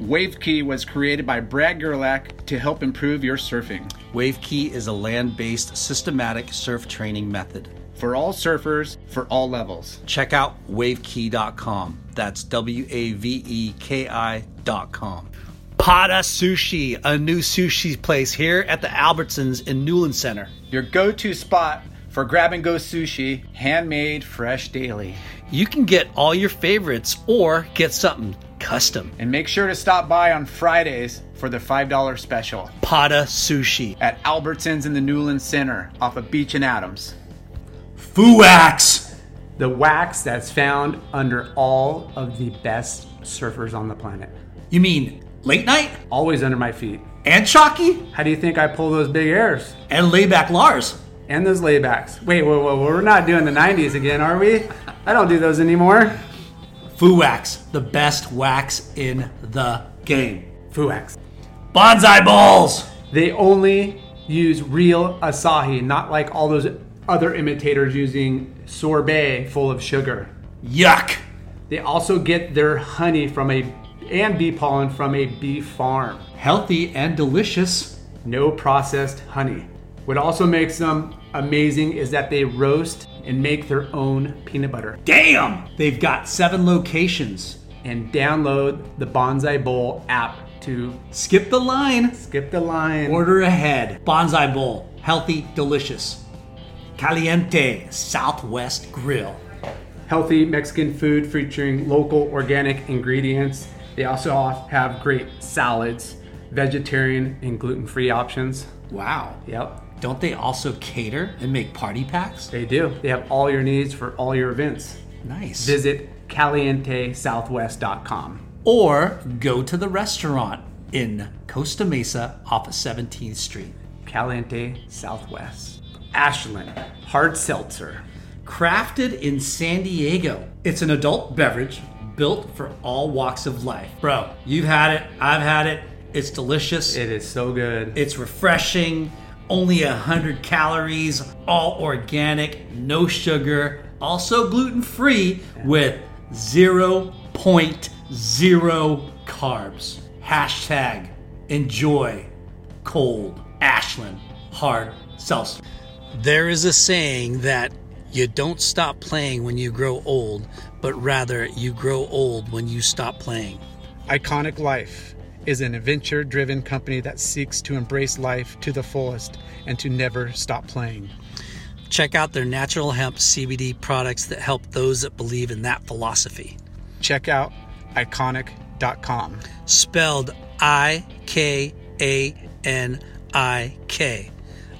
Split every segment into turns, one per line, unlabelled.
WaveKey was created by Brad Gerlach to help improve your surfing.
WaveKey is a land based systematic surf training method.
For all surfers, for all levels.
Check out wavekey.com. That's W A V E K I.com. Pada Sushi, a new sushi place here at the Albertsons in Newland Center.
Your go to spot for grab and go sushi, handmade, fresh daily.
You can get all your favorites or get something custom.
And make sure to stop by on Fridays for the $5 special
Pada Sushi.
at Albertsons in the Newland Center off of Beach and Adams.
Fuwax! The wax that's found under all of the best surfers on the planet.
You mean late night
Always under my feet.
and Chalky
How do you think I pull those big airs?
and layback Lars?
And those laybacks. Wait, whoa, whoa, whoa. We're not doing the 90s again, are we? I don't do those anymore.
Foo Wax, the best wax in the game.
Fuwax.
Bonsai balls.
They only use real Asahi, not like all those other imitators using sorbet full of sugar.
Yuck.
They also get their honey from a and bee pollen from a bee farm.
Healthy and delicious.
no processed honey. What also makes them amazing is that they roast and make their own peanut butter
Damn. They've got seven locations.
and download the Bonsai Bowl app to
Skip the line.
skip the line.
Order ahead. Bonsai bowl. Healthy, delicious. Caliente Southwest Grill.
healthy Mexican food featuring local organic ingredients. They also have great salads, vegetarian and gluten-free options.
Wow.
Yep,
Don't they also cater and make party packs?
they do. They have all your needs for all your events.
Nice.
Visit calientesouthwest.com.
or go to the restaurant in Costa Mesa off of 17th Street.
Caliente Southwest. Ashland Hard Seltzer.
Crafted in San Diego, it's an adult beverage built for all walks of life. Bro, you've had it, I've had it, it's delicious,
It is so good.
it's refreshing, only 100 calories, all organic, no sugar, also gluten free with 0.0 carbs. Hashtag enjoy cold Ashland hard seltzer.
There is a saying that you don't stop playing when you grow old, but rather you grow old when you stop playing.
Iconic Life is an adventure driven company that seeks to embrace life to the fullest and to never stop playing.
Check out their natural hemp CBD products that help those that believe in that philosophy.
Check out iconic.com.
Spelled I K A N I K.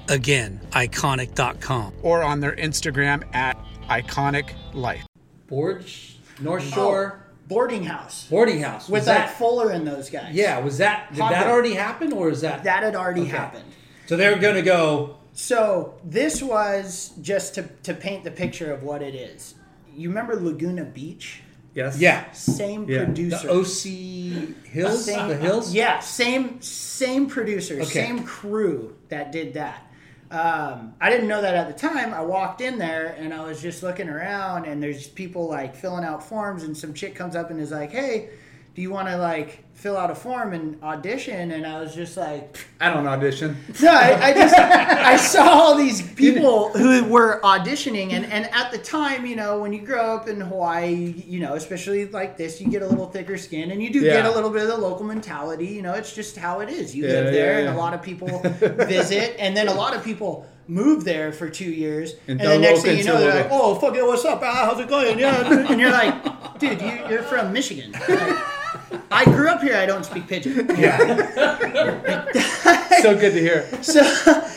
Again, iconic.com.
or on their Instagram at Iconic Life.
Borge, North Shore
boarding house
Boarding House.
with
Was
like
that,
Fuller and those guys.
yeah, was that, did that
Hopper.
already happen or is that?
that had already
Okay.
happened.
So they're going to go,
So this was just to to paint the picture of what it is. You remember Laguna Beach?
Yes.
yeah.
Same
Yeah.
The
producer.
OC Hills?
Same-
the Hills?
Yeah, same same producer,
Okay.
same crew that did that. Um, I didn't know that at the time. I walked in there and I was just looking around, and there's people like filling out forms, and some chick comes up and is like, "Hey, do you want to like fill out a form and audition?" And I was just like,
I don't audition.
No, I, I just I saw all these people who were auditioning, and and at the time, you know, when you grow up in Hawaii, you know, especially like this, you get a little thicker skin, and you do get
Yeah.
a little bit of the local mentality. You know, it's just how it is. You
Yeah,
live there,
yeah,
and
yeah.
a lot of people visit, and then a lot of people move there for two years,
And
and,
don't
the next
look
thing you
until
know,
they
they're like,
go-
"Oh, fuck it, what's up? Ah, how's it going? Yeah," and you're like, "Dude, you, you're from Michigan." Like, I grew up here. I don't speak pidgin.
so good to hear.
so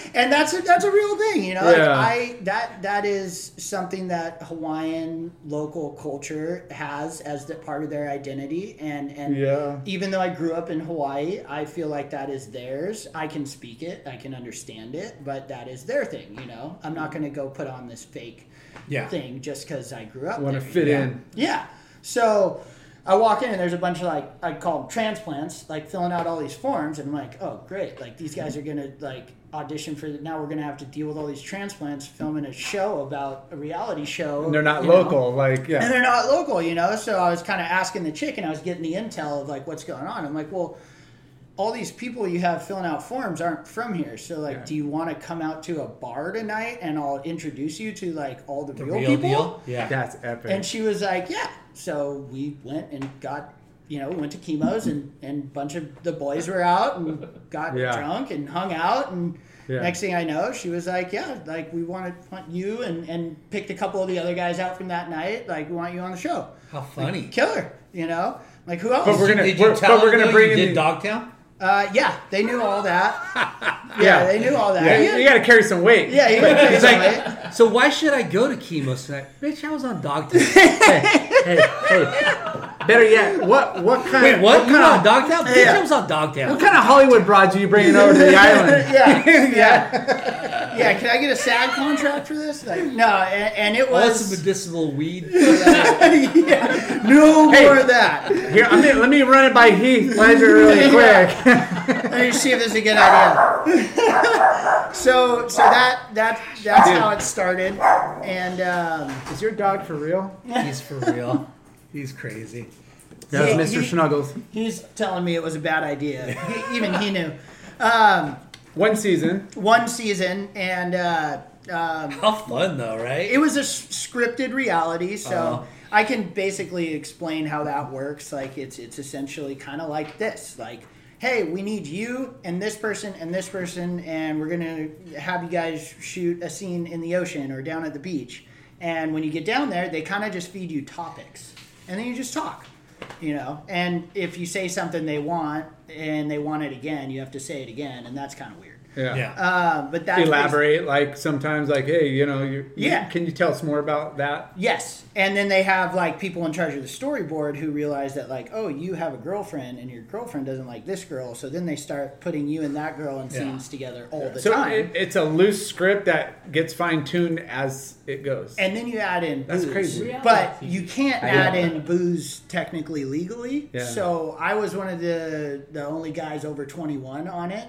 and that's a, that's a real thing you know Like,
Yeah.
i that that is something that hawaiian local culture has as the part of their identity and and
Yeah.
even though i grew up in hawaii i feel like that is theirs i can speak it i can understand it but that is their thing you know i'm
Mm.
not going to go put on this fake
Yeah.
thing just because i grew up
Want to
there,
fit
Yeah.
in.
yeah. So I walk in and there's a bunch of like I call them transplants, like filling out all these forms, and I'm like, oh great, like these guys are gonna like audition for the, now we're gonna have to deal with all these transplants filming a show about a reality show.
And they're not
you know?
local. Like,
And
yeah.
they're not local, you know. So I was kind of asking the chick, and I was getting the intel of like what's going on. I'm like, well, all these people you have filling out forms aren't from here. So like,
Yeah.
do you want to come out to a bar tonight, and I'll introduce you to like all the, real,
Real
people?
deal? Yeah.
That's epic.
And she was like, "Yeah." So we went and got, you know, went to chemo's and and bunch of the boys were out and got
Yeah.
drunk and hung out and
Yeah.
next thing I know, she was like, "Yeah, like we want to want you and and picked a couple of the other guys out from that night. Like we want you on the show,
How funny.
killer, you know." Like who else?
But we're gonna-
Did you
we're-
tell
but we're
them,
gonna
though,
bring
you
in
did
the-
Dogtown?
uh, yeah, they knew all that. Yeah,
Yeah.
they knew all that.
yeah.
Yeah,
You got to carry some weight.
yeah, you gotta
It's
pay
like,
for it.
so why should I go to chemo tonight? Bitch, I was on Dogtown. hey, hey, hey.
Better yet, what what kind?
Wait, what? you
kind
were on
of
Dogtown? Bitch,
Yeah.
I was on Dogtown.
what kind of Hollywood broads are you bringing over to the island?
yeah, yeah, yeah. Can I get a SAG contract for this? Like, no, and, and it
All
was
this medicinal weed.
yeah, no
Hey.
more of that.
Here, I'm gonna, let me run it by Heath Ledger really
Yeah.
quick.
Let me see if this is a good idea. so, so that that that's how it started, and um,
Is your dog for real?
He's for real. He's crazy.
That
Yeah,
was Mr.
he-
Snuggles.
he's telling me it was a bad idea. He- even he knew. Um,
One season.
one season, and uh, um,
How fun though, right?
it was a s- scripted reality, so.
Uh-huh.
I can basically explain how that works. Like it's it's essentially kind of like this. Like, hey, we need you and this person and this person, and we're gonna have you guys shoot a scene in the ocean or down at the beach. And when you get down there, they kind of just feed you topics, and then you just talk. You know, and if you say something they want and they want it again, you have to say it again, and that's kind of weird.
Yeah.
yeah.
Uh, but that's basi-
Elaborate like sometimes like hey you know you
Yeah.
can you tell us more about that
Yes, and then they have like people in charge of the storyboard who realize that like, oh, you have a girlfriend and your girlfriend doesn't like this girl, so then they start putting you and that girl in
Yeah.
scenes together all the
so
time,
it, it's a loose script that gets fine tuned as it goes
and then you add in
That's
booze.
crazy.
but you can't add
Yeah.
in booze technically legally.
Yeah.
So I was one of the the only guys over twenty one on it,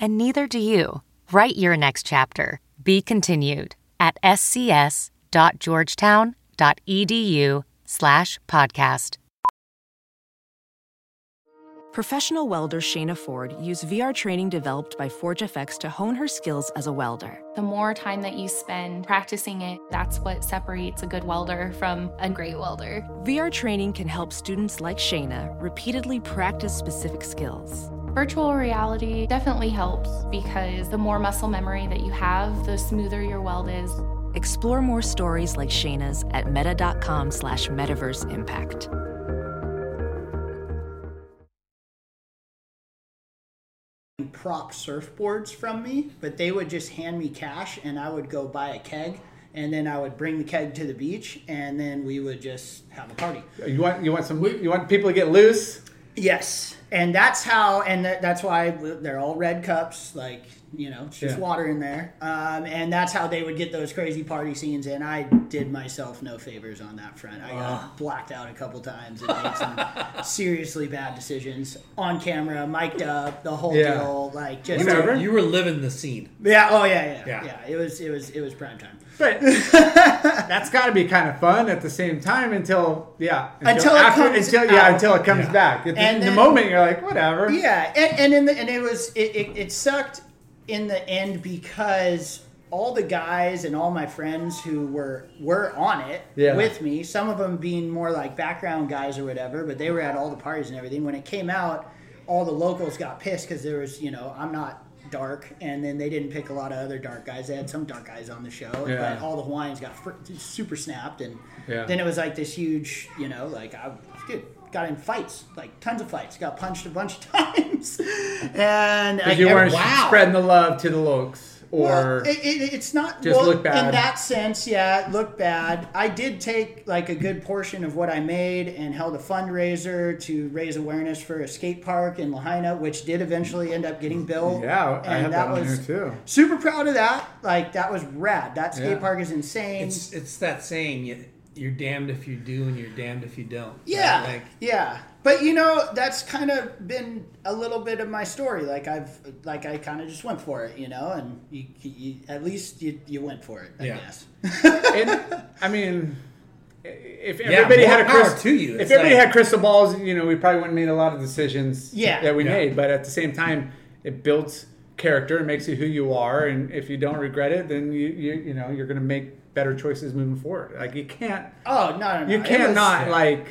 and neither do you. Write your next chapter. Be continued at E scs.georgetown.edu/podcast.
Professional welder Shayna Ford used VR training developed by ForgeFX to hone her skills as a welder.
The more time that you spend practicing it, that's what separates a good welder from a great welder.
VR training can help students like Shayna repeatedly practice specific skills.
Virtual reality definitely helps because the more muscle memory that you have, the smoother your weld is.
Explore more stories like Shayna's at meta.com slash metaverse impact.
prop surfboards from me, but they would just hand me cash and I would go buy a keg and then I would bring the keg to the beach and then we would just have a party.
you want you want some you want people to get loose
Yes. And that's how, and tha- that's why they're all red cups. Like You know, it's just
Yeah.
water in there. Um, and that's how they would get those crazy party scenes. And I did myself no favors on that front. I
Ah.
got blacked out a couple times and made some seriously bad decisions on camera, mic'd up, the whole
Yeah.
deal. Like just
Remember?
You were living the scene.
yeah, oh yeah, yeah,
Yeah.
yeah, It was it was it was prime time.
But that's got to be kind of fun at the same time until yeah
Until it comes
until yeah
out.
until it comes back. At the,
And
in the
then-
moment you're like whatever.
Yeah, and, and in the and it was it, it, it sucked in the end because all the guys and all my friends who were were on it
Yeah.
with me, some of them being more like background guys or whatever, but they were at all the parties and everything. When it came out, all the locals got pissed because there was you know I'm not dark, and then they didn't pick a lot of other dark guys. They had some dark guys on the show,
Yeah.
but all the Hawaiians got fr- super snapped, and
Yeah.
then it was like this huge, you know, like I dude got in fights, like tons of fights, got punched a bunch of times, and like,
If you
every-
weren't spreading the love to the looks or
well, it, it, it's not
Just
well,
look bad.
in that sense. Yeah, look bad. I did take like a good portion of what I made and held a fundraiser to raise awareness for a skate park in Lahaina, which did eventually end up getting built.
yeah, I
and
have that, one here too.
super proud of that. Like that was rad. That skate
Yeah.
park is insane.
It's it's that saying you, you're damned if you do and you're damned if you don't.
Yeah.
Right? Like
yeah. But you know, that's kind of been a little bit of my story. Like I've, like I kind of just went for it, you know. And you, you at least you, you went for it, I
Yeah.
guess.
And, I mean, if everybody
more
had a
power
crystal,
to you.
if
It's
everybody
like-
had crystal balls, you know, we probably wouldn't made a lot of decisions
Yeah.
that we
Yeah.
made. But at the same time, it builds character, it makes you who you are, and if you don't regret it, then you you, you know you're going to make better choices moving forward. Like you can't,
Oh no, no, no.
you
It was-
cannot like.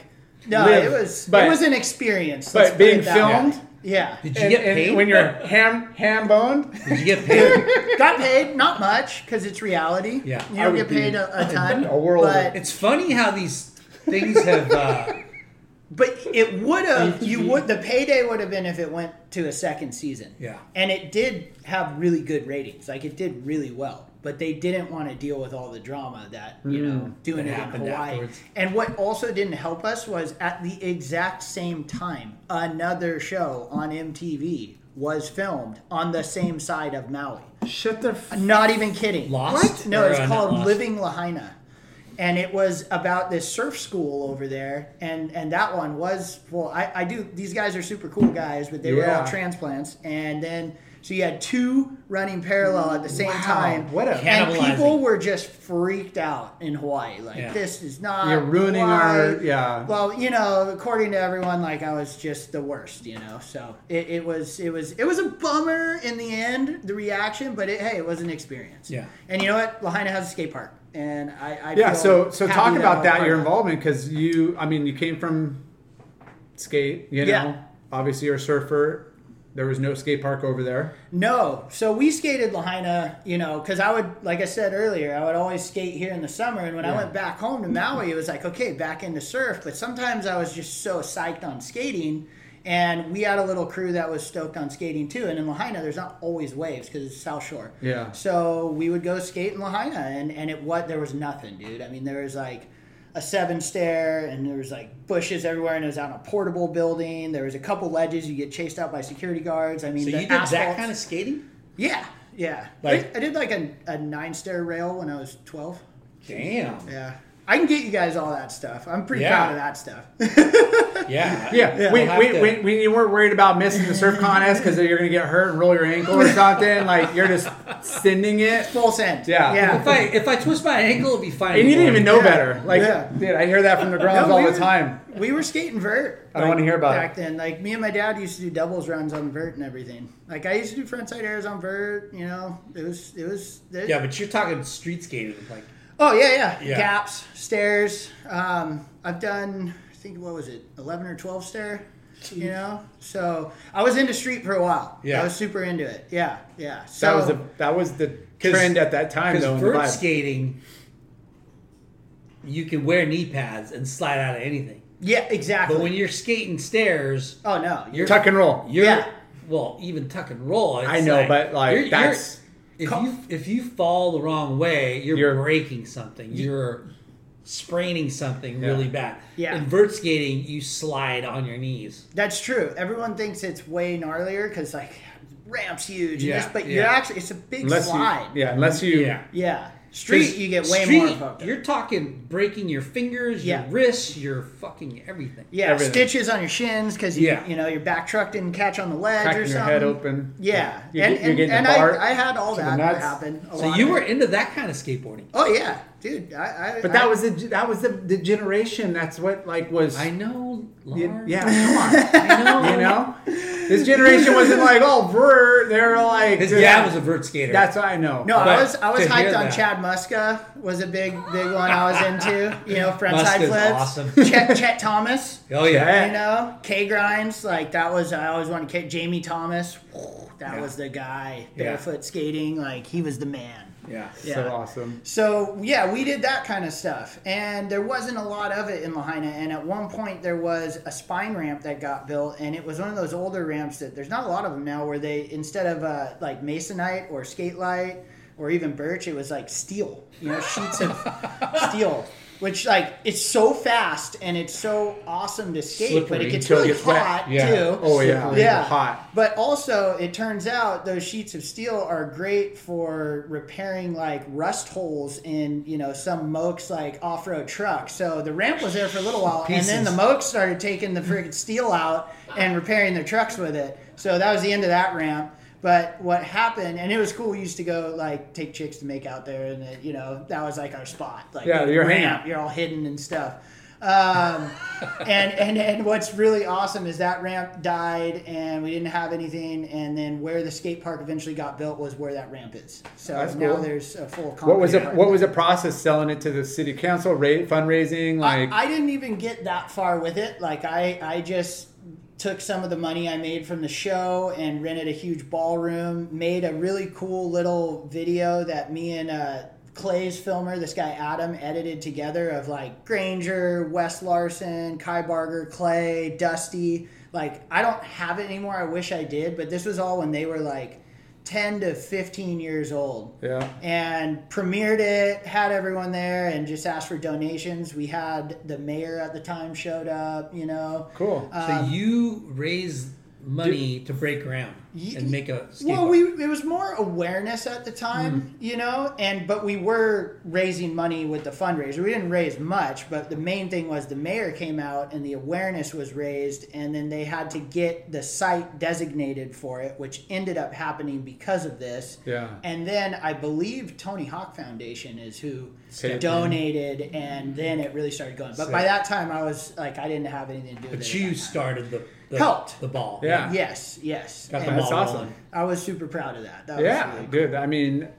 No,
live,
it was.
but-
it was an experience.
but
let's put
being
it that way.
filmed?
Yeah.
did you
and,
get
and
paid?
when you're ham ham boned.
did you get paid?
Got paid, not much, because it's reality.
Yeah.
You
I
don't
would
get
be-
paid a, a ton.
a world of-
But,
it's funny how these things have. Uh,
but it would have. You would. The payday would have been if it went to a second season.
Yeah.
And it did have really good ratings. Like it did really well. But they didn't want to deal with all the drama that you know
Mm-hmm. That
doing it in
happened
Hawaii.
afterwards.
And what also didn't help us was at the exact same time another show on MTV was filmed on the same side of Maui.
Shut the. F-
Not even kidding.
Lost?
No,
Or,
it's
uh, not
called
Lost.
Living Lahaina. And it was about this surf school over there. And and that one was well, I, I do these guys are super cool guys, but they were
Yeah.
all transplants. And then so you had two running parallel at the same time.
what a-
and
Cannibalizing.
people were just freaked out in Hawaii. Like
Yeah.
this is not
You're ruining our-
Hawaii.
yeah.
Well, you know, according to everyone, like I was just the worst, you know. So it, it was it was it was a bummer in the end, the reaction, but it, hey, it was an experience.
Yeah.
And you know what? Lahaina has a skate park, and I, I
yeah
feel
so so
happy
talk about
I'm a
that
part
your
of it.
involvement because you i mean you came from skate you know
Yeah.
obviously you're a surfer there was no skate park over there
No, so we skated Lahaina, you know, because I would, like I said earlier, I would always skate here in the summer. And when I went back home to Maui, it was like, okay, back into surf. But sometimes I was just so psyched on skating. And we had a little crew that was stoked on skating too. And in Lahaina, there's not always waves because it's South Shore.
Yeah.
So we would go skate in Lahaina, and and it what there was nothing, dude. I mean, there was like a seven stair, and there was like bushes everywhere, and it was on a portable building. There was a couple ledges. You get chased out by security guards. I mean,
so
the
you did
asphalt-
that kind of skating?
yeah, yeah.
Like-
I, I did like a, a nine stair rail when I was 12.
Damn.
Yeah. I can get you guys all that stuff. I'm pretty
Yeah.
proud of that stuff.
Yeah.
yeah,
We'll
we,
have
we,
to-
we, we- you weren't worried about missing the surf contest because you're gonna get hurt and roll your ankle or something like you're just sending it
Full send.
Yeah.
If I if I twist my ankle, it'll be fine.
and you didn't even know
Yeah.
better like
Yeah.
dude i hear that from the grounds
No,
all
we
the
were-
time
We were skating vert.
I don't wanna hear about it.
back then. Like me and my dad used to do doubles runs on vert and everything. Like I used to do frontside airs on vert. You know, it was it was. It,
Yeah, but you're talking street skating, like
Oh yeah, yeah.
Yeah.
Gaps, stairs. Um, I've done. I think what was it, eleven or twelve stair? You know, so I was into street for a while.
Yeah.
I was super into it. Yeah, yeah. So
that was the that was the
'Cause-
trend at that time though
because
in the
vert
vibe.
skating, you can wear knee pads and slide out of anything.
yeah, exactly.
But when you're skating stairs,
oh no,
you're
tuck and roll
You're
Yeah.
well, even tuck and roll. it's
I know, but, like, that's-
if you if you fall the wrong way, you're,
You're-
breaking something. You're spraining something really bad.
Yeah.
In vert skating, you slide on your knees.
That's true. Everyone thinks it's way gnarlier because like ramps huge. and
Yeah,
this, but you're
yeah.
actually it's a big
Unless
slide.
you, yeah, unless you,
Yeah.
Yeah. Street, you get way more
Street,
fucked up.
You're talking breaking your fingers,
Yeah.
your wrists, your fucking everything.
Yeah,
Everything.
stitches on your shins because you,
Yeah.
you know your back truck didn't catch on the ledge or
cracking your
something.
head open.
Yeah,
You're
and,
get- you're
and,
getting
and
the BART
I, I had all
to the
that
nuts.
happen. A
So
lot
you
of
were
it.
into that kind of skateboarding.
Oh yeah, dude. I, I
But
I-
that was the that was the, the generation. That's what like was.
I know, Lars.
yeah, come on.
I know.
you know, this generation wasn't like oh, brr. They were like
His
just-
dad was a vert skater.
That's what I know.
No,
But
I was I was
to hear
hyped on
that-
Chad Muska was a big big one I was into. You know, frontside
Muska's
flips.
awesome.
Chet, Chet Thomas.
oh yeah.
You know, K grinds like that was I always wanted K, Jamie Thomas. whew, That was the guy
Yeah.
barefoot skating like he was the man.
yeah,
Yeah.
so awesome.
So yeah, we did that kind of stuff, and there wasn't a lot of it in Lahaina. And at one point, there was a spine ramp that got built, and it was one of those older ramps that there's not a lot of them now, where they instead of uh, like masonite or skate light or even birch, it was like steel, you know, sheets of steel. Which like it's so fast and it's so awesome to skate, but
Slippery
it gets
till it
really
gets wet.
hot
Yeah.
too.
Oh, yeah. Slippery, hot.
But also, it turns out those sheets of steel are great for repairing like rust holes in you know some Moak's like off road truck. So the ramp was there for a little while, and then
Pieces.
the Moak's started taking the friggin' steel out and repairing their trucks with it. So that was the end of that ramp. But what happened, and it was cool. We used to go like take chicks to make out there, and it, you know that was like our spot. Like
Yeah, you're hanging out.
you're all hidden and stuff. Um, and, and and what's really awesome is that ramp died and we didn't have anything. And then where the skate park eventually got built was where that ramp is. So
That's
now
cool.
there's a full.
What was
concrete
the
park.
what was the process selling it to the city council? Rate fundraising like
I, I didn't even get that far with it. Like I, I just took some of the money I made from the show and rented a huge ballroom, made a really cool little video that me and uh, Clay's filmer, this guy Adam, edited together of like Granger, Wes Larson, Kai Barger, Clay, Dusty. Like I don't have it anymore. I wish I did, but this was all when they were like 10 to 15 years old
Yeah.
and premiered it, had everyone there, and just asked for donations. We had the mayor at the time showed up, you know. Um,
cool.
so you raise money to break ground and make a skate
Well,
park.
we it was more awareness at the time,
Mm-hmm.
you know, and but we were raising money with the fundraiser. We didn't raise much, but the main thing was the mayor came out and the awareness was raised, and then they had to get the site designated for it, which ended up happening because of this.
Yeah.
And then I believe Tony Hawk Foundation is who
Saved
donated, and then it really started going. But by that time, I was like, I didn't have anything to do with
but
it. at
you
that time.
started the, the
Helped.
the ball.
Yeah.
Yes, yes.
Got the
And-
ball
That's awesome.
rolling.
I was super proud of that. that
yeah,
was really cool.
dude. I mean,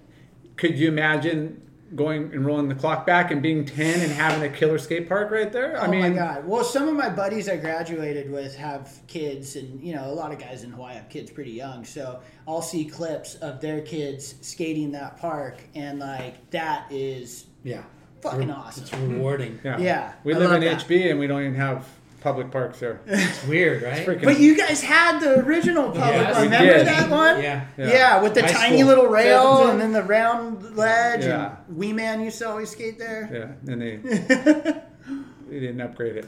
could you imagine going and rolling the clock back and being ten and having a killer skate park right there? I
oh
mean,
my god. Well, some of my buddies I graduated with have kids, and you know, a lot of guys in Hawaii have kids pretty young. So I'll see clips of their kids skating that park, and like that is
Yeah.
fucking awesome.
It's rewarding.
yeah,
yeah,
We
I
live
love
in
that.
HB and we don't even have public parks there.
It's weird, right?
Freaking-
But you guys had the original public.
Yes, we
one. Remember
did.
that one?
Yeah.
Yeah,
Yeah.
with the
High
tiny
school.
little rail and then the round ledge.
Yeah.
And Wee Man used to always skate there.
yeah, and they they didn't upgrade it.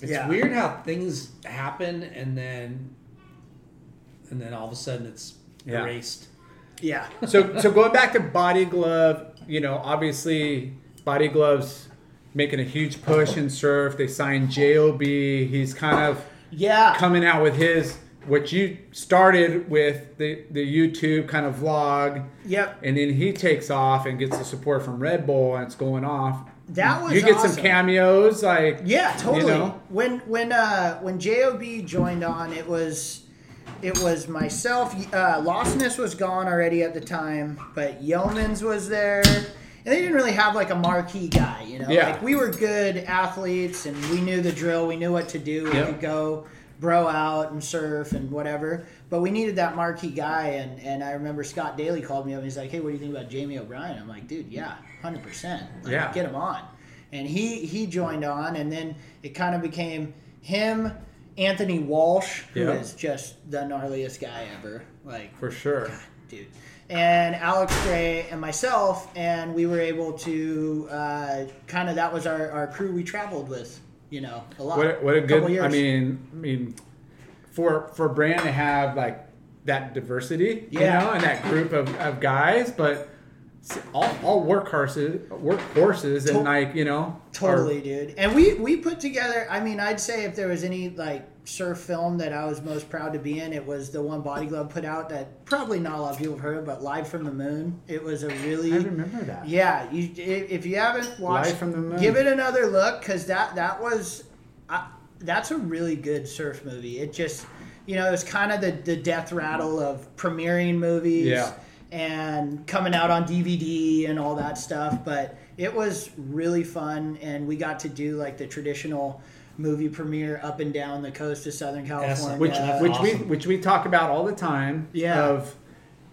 It's
Yeah.
weird how things happen and then and then all of a sudden it's
Yeah.
erased.
Yeah.
So so going back to body glove, you know, obviously body gloves making a huge push in surf. They signed Job. He's kind of
Yeah.
coming out with his what you started with the the YouTube kind of vlog.
Yep.
And then he takes off and gets the support from Red Bull, and it's going off.
That was
you get some
awesome.
cameos, like
Yeah, totally.
know?
When when uh when JOB joined on, it was it was myself. Uh, Lostness was gone already at the time, but Yeomans was there, and they didn't really have like a marquee guy. You know,
Yeah.
like we were good athletes, and we knew the drill. We knew what to do. We
Yep.
could go bro out and surf and whatever. But we needed that marquee guy, and and I remember Scott Daly called me up and he's like, "Hey, what do you think about Jamie O'Brien?" I'm like, "Dude, yeah, hundred percent. Like,
Yeah.
get him on." And he he joined on, and then it kind of became him, Anthony Walsh, who is
Yeah.
just the gnarliest guy ever. Like
for sure.
dude. And Alex Gray and myself, and we were able to uh, kind of that was our, our crew we traveled with, you know, a lot.
What a- what a
couple
good. I mean, I mean, for for a brand to have like that diversity,
Yeah.
you know, and that group of, of guys, but s- all, all workhorses, workhorses, and like you know,
Totally,
are-
dude. And we we put together. I mean, I'd say if there was any like surf film that I was most proud to be in, it was the one Body Glove put out that probably not a lot of people have heard of, but Live from the Moon. It was a really
I remember that.
yeah. You i- if you haven't watched
Live from the Moon.
give it another look because that that was I, that's a really good surf movie. It just you know it was kind of the the death rattle of premiering movies
Yeah.
and coming out on DVD and all that stuff. But it was really fun, and we got to do like the traditional movie premiere up and down the coast of Southern California.
which
yeah.
which we
awesome.
which we talk about all the time.
Yeah.
Of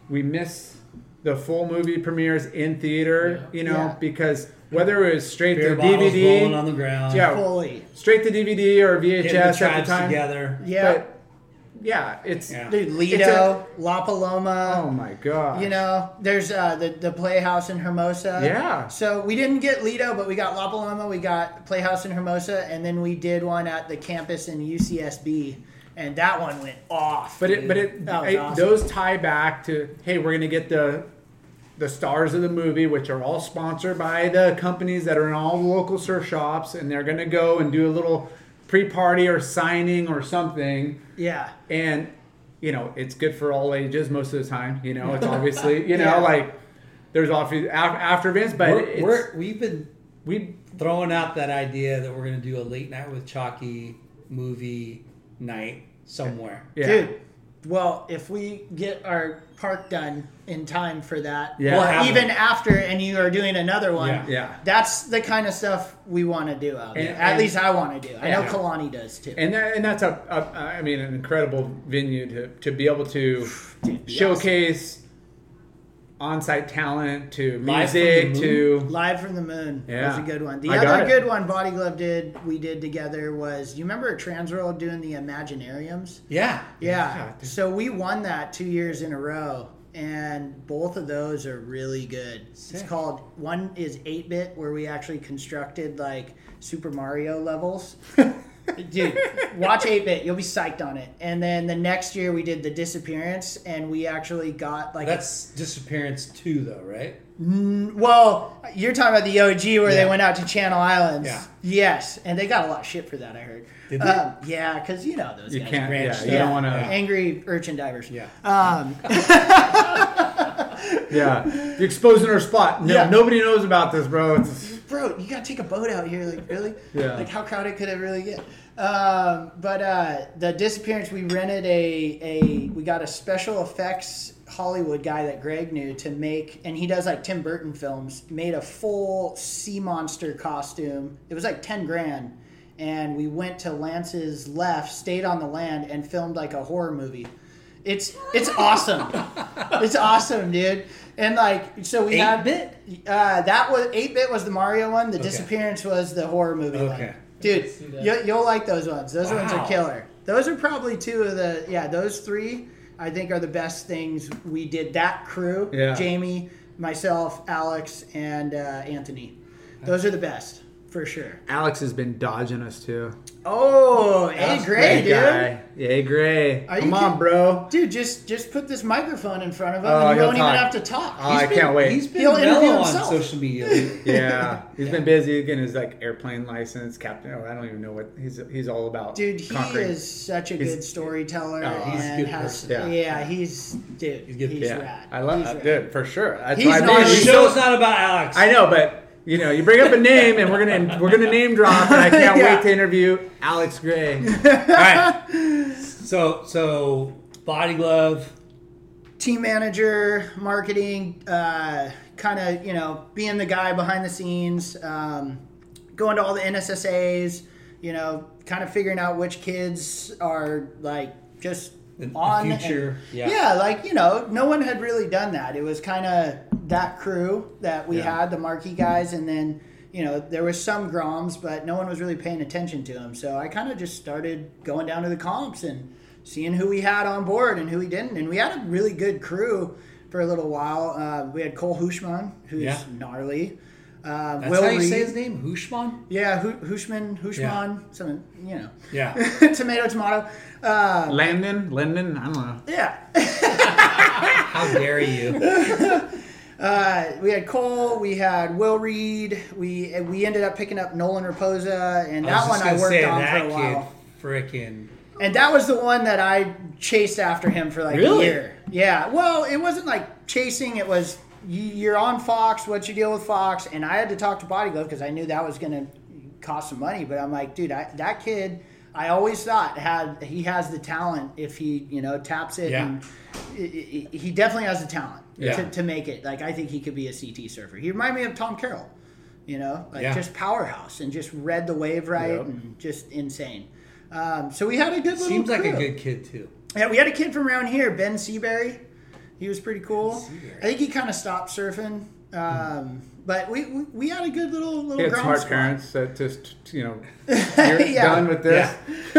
we miss the full movie premieres in theater, you know,
Yeah.
because whether it was straight
Beer
to
bottles rolling on
DVD,
the ground.
yeah,
fully.
straight to DVD or VHS
Getting the
at
tribes
the time.
together.
Yeah.
But yeah, it's
Yeah.
Dude,
It's a-
Lido, La Paloma.
oh my god.
You know, there's uh, the the Playhouse in Hermosa.
Yeah.
So we didn't get Lido, but we got La Paloma, we got Playhouse in Hermosa, and then we did one at the campus in UCSB, and that one went off.
But it, but
dude.
it,
that was
I-
awesome.
those tie back to hey, we're gonna get the the stars of the movie, which are all sponsored by the companies that are in all the local surf shops, and they're gonna go and do a little pre-party or signing or something,
yeah.
and you know it's good for all ages most of the time. You know, it's obviously you know
Yeah.
like there's obviously after, after events, but
We're,
it's,
we're, we've been
we
throwing out that idea that we're going to do a late night with Chalky movie night somewhere.
yeah.
Dude, well, if we get our park done in time for that,
Yeah. We'll
or
have
even after, and you are doing another one,
Yeah.
Yeah.
that's the kind of stuff we want to do. Out there.
And-
At
and-
least I want to do. I know
Yeah.
Kalani does too.
and that, and that's a, a I mean an incredible venue to, to be able to showcase on-site talent to
Live from the
music
moon?
to
Live from the Moon
Yeah.
was a good one. The
I got
other
it.
good one Body Glove did we did together was you remember Transworld doing the Imaginariums?
Yeah.
Yeah.
Yeah, dude.
So we won that two years in a row, and both of those are really good. It's called one is eight bit, where we actually constructed like Super Mario levels. Dude, watch eight bit. You'll be psyched on it. And then the next year we did the disappearance, and we actually got like a
That's Disappearance 2, though, right?
well, you're talking about the OG where they
Yeah.
went out to Channel Islands.
Yeah.
Yes, and they got a lot of shit for that. I heard.
Did they?
Um, yeah, because you know those
you
guys.
can't
ranch
yeah, you
stuff.
don't want to
Angry urchin divers.
Yeah.
yeah you're exposing our spot no,
Yeah.
nobody knows about this bro it's,
Bro, you gotta take a boat out here. Like really?
Yeah.
Like how crowded could it really get? Um, but uh, the disappearance, we rented a a we got a special effects Hollywood guy that Greg knew to make, and he does like Tim Burton films. Made a full sea monster costume. It was like ten grand. and we went to Lance's left, stayed on the land, and filmed like a horror movie. It's it's awesome. it's awesome, dude. And like so we had bit. Uh, that was eight bit was the Mario one. The disappearance was the horror movie
Okay.
one. Dude, you, you'll like those ones. Those ones are
Wow.
killer. Those are probably two of the yeah. Those three I think are the best things we did. That crew,
Yeah.
Jamie, myself, Alex, and uh, Anthony. Those are the best for sure.
alex has been dodging us too
Oh, hey,
Hey,
great, dude.
guy yay gray
Are you
come on
kid-
bro
Dude, just just put this microphone in front of him,
Oh,
and you
he'll
won't even
talk.
have to talk.
Oh, i can't wait
He's been
He'll interview
mellow on
himself.
social media. lately.
yeah he's been busy getting his like airplane license captain oh, i don't even know what he's he's all about
dude, he
Conquering.
is such a
He's-
good storyteller.
Oh,
and
he's
a good
has,
person.
Yeah.
Yeah.
he's dude. He's,
good.
he's
yeah
rad.
i love
he's
that
rad.
dude for sure that's
He's
why
not-
the
He's
so
show's not about Alex.
I know, but you know, you bring up a name, and we're gonna we're gonna name drop, and I can't
Yeah.
wait to interview Alex Gray.
All right. So, so body glove.
Team manager, marketing, uh, kind of you know being the guy behind the scenes, um, going to all the NSSA's, you know, kind of figuring out which kids are like just
The- the
on and-
future, yeah.
yeah, like you know, no one had really done that. It was kind of that crew that we had, the marquee guys, and then you know there was some groms, but no one was really paying attention to them. So I kind of just started going down to the comps and seeing who we had on board and who we didn't, and we had a really good crew for a little while. Uh, we had Cole Hushman, who's
Yeah.
gnarly. Um,
That's
Will
how you
Reed.
say his name, Hushman.
Yeah, Hu- Hushman, Hushman,
Yeah.
something, you know.
Yeah.
tomato, tomato. Uh,
Landon, Landon, I don't know.
yeah.
How dare you?
Uh, we had Cole, we had Will Reed, we and we ended up picking up Nolan Raposa, and that one I worked on for a while.
Freaking.
And that was the one that I chased after him for like
Really?
a year. Yeah. Well, it wasn't like chasing. It was you- you're on Fox. What's your deal with Fox? And I had to talk to Body Glove because I knew that was going to cost some money. But I'm like, dude, I, that kid. I always thought had he has the talent if he you know taps it.
Yeah.
And i- i- i- he definitely has the talent
Yeah.
to, to make it. Like I think he could be a CT surfer. He reminded me of Tom Carroll. You know, like
Yeah.
just powerhouse and just read the wave right and just insane. Um, so we had a good little
Seems like a
crew.
good kid too.
Yeah, we had a kid from around here, Ben Seabury. He was pretty cool. I think he kind of stopped surfing, um, but we, we we had a good little little
It's
ground
hard
squad.
parents that just you know you're done with this.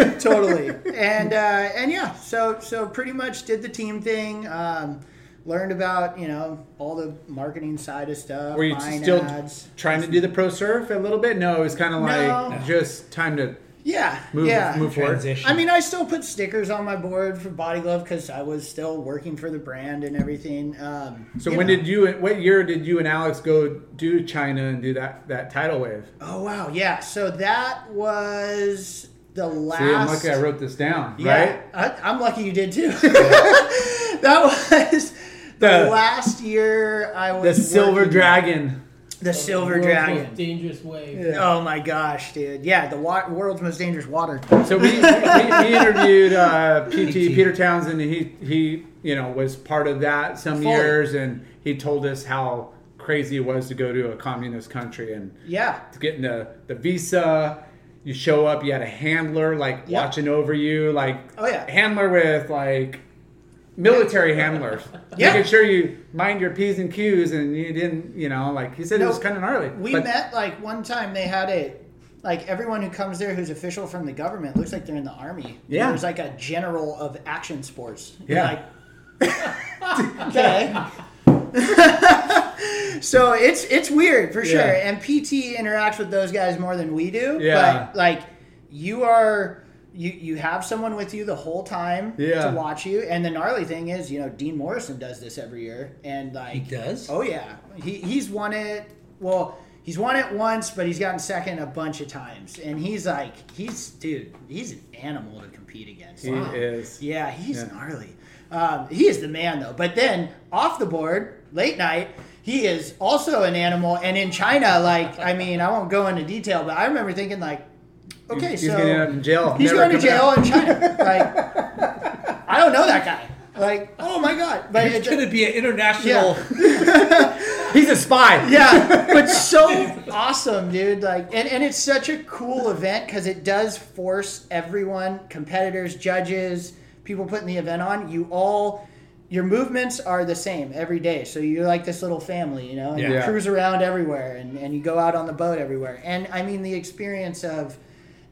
totally. And uh, and yeah, so so pretty much did the team thing. Um, learned about you know all the marketing side of stuff.
Were you
buying
still
ads.
trying to do the pro surf a little bit? No, it was kind of like
No.
just time to
Yeah,
move
yeah.
move forward.
Transition.
I mean, I still put stickers on my board for Body Glove because I was still working for the brand and everything. Um,
So
you
when
know.
did you? What year did you and Alex go do China and do that that tidal wave?
Oh wow, yeah. So that was the last.
See, I'm lucky I wrote this down, right?
Yeah, I, I'm lucky you did too. that was the,
The-
last year I
The
was
Silver
working-
Dragon.
The Silver
World's
Dragon.
most dangerous wave.
Oh my gosh, dude! Yeah, the wa- world's most dangerous water.
So we, we, we interviewed uh, PT Peter Townsend, and he he you know was part of that some
Fully.
years, and he told us how crazy it was to go to a communist country and
Yeah,
getting the the visa. You show up, you had a handler like
Yeah.
watching over you, like
Oh, yeah.
handler with like military handlers,
Yeah.
making sure you mind your p's and q's, and you didn't, you know, like he said, it
No,
was kind of gnarly.
we
But-
met like one time. They had a like everyone who comes there who's official from the government looks like they're in the army.
Yeah.
there's like a general of action sports.
Yeah.
Like, okay. so it's it's weird for sure.
Yeah.
And PT interacts with those guys more than we do.
Yeah.
But like you are you you have someone with you the whole time
Yeah.
to watch you. And the gnarly thing is, you know, Dean Morrison does this every year and like
He does?
Oh yeah. He he's won it well He's won it once, but he's gotten second a bunch of times, and he's like, he's dude, he's an animal to compete against.
He is.
Yeah, he's gnarly. Um, he is the man though. But then off the board, late night, he is also an animal. And in China, like I mean, I won't go into detail, but I remember thinking like, okay,
he's
so
gonna end up in jail.
He's
never
going to
coming
jail
out.
in China. Like I don't know that guy. Like oh my god, but
It's
it-
going to be an international.
He's a spy.
yeah, but so awesome, dude. Like, and, and it's such a cool event because it does force everyone, competitors, judges, people putting the event on, you all, your movements are the same every day. So you're like this little family, you know, and you
Yeah.
cruise around everywhere and, and you go out on the boat everywhere. And I mean, the experience of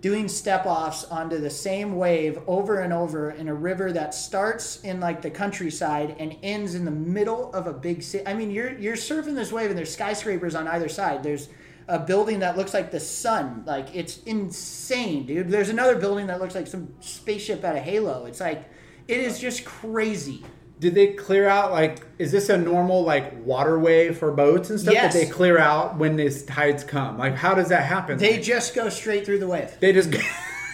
doing step offs onto the same wave over and over in a river that starts in like the countryside and ends in the middle of a big city. I mean, you're you're surfing this wave and there's skyscrapers on either side. There's a building that looks like the sun. Like it's insane, dude. There's another building that looks like some spaceship out of Halo. It's like it is just crazy.
Did they clear out like? Is this a normal like waterway for boats and stuff
Yes.
that they clear out when these tides come? Like, how does that happen?
They just go straight through the wave.
they just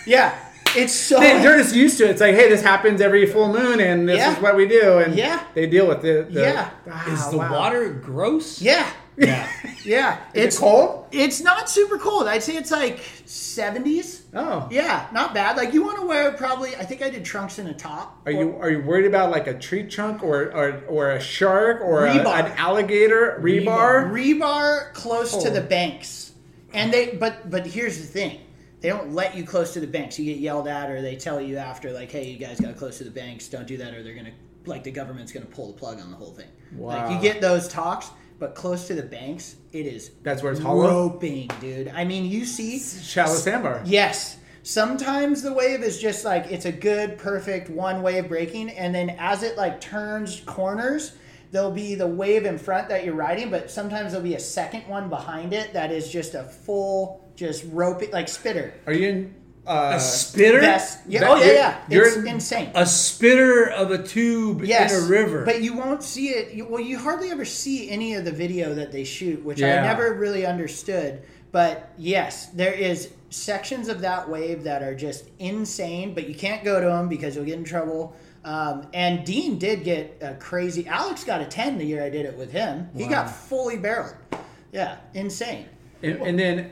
Yeah. It's so
they, they're just used to it. It's like, hey, this happens every full moon, and this
Yeah.
is what we do, and
Yeah.
they deal with it. The,
Yeah.
Wow,
Is the
wow.
water gross?
Ah, Yeah.
Yeah.
Yeah.
Is it cold?
It's not super cold. I'd say it's like 70s.
Oh,
Yeah, not bad. Like you want to wear probably. I think I did trunks and a top.
Are you are you worried about like a tree trunk or or, or a shark or a,
Rebar.
an alligator rebar? Oh.
rebar close to the banks, and they. But but here's the thing. They don't let you close to the banks. You get yelled at, or they tell you after, like, "Hey, you guys got close to the banks. Don't do that, or they're gonna, like, the government's gonna pull the plug on the whole thing." Like you
Wow.
get those talks, but close to the banks, it is
That's where it's hollow.
roping, dude. I mean, you see
Shallow sandbar.
Yes. Sometimes the wave is just like it's a good, perfect one wave breaking, and then as it like turns corners, there'll be the wave in front that you're riding, but sometimes there'll be a second one behind it that is just a full, just rope like spitter.
Are you in uh,
a spitter.
That's, yeah,
That-
oh yeah,
you're-
yeah. It's
you're-
insane.
A spitter of a tube
yes,
in a river.
But you won't see it. You, well, you hardly ever see any of the video that they shoot, which
Yeah.
I never really understood. But yes, there is sections of that wave that are just insane, but you can't go to them because you'll get in trouble. Um, and Dean did get a crazy. Alex got a ten the year I did it with him. He got fully barreled. Yeah, insane.
and, and then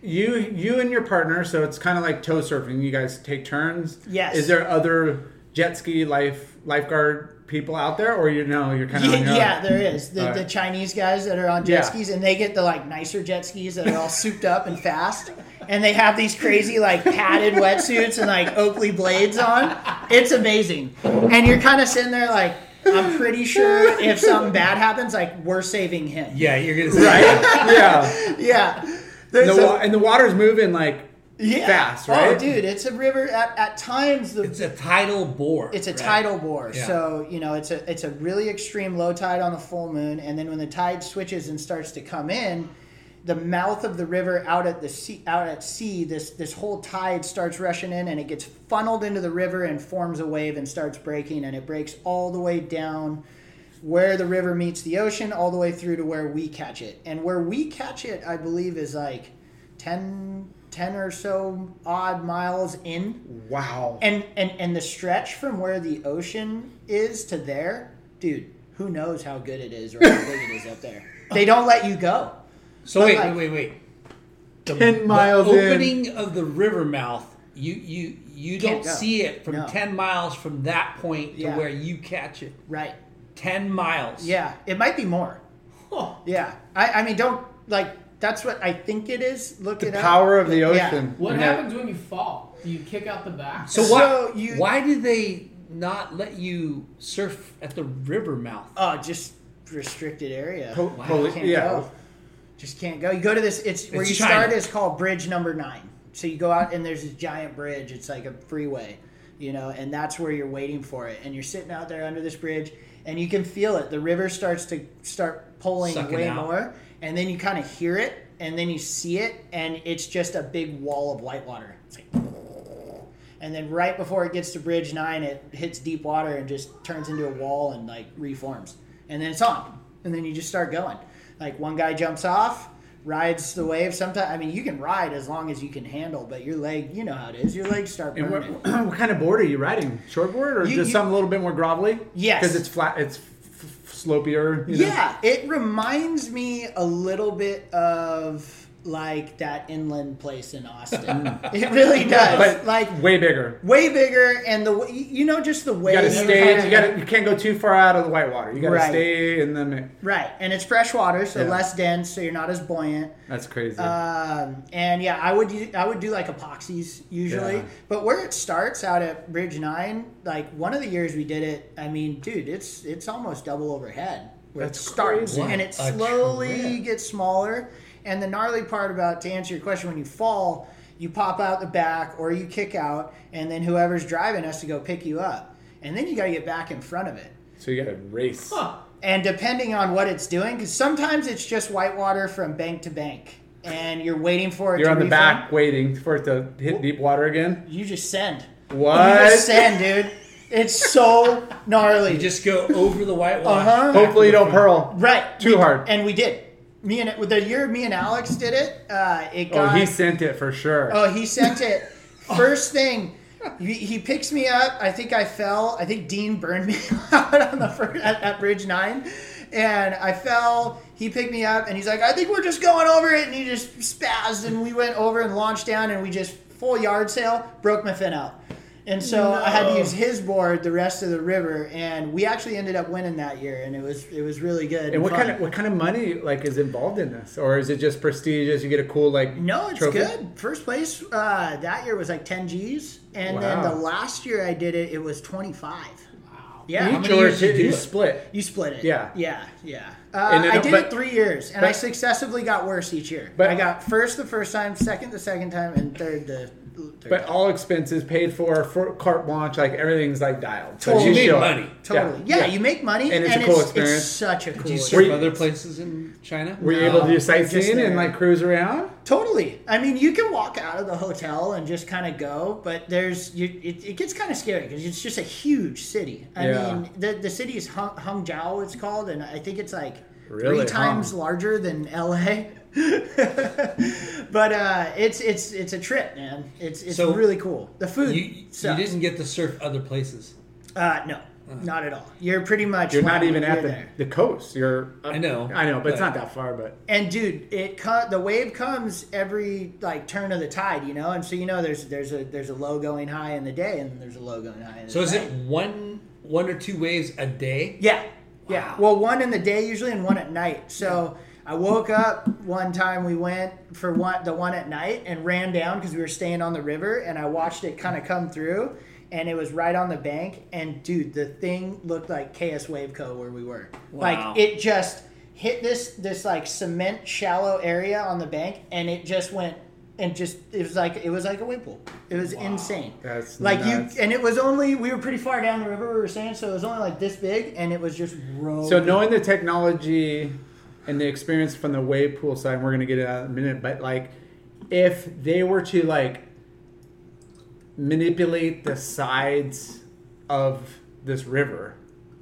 you you and your partner. So it's kind of like tow surfing. You guys take turns.
Yes.
Is there other jet ski life lifeguard people out there, or you know you're kind of on your
Yeah, yeah,
own?
there is the,
All right.
the Chinese guys that are on jet
Yeah.
skis, and they get the like nicer jet skis that are all souped up and fast, and they have these crazy like padded wetsuits and like Oakley blades on. It's amazing, and you're kind of sitting there like, I'm pretty sure if something bad happens, like we're saving him.
yeah, you're gonna say right.
yeah.
yeah.
And
There's
the,
a-
wa- and the water's moving like
yeah.
fast, right?
Oh, dude, it's a river. At, at times, the
It's a tidal bore.
it's a
right?
tidal bore
Yeah.
so you know it's a it's a really extreme low tide on a full moon and then when the tide switches and starts to come in the mouth of the river out at the sea out at sea this this whole tide starts rushing in and it gets funneled into the river and forms a wave and starts breaking and it breaks all the way down where the river meets the ocean all the way through to where we catch it and where we catch it i believe is like 10 10 or so odd miles in
Wow.
and and and the stretch from where the ocean is to there, dude, who knows how good it is or how big it is up there? They don't let you go.
So wait,
like-
wait, wait, wait. The,
10 miles in.
the opening of the river mouth. You you you don't
Can't go.
see it from
No.
ten miles from that point to
Yeah.
where you catch it.
Right.
Ten miles.
Yeah. It might be more.
Huh.
Yeah. I I mean don't like that's what I think it is. Look
the
it up.
power of the
But, uh, yeah.
ocean.
What
And that-
happens when you fall? Do you kick out the back?
So why
So you-
why do they not let you surf at the river mouth?
Oh, just restricted area.
Po-
Wow.
poli-
can't
yeah.
go. Just can't go. You go to this. It's where
It's
you
China.
start is called Bridge Number Nine. So you go out and there's this giant bridge. It's like a freeway, you know, and that's where you're waiting for it. And you're sitting out there under this bridge, and you can feel it. The river starts to start pulling
Sucking
way
out.
more, and then you kind of hear it, and then you see it, and it's just a big wall of white water. It's like and then right before it gets to bridge nine, it hits deep water and just turns into a wall and like reforms. And then it's on. And then you just start going. Like one guy jumps off, rides the wave. Sometimes, I mean, you can ride as long as you can handle, but your leg, you know how it is. Your legs start
And what,
burning.
what kind of board are you riding? Shortboard or
You-
just
you-
something a little bit more grovelly?
Yes.
Because it's flat, it's f- f- slopier. you know?
Yeah, it reminds me a little bit of like that inland place in Austin. it really does.
But
like
way bigger.
way bigger, and the w- you know just the way
You gotta
you
stay,
kinda-
you gotta, you can't go too far out of the white water. You gotta
Right.
stay in the, mi-
Right, and it's fresh water, so
Yeah.
less dense, so you're not as buoyant.
that's crazy.
Um, and yeah, I would u- I would do like epoxies usually,
Yeah.
but where it starts out at Bridge Nine, like one of the years we did it, I mean, dude, it's it's almost double overhead where
That's
it starts,
crazy.
and it
What a
slowly
trip.
gets smaller. And the gnarly part about to answer your question, when you fall, you pop out the back or you kick out, and then whoever's driving has to go pick you up, and then you got to get back in front of it
so you gotta race.
and depending on what it's doing, because sometimes it's just whitewater from bank to bank, and you're waiting for it.
You're
to
on the
refund.
back waiting for it to hit deep water again.
You just send.
What?
Oh, You just send, dude. It's so gnarly.
You just go over the white water.
Uh-huh.
Hopefully you don't pearl.
right
Too
We-
hard.
and we did. Me and with the year me and Alex did it. Uh, it
Oh,
got.
he sent it for sure.
Oh, he sent it. First thing, he, he picks me up. I think I fell. I think Dean burned me out on the first, at, at Bridge Nine, and I fell. He picked me up, and he's like, "I think we're just going over it," and he just spazzed, and we went over and launched down, and we just full yard sail broke my fin out. And so I had to use his board the rest of the river, and we actually ended up winning that year, and it was it was really good.
and what
fun.
kind of what kind of money like is involved in this, or is it just prestigious? You get a cool like
No, it's
trophy?
good. First place uh, that year was like 10 G's. And then
Wow.
the last year I did it, it was 25. Wow. Yeah.
You,
You,
George,
did you
you
do it?
split.
split it.
Yeah.
Yeah. Yeah.
And
Uh,
it-
I did
but-
it three years and I
but-
successively got worse each year.
But-
I got first the first time, second the second time, and third the
But all expenses paid for, for carte blanche, like everything's like dialed. So
Totally.
you show up.
Money.
Totally. Yeah, you make money,
And it's a cool experience.
such a cool.
Do you serve
experience.
you-
other places in China?
Were you able to do
just
sightseeing
there.
and like cruise around?
Totally. I mean, you can walk out of the hotel and just kind of go, but there's you, it, it gets kind of scary because it's just a huge city. I
Yeah.
mean, the the city is Hung, Hangzhou, it's called, and I think it's like
Really?
three times larger than LA. but uh, it's it's it's a trip, man. It's it's
So,
really cool. The food
You, you
sucks.
didn't get to surf other places.
uh, no, not at all. You're pretty much
You're not
wound-
even at
you're
the,
there.
the coast. You're.
I know,
I know, but it's
but-
not that far. But
and dude, it co- the wave comes every like turn of the tide, you know, and so you know there's there's a there's a low going high in the day, and there's a low going high. In the
So is
night.
it one one or two waves a day?
Yeah, yeah. Well, one in the day usually, and one at night. So I woke up one time. We went for one the one at night and ran down because we were staying on the river, and I watched it kind of come through. And it was right on the bank, and dude, the thing looked like KS Waveco where we were. Like it just hit this this like cement shallow area on the bank, and it just went and just it was like it was like a wave pool. It was insane.
That's
like
nuts.
you and it was only we were pretty far down the river we were saying, so it was only like this big, and it was just rolling.
so knowing the technology and the experience from the wave pool side, and we're gonna get it out in a minute. But like, if they were to like manipulate the sides of this river,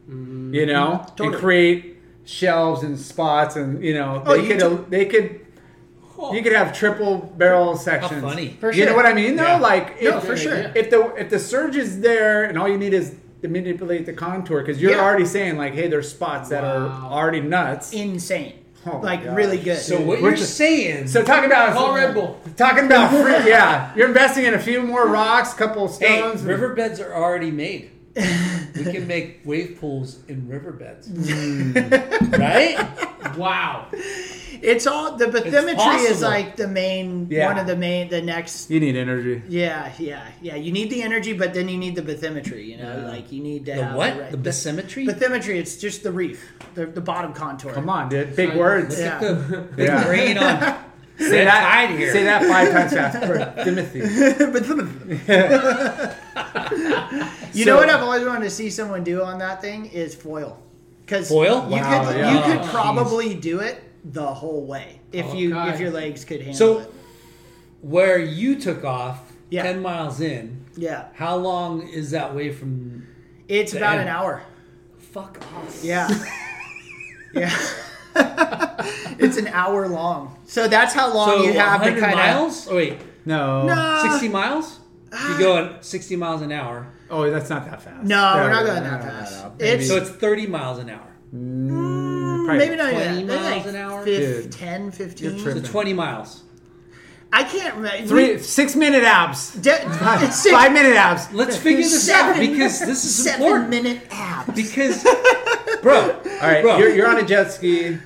Mm-hmm.
you know, and create shelves and spots, and you know, they
Oh, you Oh.
could they could. You could have triple barrel sections.
funny.
For
you know
sure.
what I mean? Though,
Yeah.
like,
No,
if-
for sure.
If the if the surge is there and all you need is to manipulate the contour, because you're
Yeah.
already saying like, hey, there's spots that are already nuts.
insane,
Oh my
like
gosh.
really good.
So what
We're
you're
just-
saying?
so talking about
Call Red Bull.
Talking about free, yeah. You're investing in a few more rocks, couple
hey,
stones. and-
riverbeds are already made. we can make wave pools in riverbeds,
Hmm.
right?
Wow.
it's all the bathymetry is
possible.
like the main
Yeah.
one of the main the next.
you need energy.
Yeah, yeah, yeah. You need the energy, but then you need the bathymetry. You know, like you need to
The
have
what?
the, right-
the bathymetry?
bathymetry. It's just the reef, the, the bottom contour.
Come on, dude. Big words.
Yeah.
Yeah.
Rain on.
Say that.
tide here.
Say that five times fast. For Timothy.
You know what I've always wanted to see someone do on that thing is foil. Because
Foil?
you
Wow,
could
yeah.
you could
Oh, geez.
probably do it the whole way if you
Okay.
if your legs could handle it.
So where you took off
Yeah.
ten miles in,
Yeah,
how long is that way from?
it's about an
end.
hour.
Fuck off.
Yeah, yeah. it's an hour long. So that's how long
So
you have to Uh,
100
kind of.
miles? Oh wait,
No.
60 miles?
uh.
You go at 60 miles an hour.
Oh, that's not that fast.
No, we're not
no,
going
no,
that
no, no,
fast.
no. Maybe-
It's
So it's 30 miles an hour.
probably-
maybe not
20
even that. Maybe
miles
like
an hour?
fif-
Dude.
10, 15.
So
tripping.
20 miles.
I can't remember.
Three six minute abs.
it's six,
Five minute abs.
Let's figure this out
Seven-
because this is
seven
important.
minute abs.
Because, bro,
All right,
Bro.
you're, you're on a jet ski.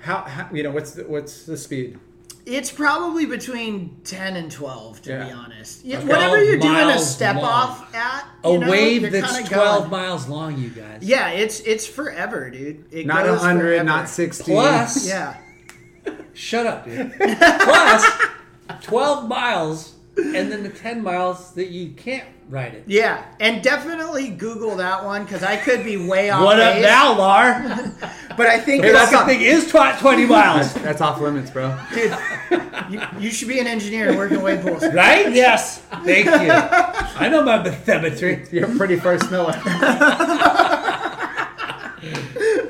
How, how you know what's the, what's the speed?
It's probably between ten and twelve, to be
Yeah.
honest. Yeah,
Okay.
Whatever you're doing a
Miles
step
long.
off at,
a
you know,
wave
you're
that's
kinda
12
going.
miles long, you guys.
Yeah, it's it's forever, dude. It
Not
goes
hundred,
forever.
not sixty.
Plus,
Yeah,
shut up, dude. Plus, 12 miles and then the 10 miles that you can't ride it.
yeah, and definitely Google that one because I could be way off.
What up
base,
now, Lar?
But I think
Hey,
it's-
that thing is tw- 20 miles,
That's off limits, bro.
dude, you, you should be an engineer and work in wave pools.
right? Yes. Thank you. I know my bathymetry.
You're pretty first miller.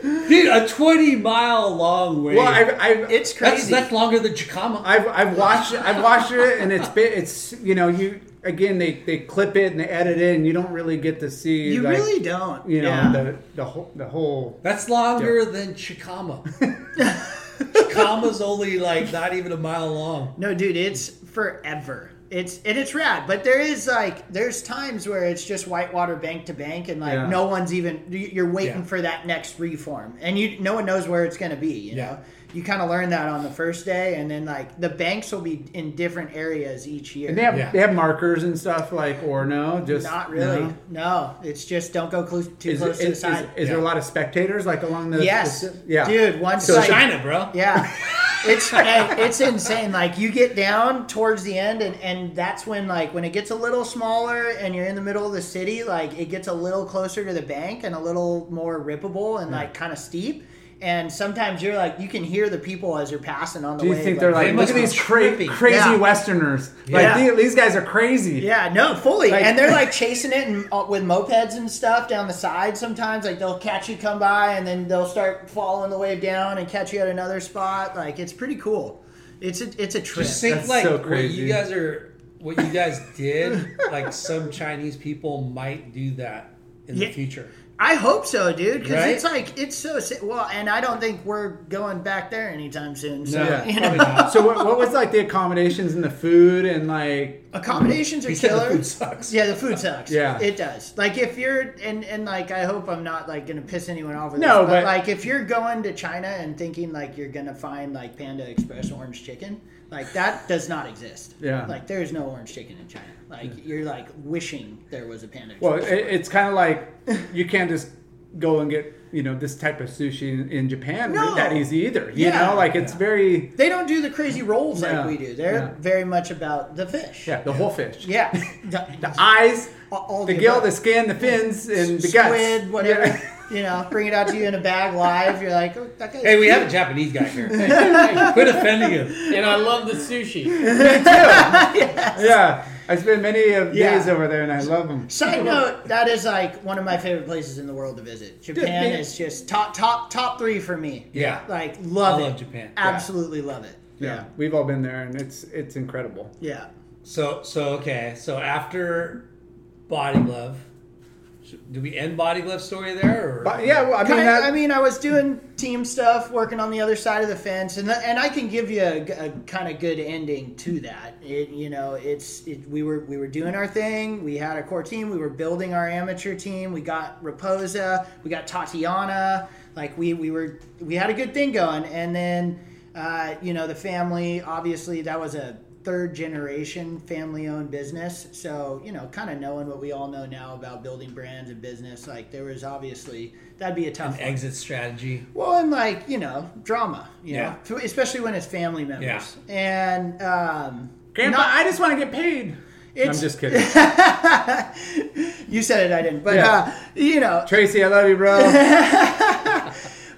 Dude, a 20 mile long wave.
Well, I've, I've
It's
that's,
crazy.
that's longer than Chicama.
I've I've watched it- I've watched it and it's been it's you know you again they they clip it and they edit it and you don't really get to see
you
like,
really don't.
you know
yeah.
the the whole the whole
that's longer than Chicama. Chicama's only like not even a mile long.
No, dude, it's forever. It's and it's rad, but there is like there's times where it's just whitewater bank to bank, and like
Yeah.
no one's even you- you're waiting
Yeah.
for that next reform, and you no one knows where it's gonna be. You
Yeah.
know, you kind of learn that on the first day, and then like the banks will be in different areas each year.
and they have
Yeah.
they have markers and stuff like or no just
Not really.
no?
No, it's just don't go close, too
Is,
close
is,
to the
is,
side.
is there a lot of spectators like along the
yes,
yeah
dude. Once
So
like,
China, bro.
Yeah. it's and it's insane. Like you get down towards the end, and and that's when like when it gets a little smaller, and you're in the middle of the city, like it gets a little closer to the bank and a little more rippable and like kind of steep. And sometimes you're like you can hear the people as you're passing on the
Do you
way.
think they're like,
They
look
must
at
be
these cra-
tripping."
crazy
Yeah.
Westerners?
Yeah.
Like these, these guys are crazy.
Yeah, no, fully.
Like-
and they're like chasing it and, uh, with mopeds and stuff down the side sometimes. Like they'll catch you come by and then they'll start following the wave down and catch you at another spot. Like it's pretty cool. It's a, it's a trip.
Just think
That's
like
so
what you
crazy.
guys are, what you guys did. like some Chinese people might do that in
Yeah.
the future.
I hope so, dude, because
Right?
it's like it's so si- well, and I don't think we're going back there anytime soon. So
No,
Yeah.
probably not.
So what, what was like the accommodations and the food and like
accommodations are
He said the
killer.
food sucks.
Yeah, the food sucks.
Yeah.
it does. Like if you're and and like I hope I'm not like gonna piss anyone off. With
No,
this,
but-
like if you're going to China and thinking like you're gonna find like Panda Express orange chicken, like that does not exist.
Yeah.
like there is no orange chicken in China. Like you're like wishing there was a Panda.
well,
Express.
it, it's kind of like you can't just go and get you know this type of sushi in, in Japan
No.
that easy either. You
Yeah.
know, like it's very
they don't do the crazy rolls
Yeah.
like we do. They're
Yeah.
very much about the fish.
yeah the whole fish.
Yeah.
the eyes,
All- all
the
the
gill,
above.
the skin, the fins, and the guts.
Squid, whatever.
Yeah.
You know, bring it out to you in a bag live. You're like, oh, that guy's
Hey, we have a Japanese guy here. Quit offending him.
And I love the sushi.
Yeah, I spent many of
Yeah.
days over there, and I love them.
Side note, that is like one of my favorite places in the world to visit. Japan
Japan.
is just top top top three for me.
Yeah.
Like love
I
it.
love Japan. Yeah.
Absolutely love it.
Yeah, we've all been there, and it's it's incredible.
Yeah.
So so okay. So after body glove, should- do we end body glove story there? Or?
But yeah, well, I mean,
Kinda-
that,
I mean, I was doing team stuff, working on the other side of the fence, and the, and I can give you a, kind of good ending to that. It, you know, it's it, we were we were doing our thing. We had a core team. We were building our amateur team. We got Raposa. We got Tatiana. Like we we were we had a good thing going, and then uh, you know the family. Obviously, that was a third generation family owned business. So, you know, kind of knowing what we all know now about building brands and business, like there was obviously that'd be a tough one.
exit strategy.
Well, and like you know, drama. You
Yeah.
know, especially when it's family members. And um,
Grandpa,
not-
I just want to get paid. I'm
It's-
just kidding.
you said it, I didn't. But
Yeah.
uh, you know,
Tracy, I love you, bro.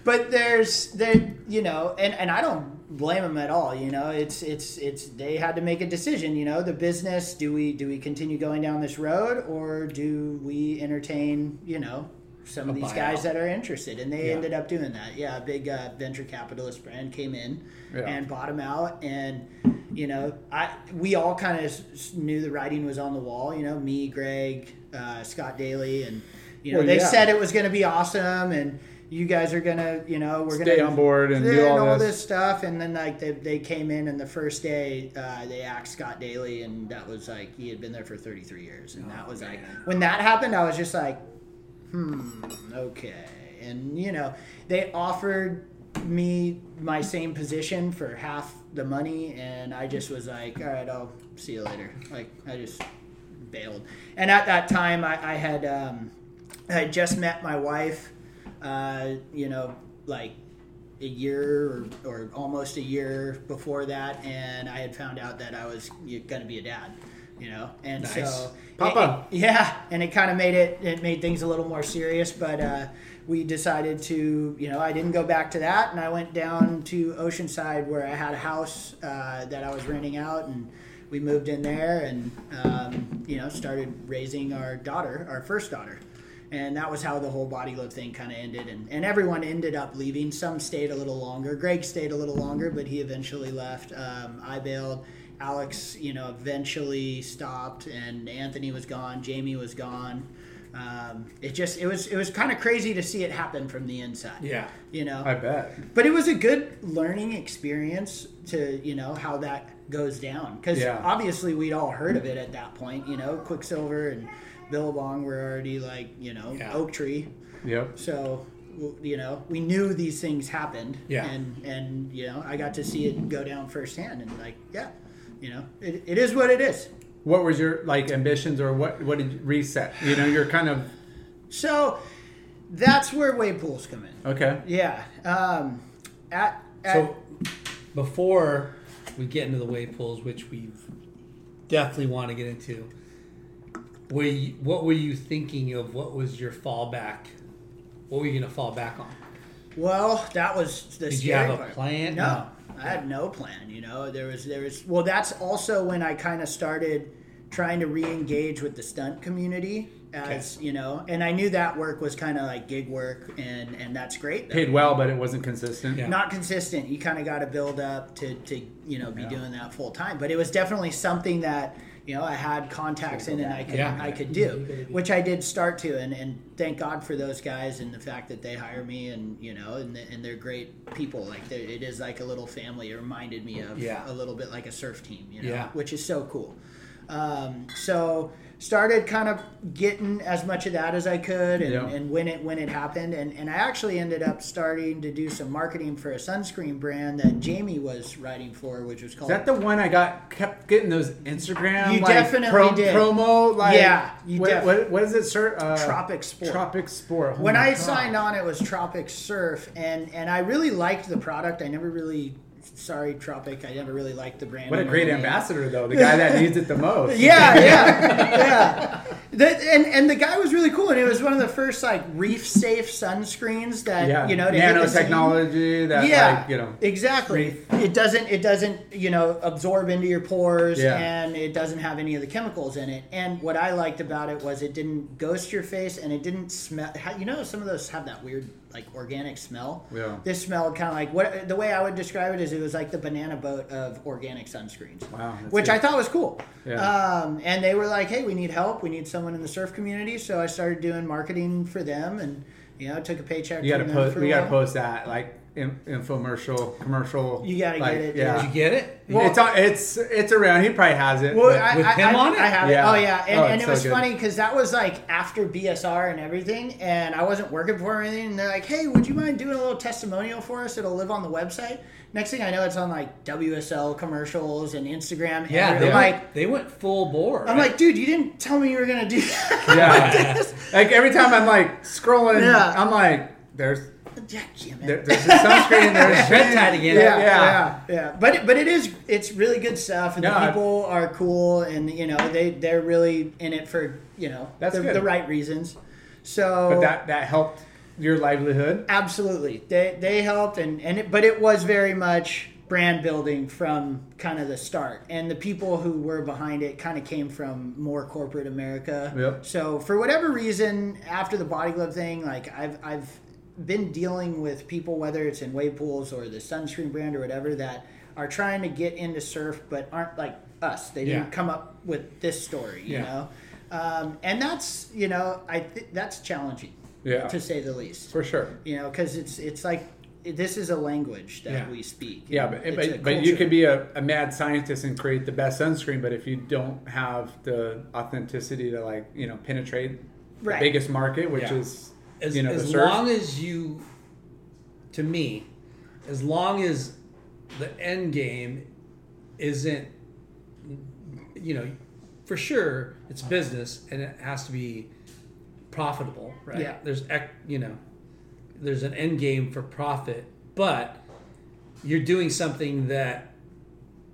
but there's there you know and and i don't blame them at all you know it's it's it's they had to make a decision you know the business do we do we continue going down this road or do we entertain you know some of these guys
buyout.
that are interested and they ended up doing that yeah a big uh, venture capitalist brand came in
Yeah.
and bought them out and you know i we all kind of knew the writing was on the wall you know me greg uh, scott daly and you know
Well,
they
yeah.
said it was going to be awesome and you guys are going to you know we're
Stay
gonna
on board and do
yeah,
all this.
stuff. And then like they, they came in and the first day uh, they axed Scott Daly, and that was like he had been there for 33 years, and
Oh,
that was like when that happened, I was just like, hmm, okay. And you know, they offered me my same position for half the money, and I just was like, all right, I'll see you later. Like I just bailed. And at that time, I, I had um, I had just met my wife. Uh, you know, like a year or, or almost a year before that, and I had found out that I was going to be a dad. You know, and so
Papa.
it- it- yeah, and it kind of made it it made things a little more serious. But uh, we decided to, you know, I didn't go back to that, and I went down to Oceanside where I had a house uh, that I was renting out, and we moved in there, and um, you know, started raising our daughter, our first daughter and that was how the whole body love thing kind of ended and, and everyone ended up leaving some stayed a little longer greg stayed a little longer but he eventually left um, i bailed alex you know eventually stopped and anthony was gone jamie was gone um, it just it was it was kind of crazy to see it happen from the inside
Yeah.
you know
I bet.
but it was a good learning experience to you know how that goes down because
Yeah.
obviously we'd all heard of it at that point you know quicksilver and billabong were already like you know
Yeah.
oak tree
Yep.
so w- you know we knew these things happened
Yeah.
and and you know i got to see it go down firsthand and like yeah you know it, it is what it is
What was your like ambitions, or what what did you reset? You know, you're kind of
so that's where wave pools come in
okay.
yeah um at, at
So
before we get into the wave pools, which we definitely want to get into, were you, what were you thinking of? What was your fallback? What were you going to fall back on?
Well, that was the
Did you
scary
have a
part.
plan?
No, I had no plan. You know, there was there was well. That's also when I kind of started trying to re-engage with the stunt community, as you know, and I knew that work was kind of like gig work, and and that's great. though.
Paid well, but it wasn't consistent.
Yeah.
Not consistent. You kind of got to build up to to you know be doing that full time. But it was definitely something that you know I had contacts in and I could
Yeah.
I could do, which I did start to, and and thank God for those guys and the fact that they hire me and you know and the, and they're great people. Like they're- it is like a little family. It reminded me of
Yeah.
a little bit like a surf team, you know,
Yeah.
which is so cool. Um, so started kind of getting as much of that as I could and,
Yeah.
and when it when it happened and, and I actually ended up starting to do some marketing for a sunscreen brand that Jamie was writing for which was
Is
called
that the one I got kept getting those Instagram
You
like,
definitely
pro-
did.
promo like
Yeah, you
what,
def-
what, what is it sir uh,
Tropic Sport.
Tropic Sport Oh
when
my
I
God.
signed on, it was Tropic Surf, and and I really liked the product. I never really, sorry Tropic, I never really liked the brand.
what a
or
great
the name.
ambassador though the guy that needs it the most
Yeah, yeah, yeah. That, and and the guy was really cool, and it was one of the first like reef safe sunscreens that
yeah
you know to hit the scene.
nanotechnology that like you know
exactly.
reef-
It doesn't it doesn't you know absorb into your pores
Yeah.
and it doesn't have any of the chemicals in it. And what I liked about it was it didn't ghost your face and it didn't smell. how- You know, some of those have that weird like organic smell.
Yeah.
This smelled kind of like what the way I would describe it is it was like the banana boat of organic sunscreens.
Wow, that's
which
good.
I thought was cool.
Yeah.
Um, and they were like, "Hey, we need help. We need someone in the surf community." So I started doing marketing for them and. You know, took a paycheck.
you gotta
from them
post
for a
we gotta
while.
post that like in, infomercial commercial
You gotta get
like,
it,
yeah
yeah.
Did you get it?
it's on, it's it's around he probably has it
Well,
but-
I,
with
I,
him
I,
on it?
I have it.
Yeah.
Oh yeah, and,
Oh,
and
it's
it
so
was
good.
funny because that was like after BSR and everything, and I wasn't working for him or anything. And they're like, "Hey, would you mind doing a little testimonial for us? It'll live on the website." Next thing I know, it's on like WSL commercials and Instagram.
Yeah,
and
they,
I'm like,
went, they went full bore.
I'm like, dude, you didn't tell me you were gonna do that.
yeah like every time I'm like scrolling
Yeah.
I'm like there's
yeah, damn it.
there, there's a sunscreen there's
red tide again.
yeah,
Yeah.
yeah, yeah. But it, but it is it's really good stuff, and
No, I-
the people are cool, and you know they they're really in it for you know
That's
the,
good.
the right reasons. So
but that that helped your livelihood
absolutely they they helped and and it, but it was very much brand building from kind of the start and the people who were behind it kind of came from more corporate america
Yep.
so for whatever reason after the body glove thing like i've i've been dealing with people whether it's in wave pools or the sunscreen brand or whatever that are trying to get into surf but aren't like us they
Yeah.
didn't come up with this story you
Yeah.
know um, and that's you know i th- that's challenging
Yeah.
to say the least
for sure
you know because it's it's like this is a language that
Yeah.
we speak
Yeah, but,
It's a
but, but you
culture.
could be a, a mad scientist and create the best sunscreen, but if you don't have the authenticity to like you know penetrate
Right.
the biggest market, which
Yeah.
is
as,
you know the
as
surf,
long as you to me as long as the end game isn't you know for sure it's business and it has to be profitable right
Yeah.
there's ec- you know there's an end game for profit but you're doing something that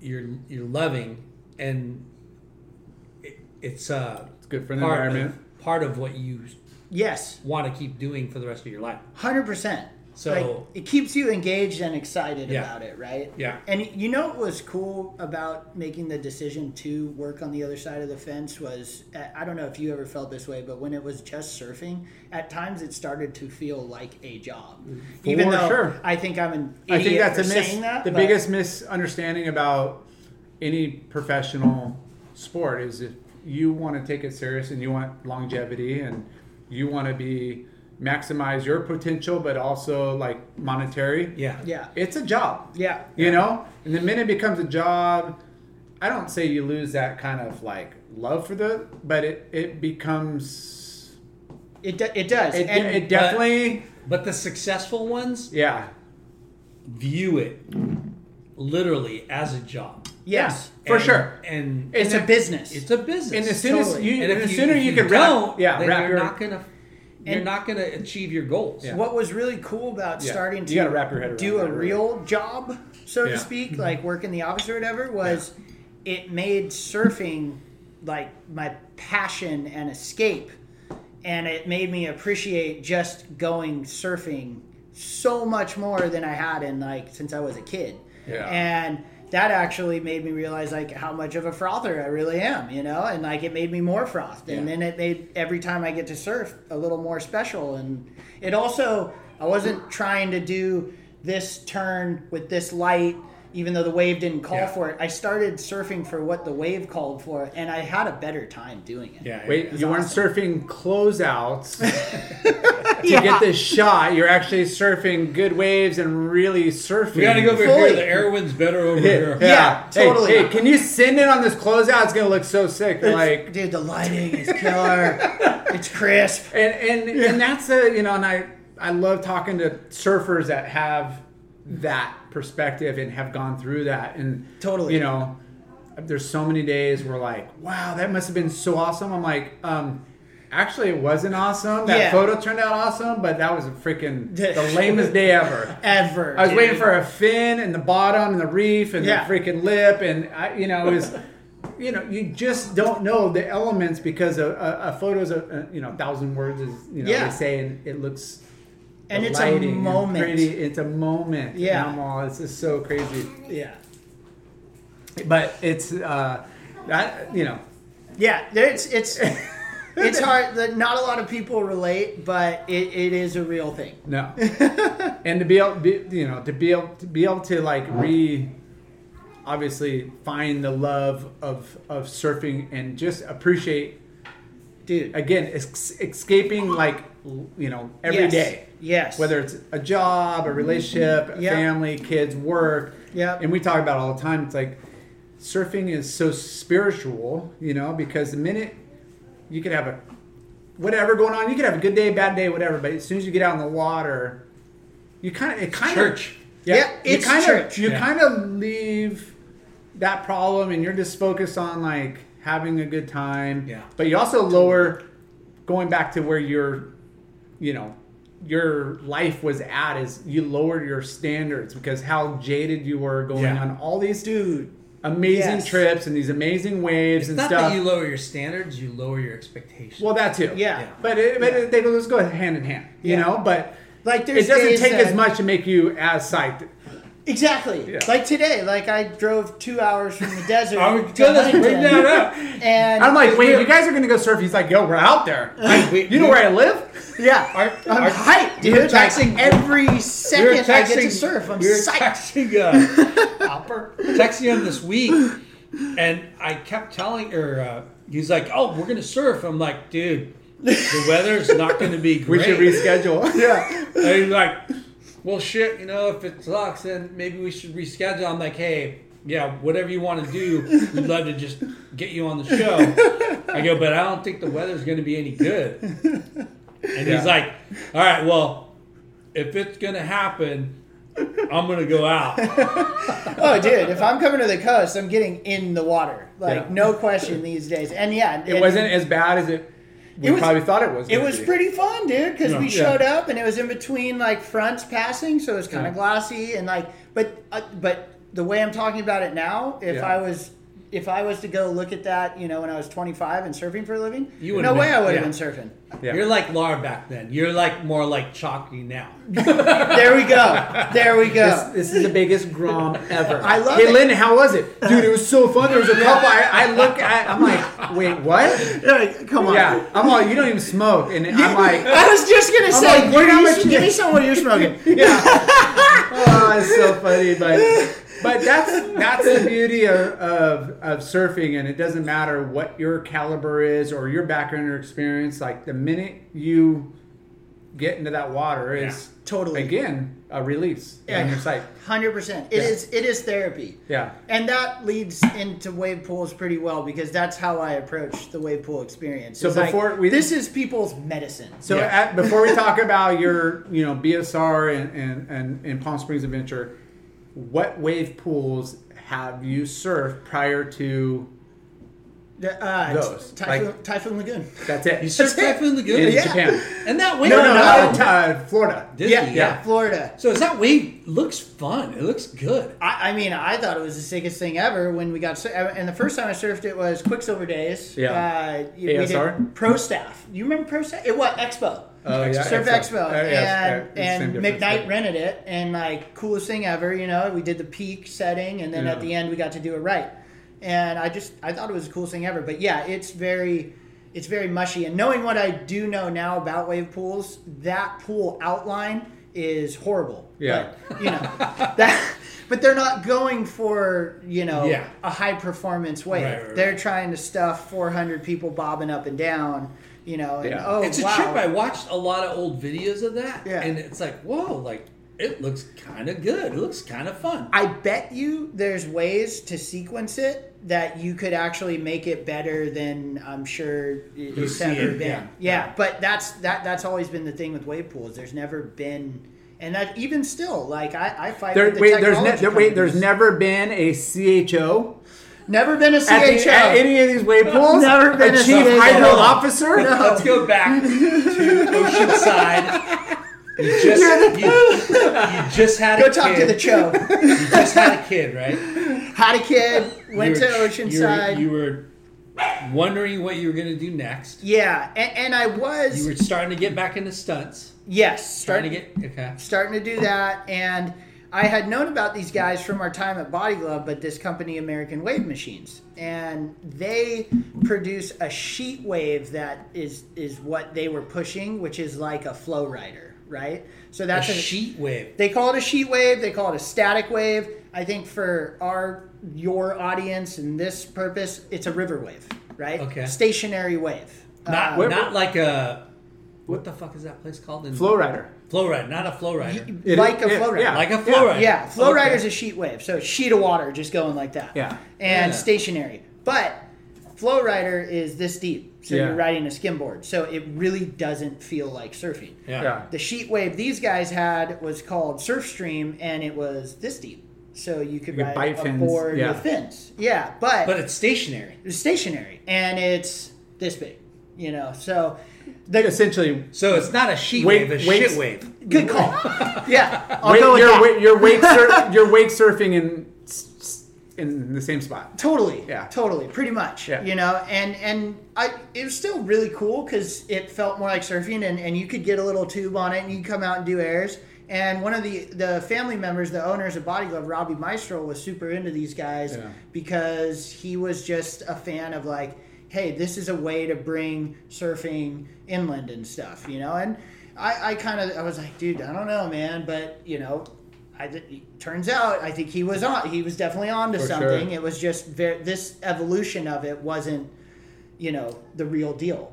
you're you're loving and it, it's uh it's
good for the environment.
part of what you
yes
want to keep doing for the rest of your life.
100%
So-
Like, it keeps you engaged and excited
Yeah.
about it right
Yeah.
and you know what was cool about making the decision to work on the other side of the fence was I- i don't know if you ever felt this way but when it was just surfing at times it started to feel like a job
For
even though
sure.
i think i'm an
I
idiot
think that's
for
a miss,
saying that
the
but-
biggest misunderstanding about any professional sport is if you want to take it serious and you want longevity and you want to be maximize your potential, but also like monetary.
Yeah.
yeah
it's a job.
Yeah.
You know? And the minute it becomes a job, I don't say you lose that kind of like love for the, but it, it becomes,
it, do- it does
it,
and
it definitely,
But the successful ones
yeah.
view it literally as a job.
yes
For
And-
sure.
And
it's a
And-
business
it's a business.
And as soon as
Totally.
you,
And if
the
you-
sooner
if
you,
you
can wrap,
don't,
yeah,
then
wrap
you're
your,
not gonna You're not going to achieve your goals.
What was really cool about
Yeah.
starting
You
to
gotta wrap your head around
do
that,
a
right.
real job, so
Yeah. Mm-hmm.
to speak, like work in the office or whatever, was it made surfing like my passion and escape. And it made me appreciate just going surfing so much more than I had in like since I was a kid.
Yeah.
And that actually made me realize like how much of a frother I really am, you know, and like it made me more frothed. And
Yeah.
then it made every time I get to surf a little more special. And it also, I wasn't trying to do this turn with this light, even though the wave didn't call
Yeah.
for it. I started surfing for what the wave called for, and I had a better time doing it.
Yeah, Wait, you weren't surfing closeouts to
Yeah.
get this shot. You're actually surfing good waves and really surfing.
We got to go over
Fully.
here. The air wind's better over
Yeah,
here.
Yeah,
Hey,
totally.
Hey, can you send it on this closeout? It's gonna look so sick. Like,
Dude, the lighting is killer. it's crisp.
and and and that's a you know, and I I love talking to surfers that have that perspective and have gone through that and
Totally.
you know there's so many days where like wow that must have been so awesome i'm like um actually it wasn't awesome that
Yeah.
photo turned out awesome but that was a freaking the lamest day ever
Ever.
I was
dude.
waiting for a fin and the bottom and the reef and
Yeah.
the freaking lip and I, you know, it was, you know, you just don't know the elements because a, a, a photo is a, a you know thousand words is you know
Yeah.
they say and it looks
And
the
it's a
lighting is
moment.
pretty, it's a moment.
Yeah.
And I'm all, it's just so crazy,
Yeah.
but it's uh, that you know
Yeah, there- it's it's it's hard. that Not a lot of people relate, but it, it is a real thing.
no, and to be able be, you know to be able to be able to like re. Obviously, find the love of of surfing and just appreciate
Dude,
again es- escaping like l- you know every
yes.
day,
Yes.
whether it's a job a relationship a
Yeah.
family kids work
Yep.
and we talk about it all the time it's like surfing is so spiritual you know because the minute you could have a whatever going on you could have a good day bad day whatever but as soon as you get out in the water you kind of it kind
Church.
of
Yeah,
you
it's
kinda-
church.
you
Yeah.
kind of leave that problem and you're just focused on like having a good time.
Yeah.
But you also lower going back to where your you know your life was at is you lower your standards because how jaded you were going
Yeah.
on all these dude amazing
Yes.
trips and these amazing waves
It's
and
not
stuff.
that you lower your standards, you lower your expectations.
well, that too.
Yeah. Yeah.
But it, but it, they just go hand in hand, you
Yeah.
know. But
Like,
it
there's
doesn't
days
take
that-
as much to make you as psyched.
exactly.
Yeah.
Like today, like I drove two hours from the desert.
I was
to
gonna
Huntington,
bring that up.
And
I'm like, wait, you guys are gonna go surf? He's like, yo, we're out there. Like,
we-
you know
we-
where I live?
yeah,
Our-
I'm
our- we
hyped, dude.
were
Like,
texting-
every second I get to surf, I'm
we were
psyched.
texting, uh, texting him this week, and I kept telling her, uh, he's like, "Oh, we're gonna surf." I'm like, "Dude, the weather's not gonna be
We
great."
should reschedule. yeah.
And he's like, well, shit, you know, if it sucks, then maybe we should reschedule. I'm like, hey, yeah, whatever you want to do, we'd love to just get you on the show. I go, but I don't think the weather's going to be any good. And
Yeah.
he's like, all right, well, if it's going to happen, I'm going to go out.
Oh, dude, if I'm coming to the coast, I'm getting in the water. Like,
Yeah.
no question these days. And yeah,
It wasn't as bad as it we
It was-
probably thought it was.
It
gonna
was
be.
pretty fun, dude, because we
Yeah.
showed up and it was in between like fronts passing, so it was kind
Yeah.
of glossy and like, but uh, but the way I'm talking about it now, if
Yeah.
I was if I was to go look at that, you know, when I was 25 and surfing for a living,
You
no
would've
way
been-
I would have
yeah.
been surfing.
Yeah.
You're like Laura back then. You're like more like Chalky now.
There we go. There we go.
This is the biggest grom ever.
I love
hey,
it.
Lynn, how was it? Dude, it was so fun. There was a couple. I, I look at I'm like, wait, what?
come on.
Yeah. I'm all, you don't even smoke. And I'm like,
I was just gonna say,
like,
dude,
wait, how
you
much
should
you-
give me some of what you're smoking.
oh, it's so funny. But but that's that's the beauty of, of, of surfing. And it doesn't matter what your caliber is or your background or experience. Like the minute you get into that water is
Totally.
again, a release. Yeah. And you're psyched.
Hundred percent.
Yeah.
It is. It is therapy.
Yeah.
And that leads into wave pools pretty well because that's how I approach the wave pool experience.
So
It's like,
before we-
this is people's medicine.
So at, before we talk about your, you know, BSR and, and, and, and Palm Springs Adventure, what wave pools have you surfed prior to
The, uh,
Those,
Typhoon,
like-
Typhoon Lagoon.
That's it.
You surfed Typhoon Lagoon
in
Yeah.
Japan.
and that wing.
No, no,
no.
no, no. Uh, Florida.
Disney,
yeah,
yeah.
yeah, Florida.
So is that wing looks fun? It looks good.
I, I mean, I thought it was the sickest thing ever when we got sur- and the first time I surfed it was Quicksilver Days.
Yeah.
uh, we did
ASR?
Pro Staff. You remember Pro Staff? It was Expo.
Oh, yeah,
Surf
Expo.
Expo,
Uh, yes,
and
uh, it's
and
same difference,
McKnight
but-
rented it, and like coolest thing ever, you know. We did the peak setting, and then at
Yeah.
the end we got to do it right, and I just I thought it was the coolest thing ever. But yeah, it's very it's very mushy, and knowing what I do know now about wave pools, that pool outline is horrible.
Yeah.
but, you know that. But they're not going for you know
Yeah.
a high performance wave.
Right, right, right.
They're trying to stuff 400 people bobbing up and down. You know, and
Yeah.
oh,
it's a
wow.
trip. I watched a lot of old videos of that,
Yeah.
and it's like, whoa, like it looks kind of good. It looks kind of fun.
I bet you there's ways to sequence it that you could actually make it better than I'm sure it's
see
ever
it,
been.
yeah.
Yeah. but that's that that's always been the thing with wave pools. There's never been, and that even still, like I, I fight
There,
with the
wait, there's ne-
technology
there- wait, there's
companies.
never been a CHO
never been a CHO.
at, the, at any of these wave pools.
Never been
a
a
chief
CHO.
hydro officer.
Let's go back to Oceanside. You just, you, you just had
Go
a
talk to
kid.
the Cho.
You just had a kid, right?
Had a kid, went
You were-
to
you were-
Oceanside.
You were wondering what you were going to do next.
yeah, and, and I was
You were starting to get back into stunts.
yes
Trying to get okay.
starting to do that and i had known about these guys from our time at body glove but this company american wave machines and they produce a sheet wave that is is what they were pushing which is like a flow rider right so
A
that's
sheet wave.
they call it a sheet wave. They call it a static wave. I think for our your audience and this purpose, it's a river wave, right?
Okay.
Stationary wave.
Not
what-
not like a what the fuck is that place called? In
Flowrider.
flow ride, not a flow rider.
It-
Uh, like a
it-
flow rider.
yeah.
Like a flow rider.
Yeah, flow
Okay.
rider's a sheet wave, so sheet of water just going like that.
Yeah.
Yeah.
And stationary. But flow rider is this deep, so
Yeah.
you're riding a skimboard, so it really doesn't feel like surfing.
Yeah.
Yeah.
The sheet wave these guys had was called Surfstream, and it was this deep, so you could
You could
ride
bite
a
fins,
board
yeah.
with fins. Yeah, but,
But it's stationary.
it's stationary, and it's this big, you know. So the
Essentially,
So it's not a sheet
Wait-
wave, a
wait.
shit wave.
good call. yeah, I'll
wait,
go with
you're,
that.
wa- you're wake sur- you're wake surfing in s- s- in the same spot.
totally
Yeah.
totally pretty much
Yeah.
you know and and i it was still really cool because it felt more like surfing and, and you could get a little tube on it and you could come out and do airs and one of the the family members the owners of body glove robbie maestro was super into these guys because he was just a fan of like hey this is a way to bring surfing inland and stuff you know and i i kind of i was like dude i don't know man but you know I did, turns out I think he was on. He was definitely on to
For sure.
something. It was just ver- this evolution of it wasn't, you know, the real deal.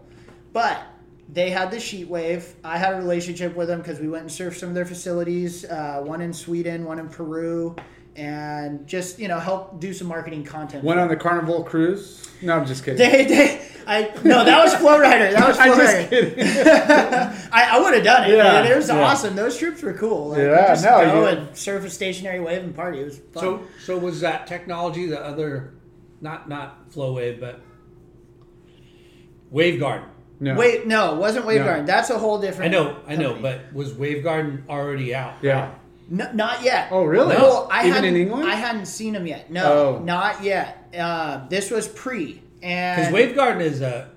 But they had the sheet wave. I had a relationship with them because we went and surfed some of their facilities. Uh, one in Sweden, one in Peru, and just you know help do some marketing content.
Went on the Carnival cruise. No, I'm just kidding.
They, they, I no, that was Flow Rider. That was Flow
I'm just
Rider.
kidding.
I, I would have done it.
Yeah,
man. It was
yeah.
awesome. Those trips were cool. Like,
Yeah,
just
no,
go
you-
and surf a stationary wave and party. It was fun.
So so was that technology the other not not flow wave but wave garden.
No.
Wait, no, it wasn't Wave
No.
Garden. That's a whole
I
different.
know, I know,
company.
but was Wave Garden already out?
Yeah.
N- not yet.
Oh, really?
Well, I
Even
hadn't-
in England?
I hadn't seen them yet. No,
Oh.
not yet. Uh, this was pre
Because
and
Wave Garden is a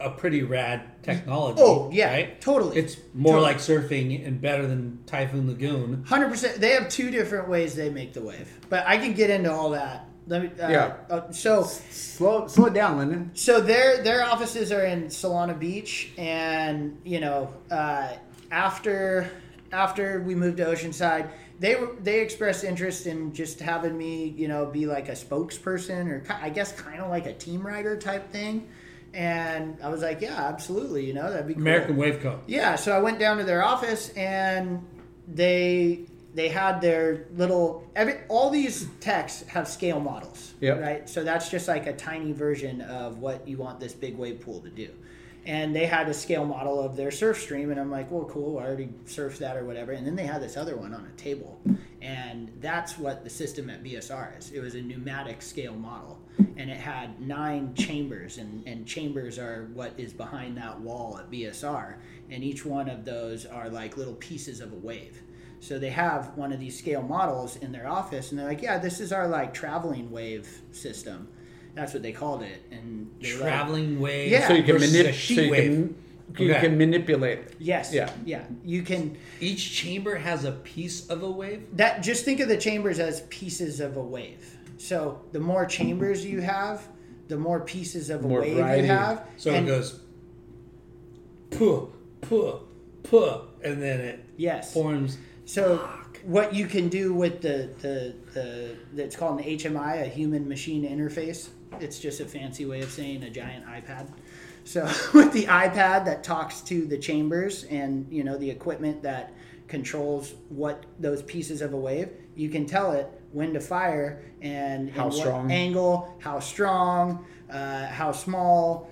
a pretty rad technology.
Oh, yeah,
right?
totally.
It's more
Totally.
like surfing and better than Typhoon Lagoon.
Hundred percent. They have two different ways they make the wave, but I can get into all that. Let me. Uh,
Yeah.
uh, so
Slow slow it down, Lyndon.
so their their offices are in Solana Beach, and you know, uh, after after we moved to Oceanside, they were they expressed interest in just having me, you know, be like a spokesperson or ki- I guess kind of like a team writer type thing. And I was like, yeah, absolutely, you know, that'd be cool.
American Wave Co.
Yeah, so I went down to their office and they they had their little every all these texts have scale models,
Yep.
right? So that's just like a tiny version of what you want this big wave pool to do. And they had a scale model of their surf stream, and I'm like, well, cool, I already surfed that or whatever. And then they had this other one on a table, And that's what the system at BSR is. It was a pneumatic scale model, and it had nine chambers, and, and chambers are what is behind that wall at BSR. And each one of those are like little pieces of a wave. So they have one of these scale models in their office, and they're like, "Yeah, this is our like traveling wave system." That's what they called it, and they like-
Traveling wave.
Yeah. So you can
versus
manip-
a sheet
so you
wave.
Can, you
Okay.
can manipulate it.
Yes.
Yeah.
Yeah. You can
Each chamber has a piece of a wave.
that just think of the chambers as pieces of a wave. So the more chambers you have, the more pieces of a
More
wave
variety.
you have.
So
And-
it goes puh, puh, puh, and then it
Yes.
forms.
So what you can do with the the the that's called an HMI, a human machine interface. It's just a fancy way of saying a giant iPad. So with the iPad that talks to the chambers and you know the equipment that controls what those pieces of a wave, you can tell it when to fire and
How
and what
strong.
angle, how strong, uh, how small,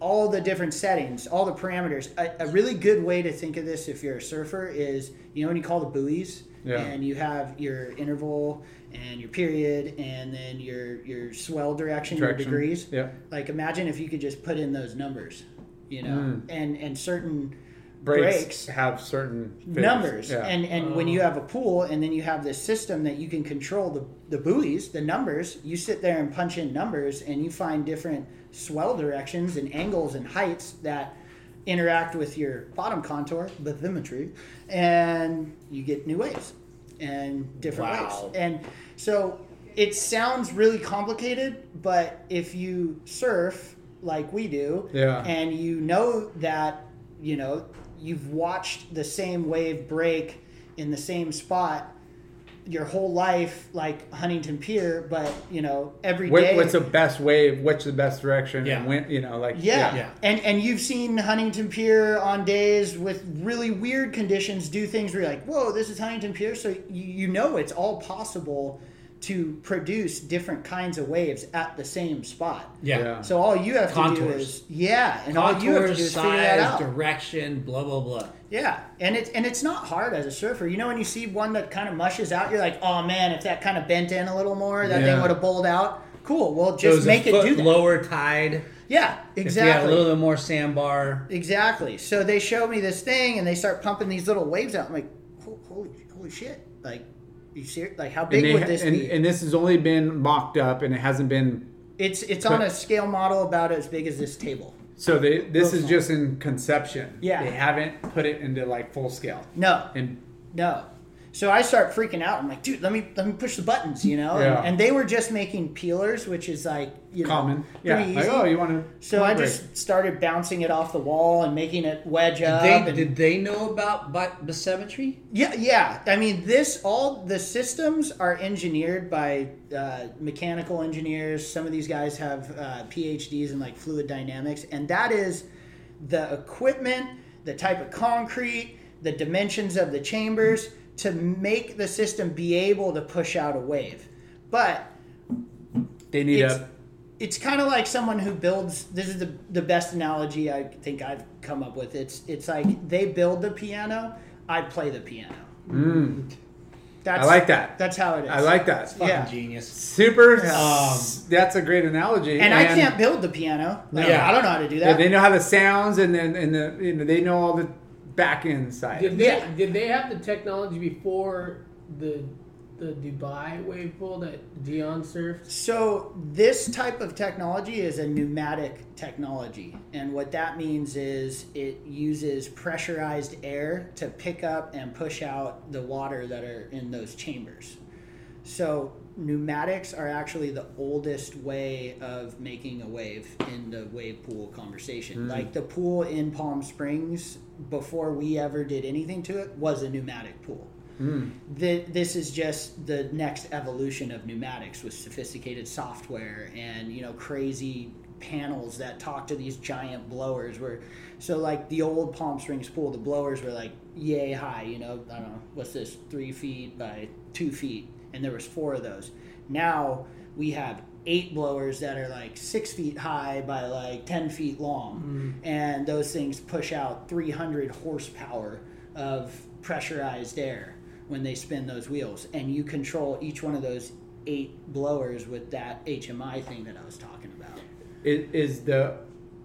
all the different settings, all the parameters. A, a really good way to think of this if you're a surfer is you know when you call the buoys
Yeah.
and you have your interval and your period and then your your swell direction,
Direction.
your degrees.
Yeah.
Like imagine if you could just put in those numbers, you know,
Mm.
and and certain
Brakes,
breaks
have certain things.
numbers
Yeah.
and and when you have a pool and then you have this system that you can control the, the buoys the numbers you sit there and punch in numbers and you find different swell directions and angles and heights that interact with your bottom contour bathymetry and you get new waves and different
Wow.
waves and so it sounds really complicated but if you surf like we do
Yeah.
and you know that you know you've watched the same wave break in the same spot your whole life like huntington pier but you know every day.
What, what's the best wave? What's the best direction?
Yeah.
And when, you know, like
yeah.
Yeah.
And and you've seen Huntington Pier on days with really weird conditions do things where you're like, whoa, this is Huntington Pier. So you, you know it's all possible to produce different kinds of waves at the same spot.
Yeah.
Yeah.
So all you have to do
Contours.
is yeah, and all you have to
Contour,
do is figure that
size,
out.
direction, blah blah blah.
Yeah, and it's and it's not hard as a surfer. You know, when you see one that kind of mushes out, you're like, oh man, if that kind of bent in a little more, that
Yeah.
thing would have bowled out. Cool. Well,
It
just
was a
make it
foot
do that.
Lower tide.
Yeah,
If you had a
exactly.
little bit more sandbar.
Exactly. So they show me this thing, and they start pumping these little waves out. I'm like, "Ho- holy, holy shit! Like, you see, like how big
And, they-
would this
and,
be?
and this has only been mocked up, and it hasn't been.
it's it's on a scale model about as big as this table.
So they, this is just in conception.
Yeah.
They haven't put it into like full scale.
No,
And
no. So I start freaking out. I'm like, dude, let me let me push the buttons, you know.
Yeah.
And, and they were just making peelers, which is like you know,
common. Yeah.
pretty
Like,
easy.
oh, you want to.
so I just started bouncing it off the wall and making it wedge up.
They,
and-
did they know about bi- bathymetry?
Yeah, yeah. I mean, this all the systems are engineered by uh, mechanical engineers. Some of these guys have uh, PhDs in like fluid dynamics, and that is the equipment, the type of concrete, the dimensions of the chambers to make the system be able to push out a wave. But
They need
it's,
a.
it's kind of like someone who builds this is the, the best analogy i think i've come up with it's it's like they build the piano i play the piano that's
Mm. I like that.
that's how it is
I like that.
yeah
Genius.
Super.
Um,
that's a great analogy.
and, i can't build the piano like,
Yeah.
i don't know how to do
Yeah,
that
they know how the sounds and then and the you know, they know all the back end side.
Did they,
Yeah.
did they have the technology before the the Dubai wave pool that Dion surfed?
So this type of technology is a pneumatic technology, and what that means is it uses pressurized air to pick up and push out the water that are in those chambers. So pneumatics are actually the oldest way of making a wave in the wave pool conversation. Like the pool in Palm Springs before we ever did anything to it was a pneumatic pool the, this is just the next evolution of pneumatics with sophisticated software and you know crazy panels that talk to these giant blowers where so like the old palm springs pool the blowers were like yay high you know i don't know what's this three feet by two feet and there was four of those now we have eight blowers that are like six feet high by like 10 feet long and those things push out 300 horsepower of pressurized air when they spin those wheels, and you control each one of those eight blowers with that HMI thing that I was talking about.
Is, is the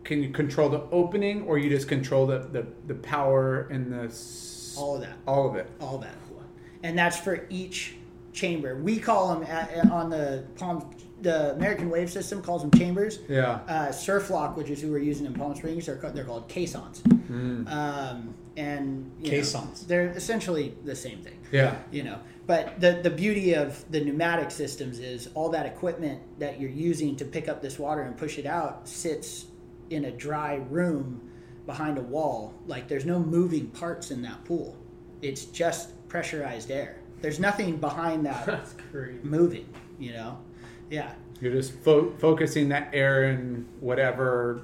can you control the opening or you just control the the, the power and the s-
All of that.
all of it?
all that cool. And that's for each chamber. We call them at, on the Palm, the American Wave System calls them chambers.
Yeah.
Uh, Surflock, which is who we're using in Palm Springs, they're, ca- they're called caissons.
Hmm.
Um, and you know,
Caissons.
they're essentially the same thing.
Yeah.
You know, but the the beauty of the pneumatic systems is all that equipment that you're using to pick up this water and push it out sits in a dry room behind a wall. Like there's no moving parts in that pool. It's just pressurized air. There's nothing behind that
That's crazy.
moving, you know. Yeah.
You're just fo- focusing that air in whatever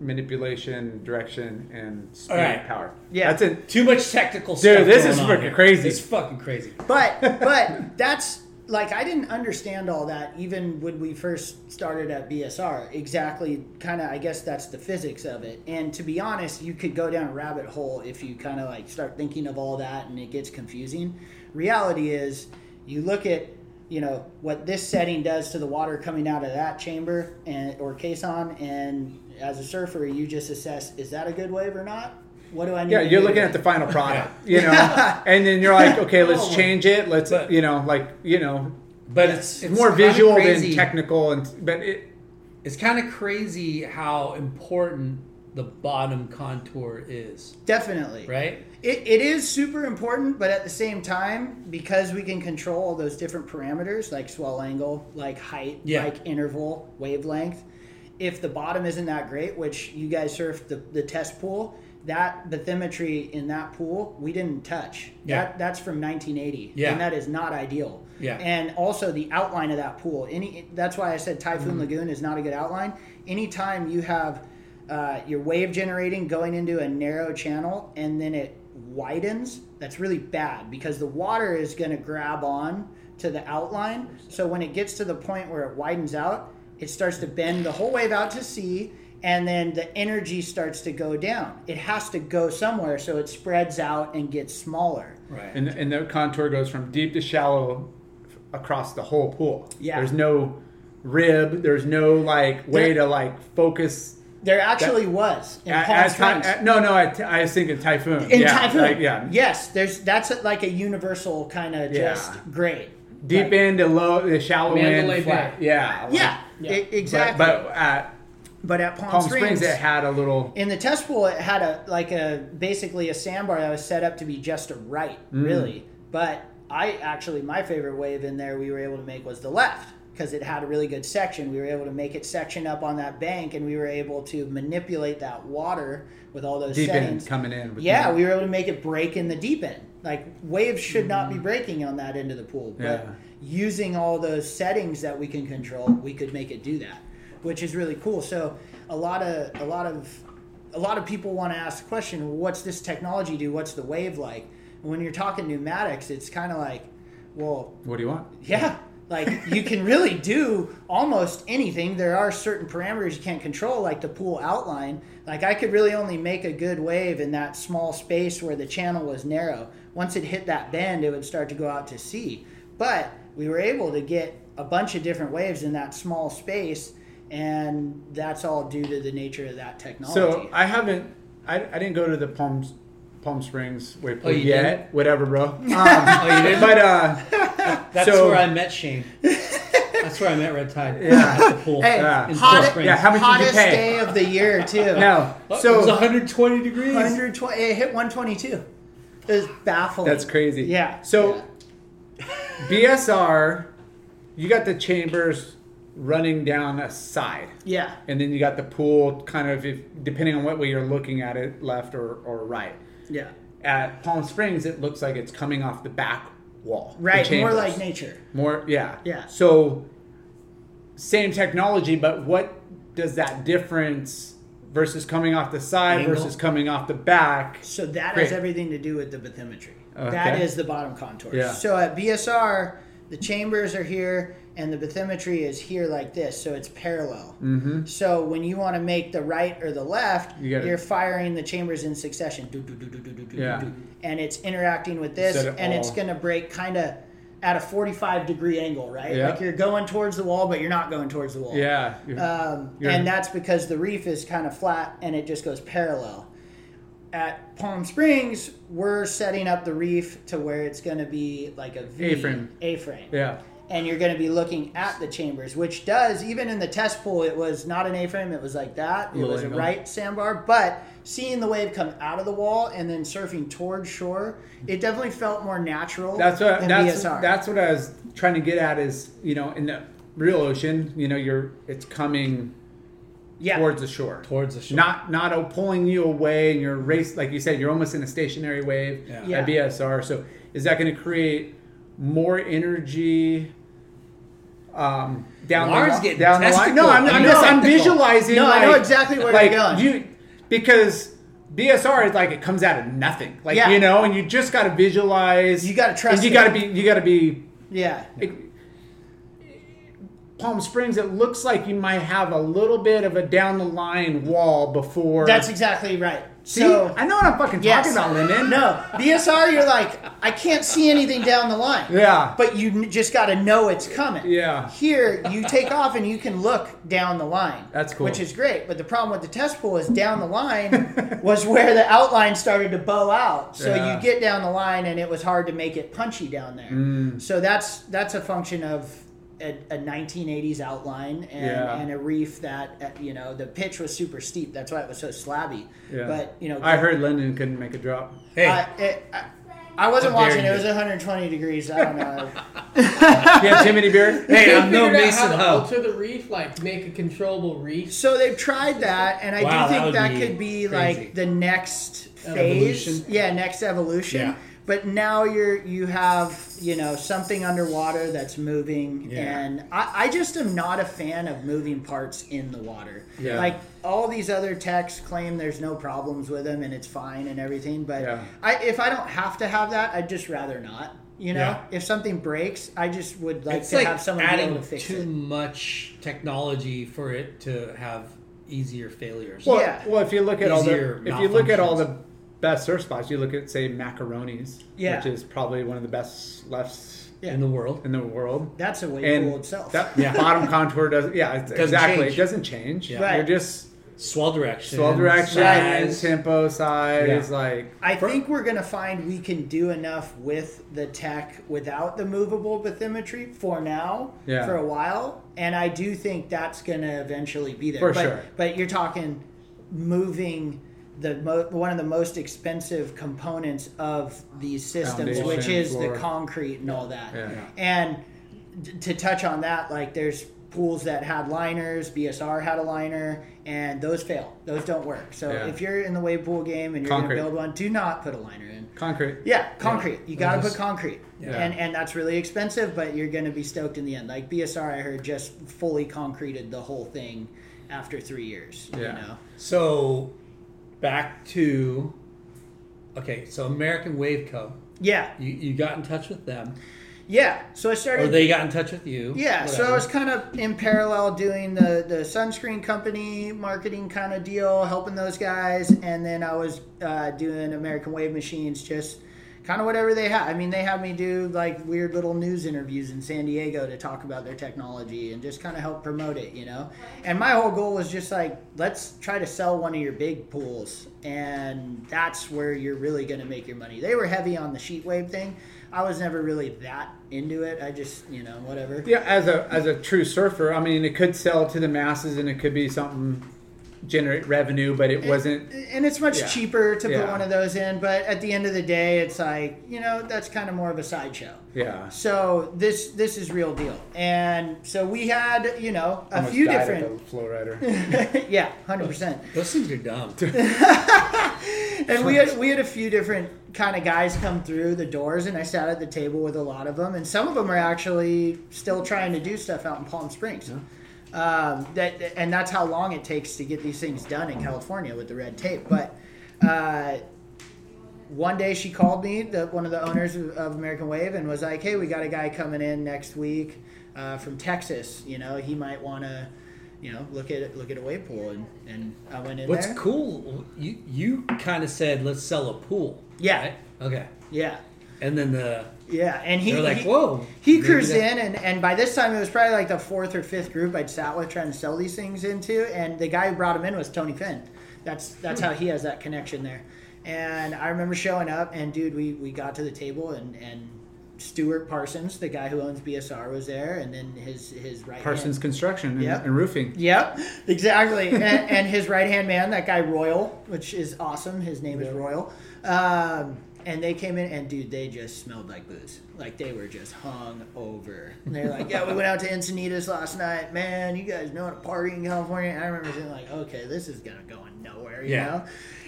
manipulation, direction, and speed
All right.
power.
Yeah.
that's it.
Too much technical
Dude,
stuff.
this
going
is
on
freaking
here.
crazy.
It's fucking crazy.
But but that's like I didn't understand all that even when we first started at BSR. Exactly, kind of. I guess that's the physics of it. And to be honest, you could go down a rabbit hole if you kind of like start thinking of all that, and it gets confusing. Reality is, you look at you know what this setting does to the water coming out of that chamber and or caisson, and as a surfer, you just assess is that a good wave or not. What do I need?
Yeah,
to
you're
do
looking
to-
at the final product, you know, and then you're like, okay,
Oh.
let's change it. Let's,
But-
you know, like, you know,
But it's, it's
more
kinda
visual than
crazy.
technical, and but it,
It's kind of crazy how important the bottom contour is,
Definitely.
right?
It, it is super important, but at the same time, because we can control all those different parameters like swell angle, like height,
Yeah.
like interval, wavelength, if the bottom isn't that great, which you guys surfed the, the test pool, that bathymetry in that pool, we didn't touch.
Yeah.
That, that's from 1980.
Yeah.
And that is not ideal.
Yeah.
And also the outline of that pool. Any That's why I said Typhoon
Mm-hmm.
Lagoon is not a good outline. Anytime you have uh, your wave generating going into a narrow channel and then it widens, that's really bad because the water is going to grab on to the outline. So when it gets to the point where it widens out, it starts to bend the whole wave out to sea and then the energy starts to go down. It has to go somewhere so it spreads out and gets smaller.
Right.
and and the contour goes from deep to shallow f- across the whole pool.
Yeah.
there's no rib. There's no like way to like focus.
There actually was in
At,
Palm
at,
Springs.
ti- at- no, no, at, I was thinking typhoon.
in
yeah,
typhoon,
like, yeah,
yes. There's that's a, like a universal kind of
Yeah.
just grade.
deep
Like-
end to low, the shallow
Mandalay
end,
Bay.
flat. Yeah, like-
Yeah,
Yeah.
e-
But,
exactly.
but
But,
at
at Palm,
Palm
Springs,
Springs, it had a little.
in the test pool, it had a like a basically a sandbar that was set up to be just a right,
Mm.
really. But I actually my favorite wave in there we were able to make was the left because it had a really good section. We were able to make it section up on that bank, and we were able to manipulate that water with all those
Deep end
settings.
coming in with
yeah,
the-
we were able to make it break in the deep end. Like waves should not be breaking on that end of the pool, but
Mm-hmm. Yeah.
using all those settings that we can control, we could make it do that, which is really cool. So a lot of a lot of a lot of people want to ask the question, well, what's this technology do? What's the wave like? And when you're talking pneumatics, it's kind of like, well,
What do you want?
yeah. Like you can really do almost anything. There are certain parameters you can't control, like the pool outline. Like I could really only make a good wave in that small space where the channel was narrow. Once it hit that bend, it would start to go out to sea. But we were able to get a bunch of different waves in that small space, and that's all due to the nature of that technology.
So I haven't. I, I didn't go to the Palm Palm Springs wave
Oh,
pool
you
yet.
didn't?
Whatever, bro. Um,
Oh, you didn't?
but uh,
That's
so-
where I met Shane. That's where I met Red Tide.
Yeah.
At the pool.
hey,
Yeah.
In
hot,
Springs.
Yeah, how much did you
hottest
pay?
day of the year too.
no.
Oh,
So, it was
So
120 degrees.
120 it hit 122 it was baffling
that's crazy.
yeah
So BSR, you got the chambers running down a side,
yeah
and then you got the pool kind of if, depending on what way you're looking at it, left or, or right.
yeah
At Palm Springs, it looks like it's coming off the back wall. the
right more
chambers.
like nature
More, yeah.
Yeah.
So, same technology, but what does that difference versus coming off the side
Angle.
versus coming off the back?
so that
Great.
has everything to do with the bathymetry
Okay.
that is the bottom contour
Yeah.
so at bsr the chambers are here and the bathymetry is here like this, so it's parallel. So when you want to make the right or the left,
Mm-hmm. You gotta-
are firing the chambers in succession, do, do, do, do, do, do, do,
Yeah.
do, and it's interacting with this,
Set it
and it's
all.
going to break kind of at a 45 degree angle, right?
Yeah.
Like you're going towards the wall, but you're not going towards the wall.
Yeah.
Um,
You're-
and that's because the reef is kind of flat and it just goes parallel. At Palm Springs, we're setting up the reef to where it's going to be like a V
A-frame.
A-frame.
yeah.
And you're going to be looking at the chambers, which does, even in the test pool, it was not an A-frame. It was like that. It
Little
was a
angle.
right sandbar. But seeing the wave come out of the wall and then surfing towards shore, it definitely felt more natural
That's what
than
that's
BSR.
that's what I was trying to get at is you know in the real ocean you know you're it's coming
yeah.
towards the shore
Towards the shore.
not not oh, pulling you away and you're race like you said you're almost in a stationary wave
Yeah.
at BSR so is that going to create more energy um down
Lars
the,
getting
down the line no
testicle.
I'm, I'm
You
just I'm
testicle.
visualizing
No, I
like,
know exactly where you're
like
going.
you because BSR is like it comes out of nothing like
Yeah.
you know and you just got to visualize
You gotta
and
trust
you
it.
got to be you got to be
yeah.
Palm Springs, it looks like you might have a little bit of a down the line wall before.
That's exactly right.
See,
so
I know what I'm fucking
Yes.
talking about, Lyndon.
No, BSR, you're like, I can't see anything down the line.
Yeah.
But you n- just got to know it's coming.
Yeah.
Here, you take off and you can look down the line.
That's cool.
Which is great. But the problem with the test pool is down the line was where the outline started to bow out. So
Yeah.
you get down the line and it was hard to make it punchy down there.
Mm.
So that's that's a function of a, a 1980s outline and,
Yeah.
and a reef that uh, you know the pitch was super steep. That's why it was so slabby.
Yeah.
But you know
I heard Lyndon couldn't make a drop.
Hey,
I, it, I, I wasn't
How dare
watching. It
you.
was 120 degrees. I don't know.
You have Timothy Beard?
hey,
They
I'm no
figured out
Mason
how to
Ho.
alter the reef, like make a controllable reef.
so they've tried that, and I
Wow,
do
that
think
would
that,
be
could be
crazy.
like the next phase.
Evolution.
Yeah, next evolution.
Yeah.
But now you're you have you know something underwater that's moving, and I, I just am not a fan of moving parts in the water.
Yeah.
Like all these other techs claim there's no problems with them and it's fine and everything, but
Yeah.
I, if I don't have to have that, I'd just rather not. You know,
Yeah.
if something breaks, I just would like
it's
to
like
have someone be
adding
able to fix
too
it.
much technology for it to have easier failures.
Well,
Yeah.
well, if you look at all
Easier
the if you look at all
malfunctions.
the best surf spots, you look at say Macaroni's,
Yeah.
which is probably one of the best lefts
Yeah.
in the world.
in the world.
That's a way
and
cool itself.
that bottom contour doesn't. Yeah, it's,
Doesn't
exactly.
change.
It doesn't change.
Yeah.
Right.
You're just
Swell direction.
swell direction,
size.
tempo, size, like
I think we're gonna find we can do enough with the tech without the movable bathymetry for now,
Yeah.
for a while, and I do think that's gonna eventually be there.
For
but,
sure.
But you're talking moving the mo- one of the most expensive components of these systems,
Foundation,
which is
floor.
the concrete and all that.
Yeah.
And d- to touch on that, like there's pools that had liners, BSR had a liner, and those fail. Those don't work. So
Yeah.
if you're in the wave pool game and you're
Concrete.
gonna build one, do not put a liner in.
concrete.
Yeah, concrete. You gotta put concrete.
Yeah.
And and that's really expensive, but you're gonna be stoked in the end. Like BSR I heard just fully concreted the whole thing after three years. You
Yeah.
know?
So back to okay. So American Wave Co.
Yeah.
You, you got in touch with them,
Yeah. So I
or
started
they got in touch with you.
Yeah, so I
whatever.
was kind of in parallel doing the, the sunscreen company marketing kind of deal, helping those guys, and then I was uh, doing American Wave Machines, just kind of whatever they had. I mean, they had me do like weird little news interviews in San Diego to talk about their technology and just kind of help promote it, you know. And my whole goal was just like, let's try to sell one of your big pools, and that's where you're really going to make your money. They were heavy on the sheet wave thing. I was never really that into it. I just, you know, whatever.
Yeah, as a as a true surfer, I mean, it could sell to the masses, and it could be something generate revenue, but
Eh,
it wasn't.
and it's much
Yeah.
cheaper to put
Yeah.
one of those in but at the end of the day it's like you know that's kind of more of a sideshow
Yeah,
so this this is real deal and so we had you know a
Almost
few
died at
different
the flow rider.
yeah 100%
Those things are dumb.
and we had we had a few different kind of guys come through the doors and i sat at the table with a lot of them and some of them are actually still trying to do stuff out in palm springs um, that and that's how long it takes to get these things done in california with the red tape but uh, one day she called me, the, one of the owners of, of American Wave, and was like, "Hey, we got a guy coming in next week. uh, from Texas, you know, he might want to, you know, look at look at a wave pool, and, and I went in
What's
there.
cool, you you kind of said let's sell a pool.
Yeah.
right? Okay.
Yeah,
And then the
yeah, and he
They're like,
he,
"Whoa,
He
maybe
cruised
that-
in, and and by this time it was probably like the fourth or fifth group I'd sat with trying to sell these things into, and the guy who brought him in was Tony Finn. That's that's how he has that connection there. And I remember showing up, and dude, we we got to the table, and and Stuart Parsons, the guy who owns BSR, was there, and then his his right hand-
Parsons Construction and,
Yep.
and Roofing.
Yep, exactly. and, and his right hand man, that guy Royal, which is awesome. His name is Royal. Um, and they came in, and dude, they just smelled like booze. Like they were just hung over. And they're like, "Yeah, we went out to Encinitas last night, man. You guys know how to party in California." And I remember being like, "Okay, this is gonna go nowhere," you
Yeah.
know.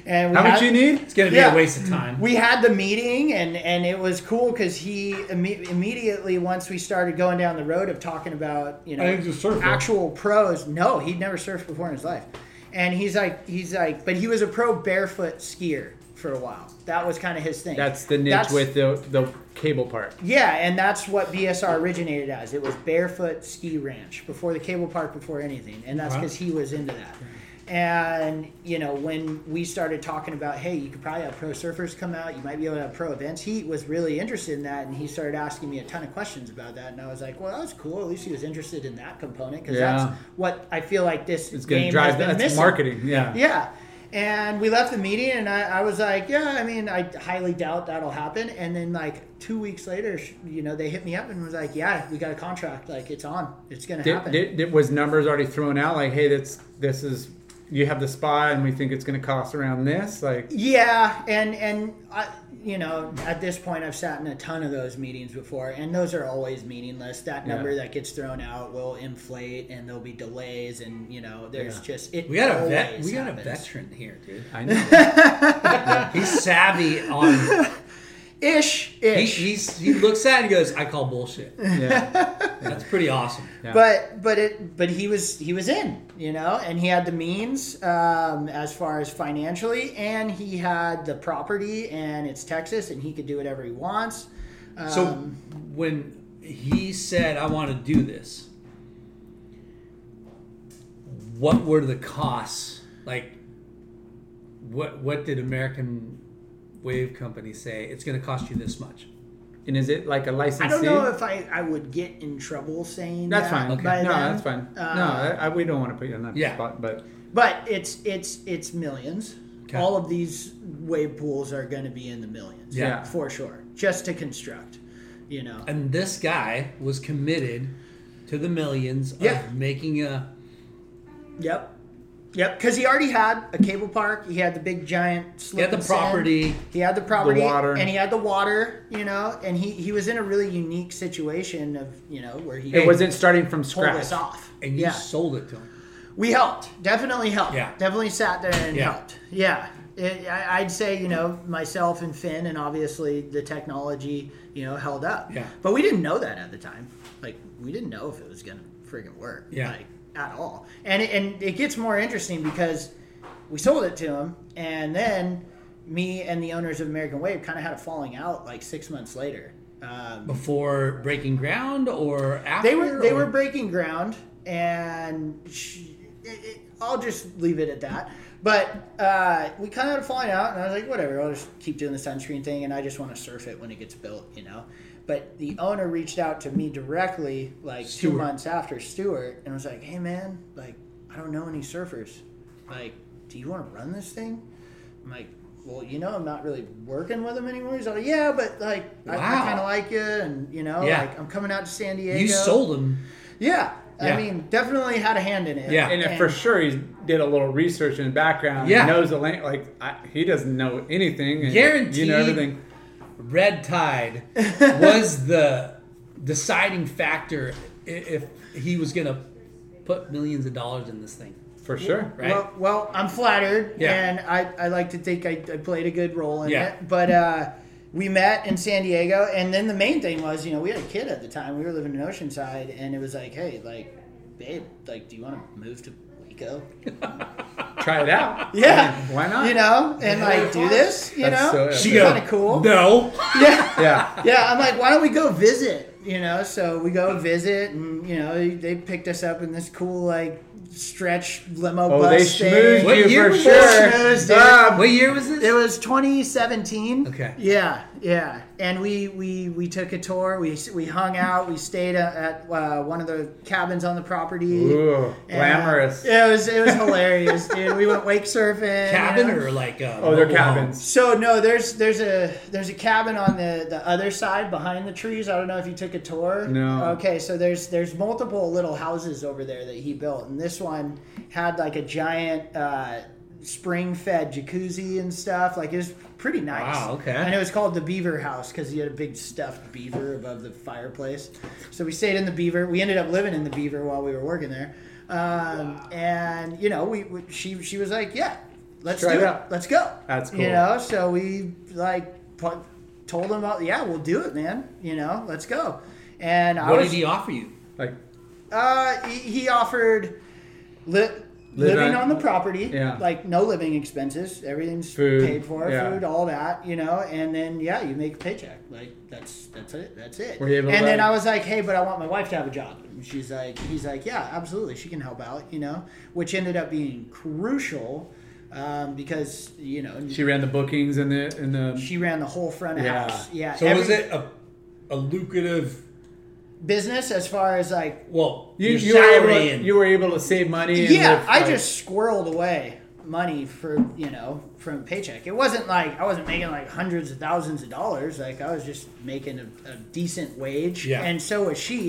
And we
How much
had-
you need?
it's gonna be
Yeah.
a waste of time.
we had the meeting and and it was cool because he imme- immediately once we started going down the road of talking about you know
I think he's a surfer.
actual pros no he'd never surfed before in his life and he's like he's like but he was a pro barefoot skier for a while that was kind of his thing
That's the niche
That's-
with the the cable part.
yeah, and that's what BSR originated as. It was Barefoot Ski Ranch before the cable park, before anything, and that's because he was into that. And you know, when we started talking about, hey, you could probably have pro surfers come out. You might be able to have pro events. He was really interested in that, and he started asking me a ton of questions about that. And I was like, well, that's cool. At least he was interested in that component because
Yeah.
that's what I feel like this
It's going to
game has
drive
been
that's
missing.
marketing. Yeah.
Yeah. And we left the meeting, and I, I was like, yeah, I mean, I highly doubt that'll happen. And then, like, two weeks later, sh- you know, they hit me up and was like, yeah, we got a contract. Like, it's on. It's going to
Did,
happen.
did, did- was numbers already thrown out like, hey, that's this is you have the spot and we think it's going to cost around this like
Yeah, and and I, you know, at this point, I've sat in a ton of those meetings before, and those are always meaningless. That number
Yeah.
that gets thrown out will inflate, and there'll be delays, and you know, there's just it.
We got a vet.
always
We got a
happens.
veteran here, dude.
I know.
He's savvy on.
ish,
He,
ish.
he's, he looks at it and goes, "I call bullshit."
yeah.
That's pretty awesome.
but but it but he was he was in you know and he had the means um, as far as financially and he had the property and it's texas and he could do whatever he wants
So
Um,
when he said, "I want to do this," what were the costs? Like, what what did American Wave Company say? It's going to cost you this much.
And is it like a licensee?
i don't know if i i would get in trouble saying
that's
that
fine.
by
No,
them.
that's fine. no, I, I, we don't want to put you on that
Yeah.
spot, but
but it's it's it's millions all of these wave pools are going to be in the millions
Yeah.
for sure just to construct you know
And this guy was committed to the millions
Yeah.
of making a
Yep. Yep, because he already had a cable park. He had the big giant. Slip
He had the
and sand.
property.
He had the property.
water.
And he had the water. You know, and he he was in a really unique situation of you know where he
it wasn't starting from
pulled
scratch.
us off.
and you
yeah,
sold it to him.
we helped. Definitely helped.
Yeah.
Definitely sat there and
Yeah.
helped. Yeah. It, I, I'd say you know myself and Finn and obviously the technology you know held up.
Yeah.
But we didn't know that at the time. Like we didn't know if it was gonna friggin' work.
Yeah.
Like at all. And it, and it gets more interesting because we sold it to him, and then me and the owners of American Wave kind of had a falling out like six months later. Um,
before breaking ground or after?
they were they
or-
were breaking ground, and sh it, it, I'll just leave it at that. But uh, we kind of had a falling out, and I was like, whatever, I'll just keep doing the sunscreen thing, and I just want to surf it when it gets built, you know. But the owner reached out to me directly, like two
Stuart.
months after Stewart, and was like, hey man, like I don't know any surfers, like do you want to run this thing? I'm like. Well, you know, I'm not really working with him anymore. He's like, yeah, but like, I, I
Wow.
kind of like you, and you know,
Yeah.
like I'm coming out to San Diego.
you sold him.
Yeah. I
Yeah.
mean, definitely had a hand in it.
Yeah.
And, if for sure he did a little research in the background.
Yeah.
Knows the lane. Like I, he doesn't know anything. And, You
Guaranteed.
know everything.
Red Tide was the deciding factor i- if he was going to put millions of dollars in this thing,
For sure.
right?
Well, well, I'm flattered,
Yeah.
and I, I like to think I, I played a good role in
Yeah.
it. But uh, we met in San Diego, and then the main thing was, you know, we had a kid at the time. We were living in Oceanside, and it was like, hey, like, babe, like, do you want to move to Waco?
Try it out.
Yeah.
I mean, why not?
You know, and like do this, you
That's
know?
so-
kind of cool.
No.
Yeah.
Yeah.
Yeah, I'm like, why don't we go visit? you know, so we go visit, and you know, they, they picked us up in this cool like stretch limo
Oh,
bus
they
thing.
schmoozed
What
you
year
for
was
sure.
this?
Schmoozed, dude.
Ah,
Um, What year was
It
this?
was 2017.
Okay.
Yeah, yeah. And we we we took a tour. We we hung out. We stayed at, at uh, one of the cabins on the property.
Ooh,
And,
glamorous.
uh, it was it was hilarious, dude. We went wake surfing.
Cabin
you know?
or like a
Oh, they're
mobile home?
cabins.
So no, there's there's a there's a cabin on the the other side behind the trees. I don't know if you took a tour.
No.
Okay, so there's there's multiple little houses over there that he built, and this one had like a giant uh, spring fed jacuzzi and stuff. Like it was pretty nice.
Wow, okay.
And it was called the Beaver House because he had a big stuffed beaver above the fireplace. So we stayed in the beaver. We ended up living in the beaver while we were working there. Um, And you know, we, we she she was like, yeah. Let's
Try
do
it
it.
out."
Let's go.
That's
You
cool.
know, Oh, so we like put, told him about, yeah, we'll do it, man. You know, let's go. And I
What
was,
did he offer you?
Like,
uh, he, he offered li-
Live
living
on-
on, the property,
Yeah.
like no living expenses, everything's
Food,
paid for,
yeah.
food, all that, you know. And then yeah, you make a paycheck, like that's that's it, that's it.
Were you able to
and then
buy-
I was like, hey, but I want my wife to have a job. And she's like, he's like, yeah, absolutely, she can help out, you know, which ended up being crucial. Um, because you know
she ran the bookings in the in the.
she ran the whole front of
Yeah.
house. Yeah.
So was
every
it a, a lucrative?
business as far as like?
Well,
You,
your
you, were able,
salary
to-
and
you were able to save money. And
yeah,
live,
I
like-
just squirreled away money for you know from a paycheck. It wasn't like I wasn't making like hundreds of thousands of dollars. Like I was just making a, a decent wage,
Yeah.
and so was she.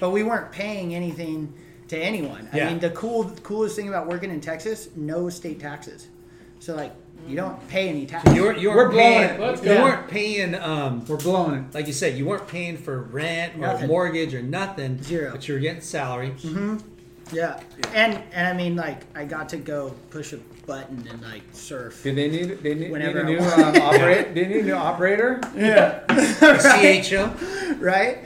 But we weren't paying anything to anyone.
Yeah.
I mean, the cool coolest thing about working in Texas, no state taxes. So like you don't pay any taxes.
you weren't, you
We're
weren't
blowing
paying.
it.
Let's
You
go.
weren't paying. Um,
We're blowing it.
like you said, you weren't paying for rent or
Nothing.
mortgage or nothing.
Zero.
But you were getting salary.
yeah, and and I mean like I got to go push a button and like surf.
Did they need they need, need
Whenever
a
I
new
want.
um, operator? They need a new operator.
CHO.
right?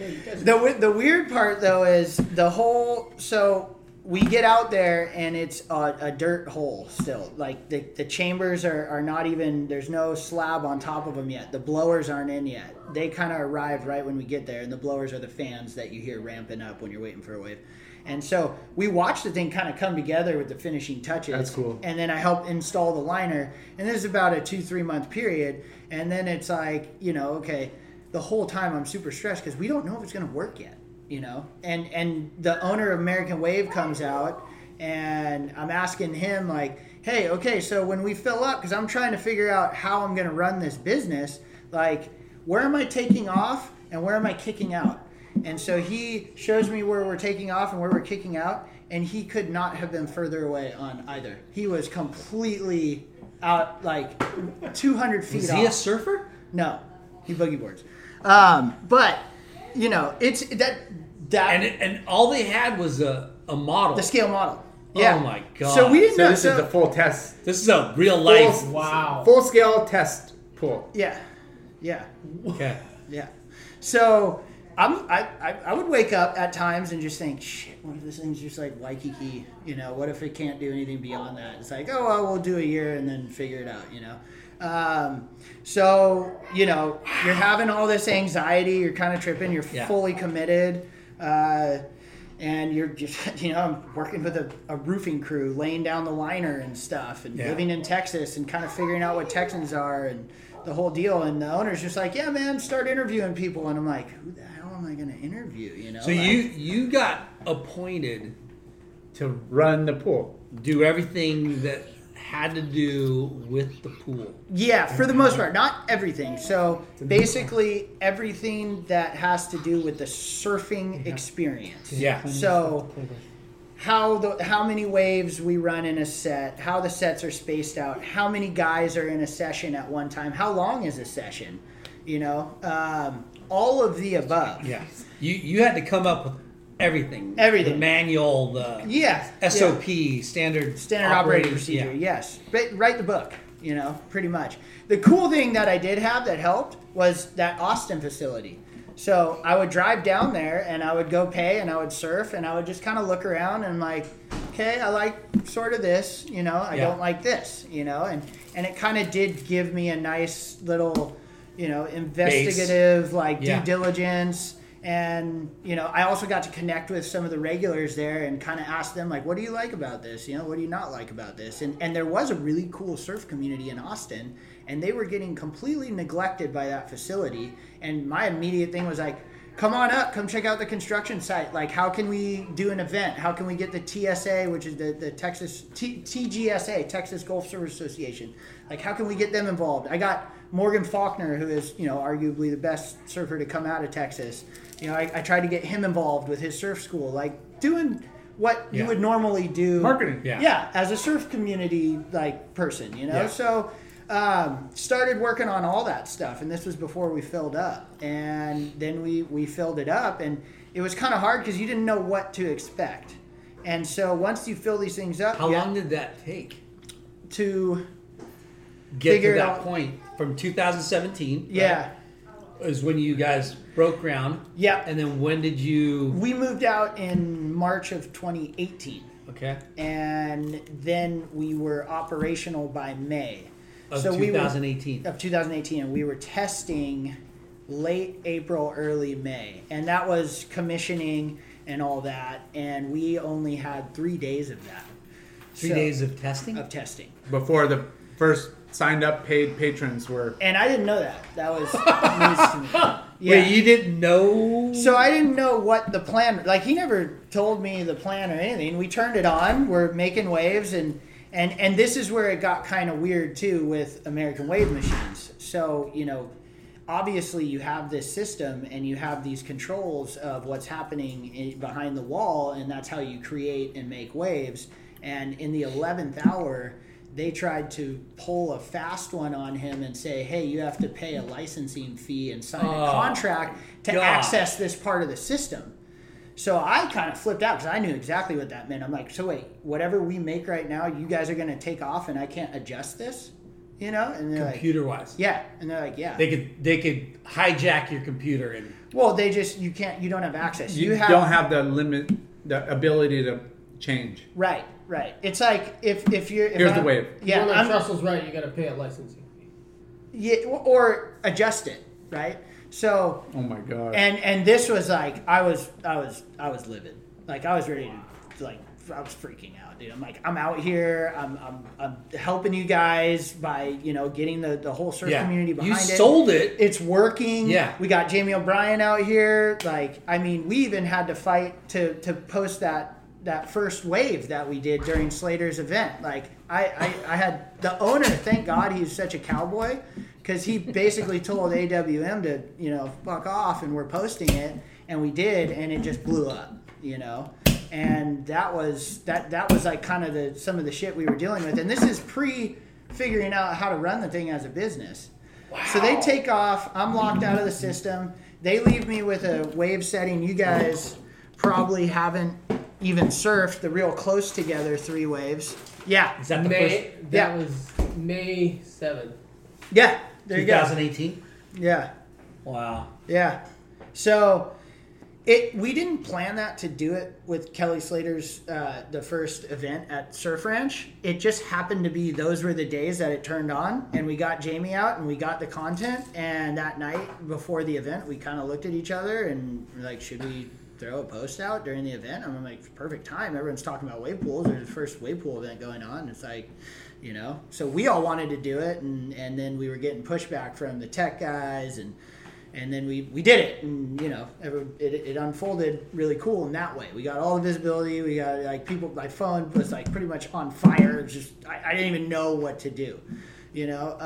The we- the weird part though is the whole. So we get out there and it's a, a dirt hole still. Like the, the chambers are, are not even. There's no slab on top of them yet. The blowers aren't in yet. They kind of arrived right when we get there, and the blowers are the fans that you hear ramping up when you're waiting for a wave. And so we watched the thing kind of come together with the finishing touches.
That's cool.
And then I helped install the liner. And this is about a two, three month period. And then it's like, you know, okay, the whole time I'm super stressed because we don't know if it's going to work yet, you know? And, and the owner of American Wave comes out and I'm asking him, like, hey, okay, so when we fill up, because I'm trying to figure out how I'm going to run this business, like, where am I taking off and where am I kicking out? And so he shows me where we're taking off and where we're kicking out, and he could not have been further away on either. He was completely out, like 200 feet
Is
off.
he a surfer?
no, he boogie boards. Um, but you know, it's that that
And and all they had was a, a model.
the scale model.
Oh
Yeah.
my God.
So we didn't
So
know.
this
so,
is the full test.
This is a real life.
Full,
Wow.
Full scale test pool.
yeah, yeah.
Okay.
Yeah. So I'm, I, I, I would wake up at times and just think, shit, what if this thing's just like Waikiki? You know, what if it can't do anything beyond that? It's like, oh, well, we'll do a year and then figure it out, you know? Um, so, you know, you're having all this anxiety, you're kind of tripping, you're
Yeah.
fully committed. Uh, and you're just, you know, I'm working with a, a roofing crew, laying down the liner and stuff, and
Yeah.
living in Texas and kind of figuring out what Texans are and the whole deal. And the owner's just like, yeah, man, start interviewing people. And I'm like, who the hell am I going to interview? You know?
So you you got appointed
To run the pool.
do everything that had to do with the pool.
Yeah, for the most part, not everything. So basically, everything that has to do with the surfing experience.
Yeah.
So how the how many waves we run in a set, how the sets are spaced out, how many guys are in a session at one time, how long is a session, you know, um, all of the above.
Yeah. You you had to come up with everything.
Everything.
The manual, the
Yeah.
SOP, standard
standard operating, procedure.
yeah.
Yes, but write the book. You know, pretty much. The cool thing that I did have that helped was that Austin facility. So I would drive down there and I would go pay and I would surf and I would just kind of look around and like, okay, I like sort of this. You know, I
Yeah.
don't like this. You know, and and it kind of did give me a nice little, you know, investigative like
Yeah.
due diligence And you know, I also got to connect with some of the regulars there and kind of ask them like, "What do you like about this? You know, what do you not like about this?" And and there was a really cool surf community in Austin, and they were getting completely neglected by that facility. And my immediate thing was like, "Come on up, come check out the construction site. Like, how can we do an event? How can we get the TSA, which is the the Texas T, TGSA, Texas Golf Service Association? Like, how can we get them involved?" I got Morgan Faulkner, who is you know arguably the best surfer to come out of Texas, you know I, I tried to get him involved with his surf school, like doing what you
Yeah.
would normally do
Marketing.
Yeah.
as a surf community like person, you know.
Yeah.
So um, started working on all that stuff, and this was before we filled up, and then we we filled it up, and it was kind of hard because you didn't know what to expect, and so once you fill these things up,
How
you
long did that take?
have to
Get
Figure
to
it
that
out.
point from 2017.
yeah.
right, is when you guys broke ground.
Yeah.
And then when did you?
We moved out in March of 2018,
Okay.
and then we were operational by May.
Of
we were-
2018.
of 2018, and we were testing late April, early May, and that was commissioning and all that. And we only had three days of that.
Three
So- Uh,
days of testing.
of testing,
Before the first signed up paid patrons were.
and I didn't know that. That was news to me. Yeah.
Wait, you didn't know?
So I didn't know what the plan. Like he never told me the plan or anything. We turned it on. We're making waves, and and and this is where it got kind of weird too with American wave machines. So you know, obviously you have this system and you have these controls of what's happening in, behind the wall, and that's how you create and make waves. And in the eleventh hour. They tried to pull a fast one on him and say, "Hey, you have to pay a licensing fee and sign a
Oh.
contract to
God.
access this part of the system. So I kind of flipped out because I knew exactly what that meant. I'm like, so wait, whatever we make right now, you guys are going to take off and I can't adjust this? You know? And they're like,
computer wise.
yeah. And they're like, yeah.
They could they could hijack your computer and
well, they just, you can't, you don't have access.
You,
You, have,
don't have the limit, the ability to change.
Right, right. It's like if, if you're. If
Here's the
I'm-
wave.
Yeah.
Well,
I'm-
if Russell's right. You got to pay a licensing fee.
yeah. Or adjust it, right? So
Oh my god.
and and this was like I was I was I was livid. Like I was ready to like I was freaking out, dude. I'm like I'm out here. I'm I'm, I'm helping you guys by you know getting the the whole surf
yeah.
community behind
you
it.
sold it.
It's working.
Yeah.
We got Jamie O'Brien out here. Like, I mean, we even had to fight to to post that that first wave that we did during Slater's event. Like, I I, I had the owner. Thank God he's such a cowboy, because he basically told AWM to you know fuck off, and we're posting it, and we did, and it just blew up. You know. And that was that. That was like kind of the some of the shit we were dealing with. And this is pre figuring out how to run the thing as a business. So they take off. I'm locked out of the system. They leave me with a wave setting. You guys probably haven't even surfed the real close together three waves. Yeah.
Is that the
May
first
that
Yeah.
was May seventh.
Yeah. There you go.
2018?
Yeah.
Wow.
Yeah. So it we didn't plan that to do it with Kelly Slater's uh, the first event at Surf Ranch. It just happened to be those were the days that it turned on, and we got Jamie out and we got the content. And that night before the event, we kind of looked at each other and were like, should we? Throw a post out during the event. I'm like, perfect time. Everyone's talking about wave pools. There's the first wave pool event going on. It's like, you know, so we all wanted to do it, and and then we were getting pushback from the tech guys, and and then we, we did it and you know every, it, it unfolded really cool in that way we got all the visibility we got like people my phone was like pretty much on fire It was just I, I didn't even know what to do you know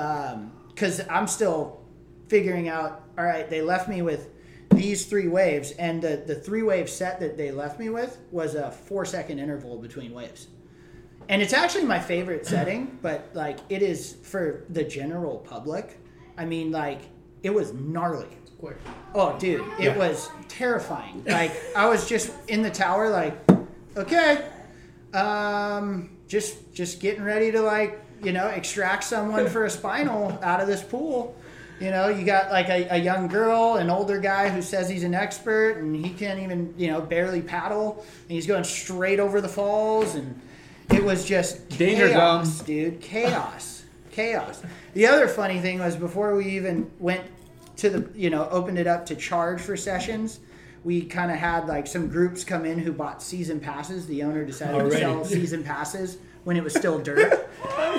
because i'm still figuring out all right they left me with these three waves and the, the three wave set that they left me with was a four second interval between waves and it's actually my favorite setting but like it is for the general public i mean like it was gnarly
Quick.
Oh, dude, it was terrifying. Like I was just in the tower, like, okay, um, just just getting ready to like, you know, extract someone for a spinal out of this pool. You know, you got like a, a young girl, an older guy who says he's an expert and he can't even, you know, barely paddle, and he's going straight over the falls, and it was just
Danger
chaos,
zone.
dude, chaos, chaos. The other funny thing was before we even went to the you know opened it up to charge for sessions we kind of had like some groups come in who bought season passes. The owner decided to
Already.
sell season passes when it was still dirt.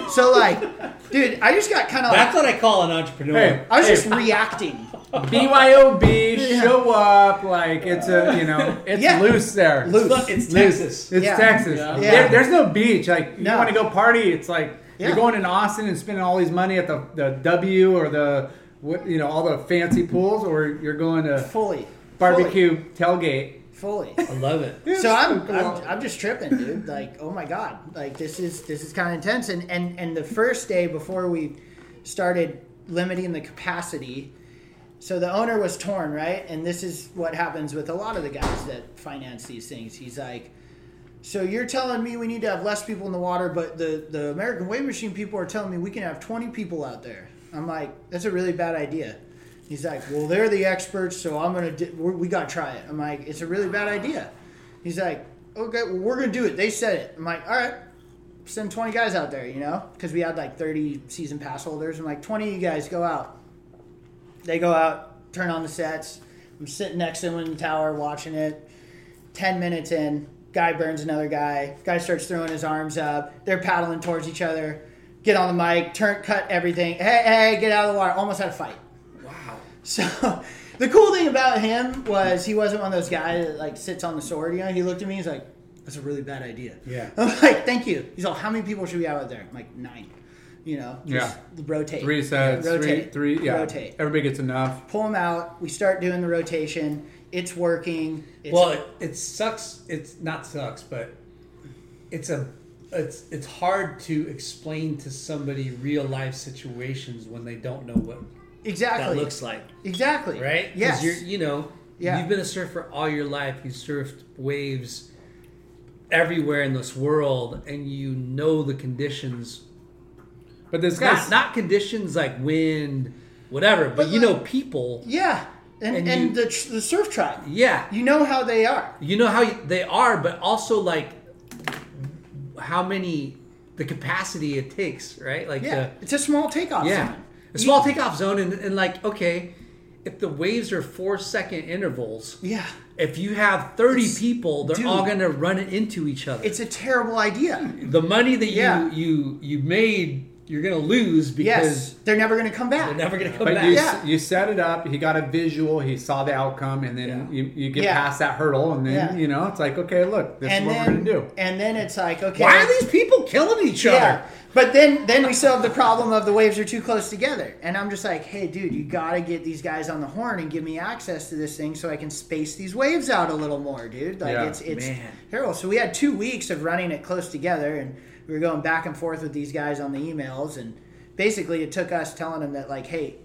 so like, dude, I just got kind
Oh.
of
That's
like
what I call an entrepreneur.
Hey,
I was just reacting.
BYOB, show up. Like it's a you know it's
Yeah.
loose there.
Loose.
Look, it's Texas.
It's
Yeah.
Texas.
Yeah.
There, there's no beach. Like you
No.
want to go party, it's like
Yeah.
you're going in Austin and spending all these money at the, the W or the wh- you know all the fancy pools, or you're going to
Fully.
barbecue tailgate.
Fully.
I
fully.
love it.
So I'm, I'm I'm just tripping, dude. Like, oh my god, like this is this is kind of intense. And and and the first day before we started limiting the capacity, so the owner was torn, right? And this is what happens with a lot of the guys that finance these things. He's like, so you're telling me we need to have less people in the water, but the, the American Wave Machine people are telling me we can have 20 people out there. I'm like, that's a really bad idea. He's like, well, they're the experts, so I'm gonna di- we we gotta try it. I'm like, it's a really bad idea. He's like, okay, well, we're gonna do it. They said it. I'm like, all right, send 20 guys out there, you know, because we had like 30 season pass holders. I'm like, 20 of you guys go out. They go out, turn on the sets. I'm sitting next to him in the tower watching it. 10 minutes in, guy burns another guy. Guy starts throwing his arms up. They're paddling towards each other. Get on the mic, turn, cut everything. Hey, hey, get out of the water. Almost had a fight. So the cool thing about him was he wasn't one of those guys that like sits on the sword. You know, he looked at me. He's like, "That's a really bad idea."
Yeah.
I'm like, "Thank you." He's like, "How many people should we have out there?" I'm like, nine. You know, just rotate.
Three sets,
rotate,
three, three, yeah.
rotate.
Everybody gets enough.
Pull them out. We start doing the rotation. It's working. It's,
well, it, it sucks. It's not sucks, but it's a it's it's hard to explain to somebody real life situations when they don't know what
exactly
that looks like,
Exactly.
right? 'Cause
Yes.
you're you know
Yeah.
you've been a surfer all your life. You surfed waves everywhere in this world, and you know the conditions.
But this guy's
Not, not conditions like wind, whatever, but, you know people.
yeah. And and,
And you-
the tr- the surf track.
Yeah,
You know how they are.
you know how you- they are, but also like how many the capacity it takes, right? Like
Yeah. it's a small takeoff.
the yeah,
zone.
a small takeoff zone, and, and like okay, if the waves are four second intervals,
Yeah.
if you have thirty people, they're
dude.
all gonna run into each other.
It's a terrible idea.
the money that you
Yeah.
you you made, you're gonna lose because
Yes, they're never going to come back.
they're never gonna come
But
back.
you,
Yeah.
you set it up. He got a visual. He saw the outcome, and then you, you get
Yeah.
past that hurdle, and then
Yeah.
you know it's like, okay, look, this
and
is what
then,
we're gonna do.
And then it's like, okay,
Why are these people killing each
Yeah,
other?
but then then we still have the problem of the waves are too close together, and I'm just like, hey, dude, you got to get these guys on the horn and give me access to this thing so I can space these waves out a little more, dude. Like
Yeah,
it's it's
man.
terrible. So we had two weeks of running it close together, and we were going back and forth with these guys on the emails, and basically it took us telling them that like, hey.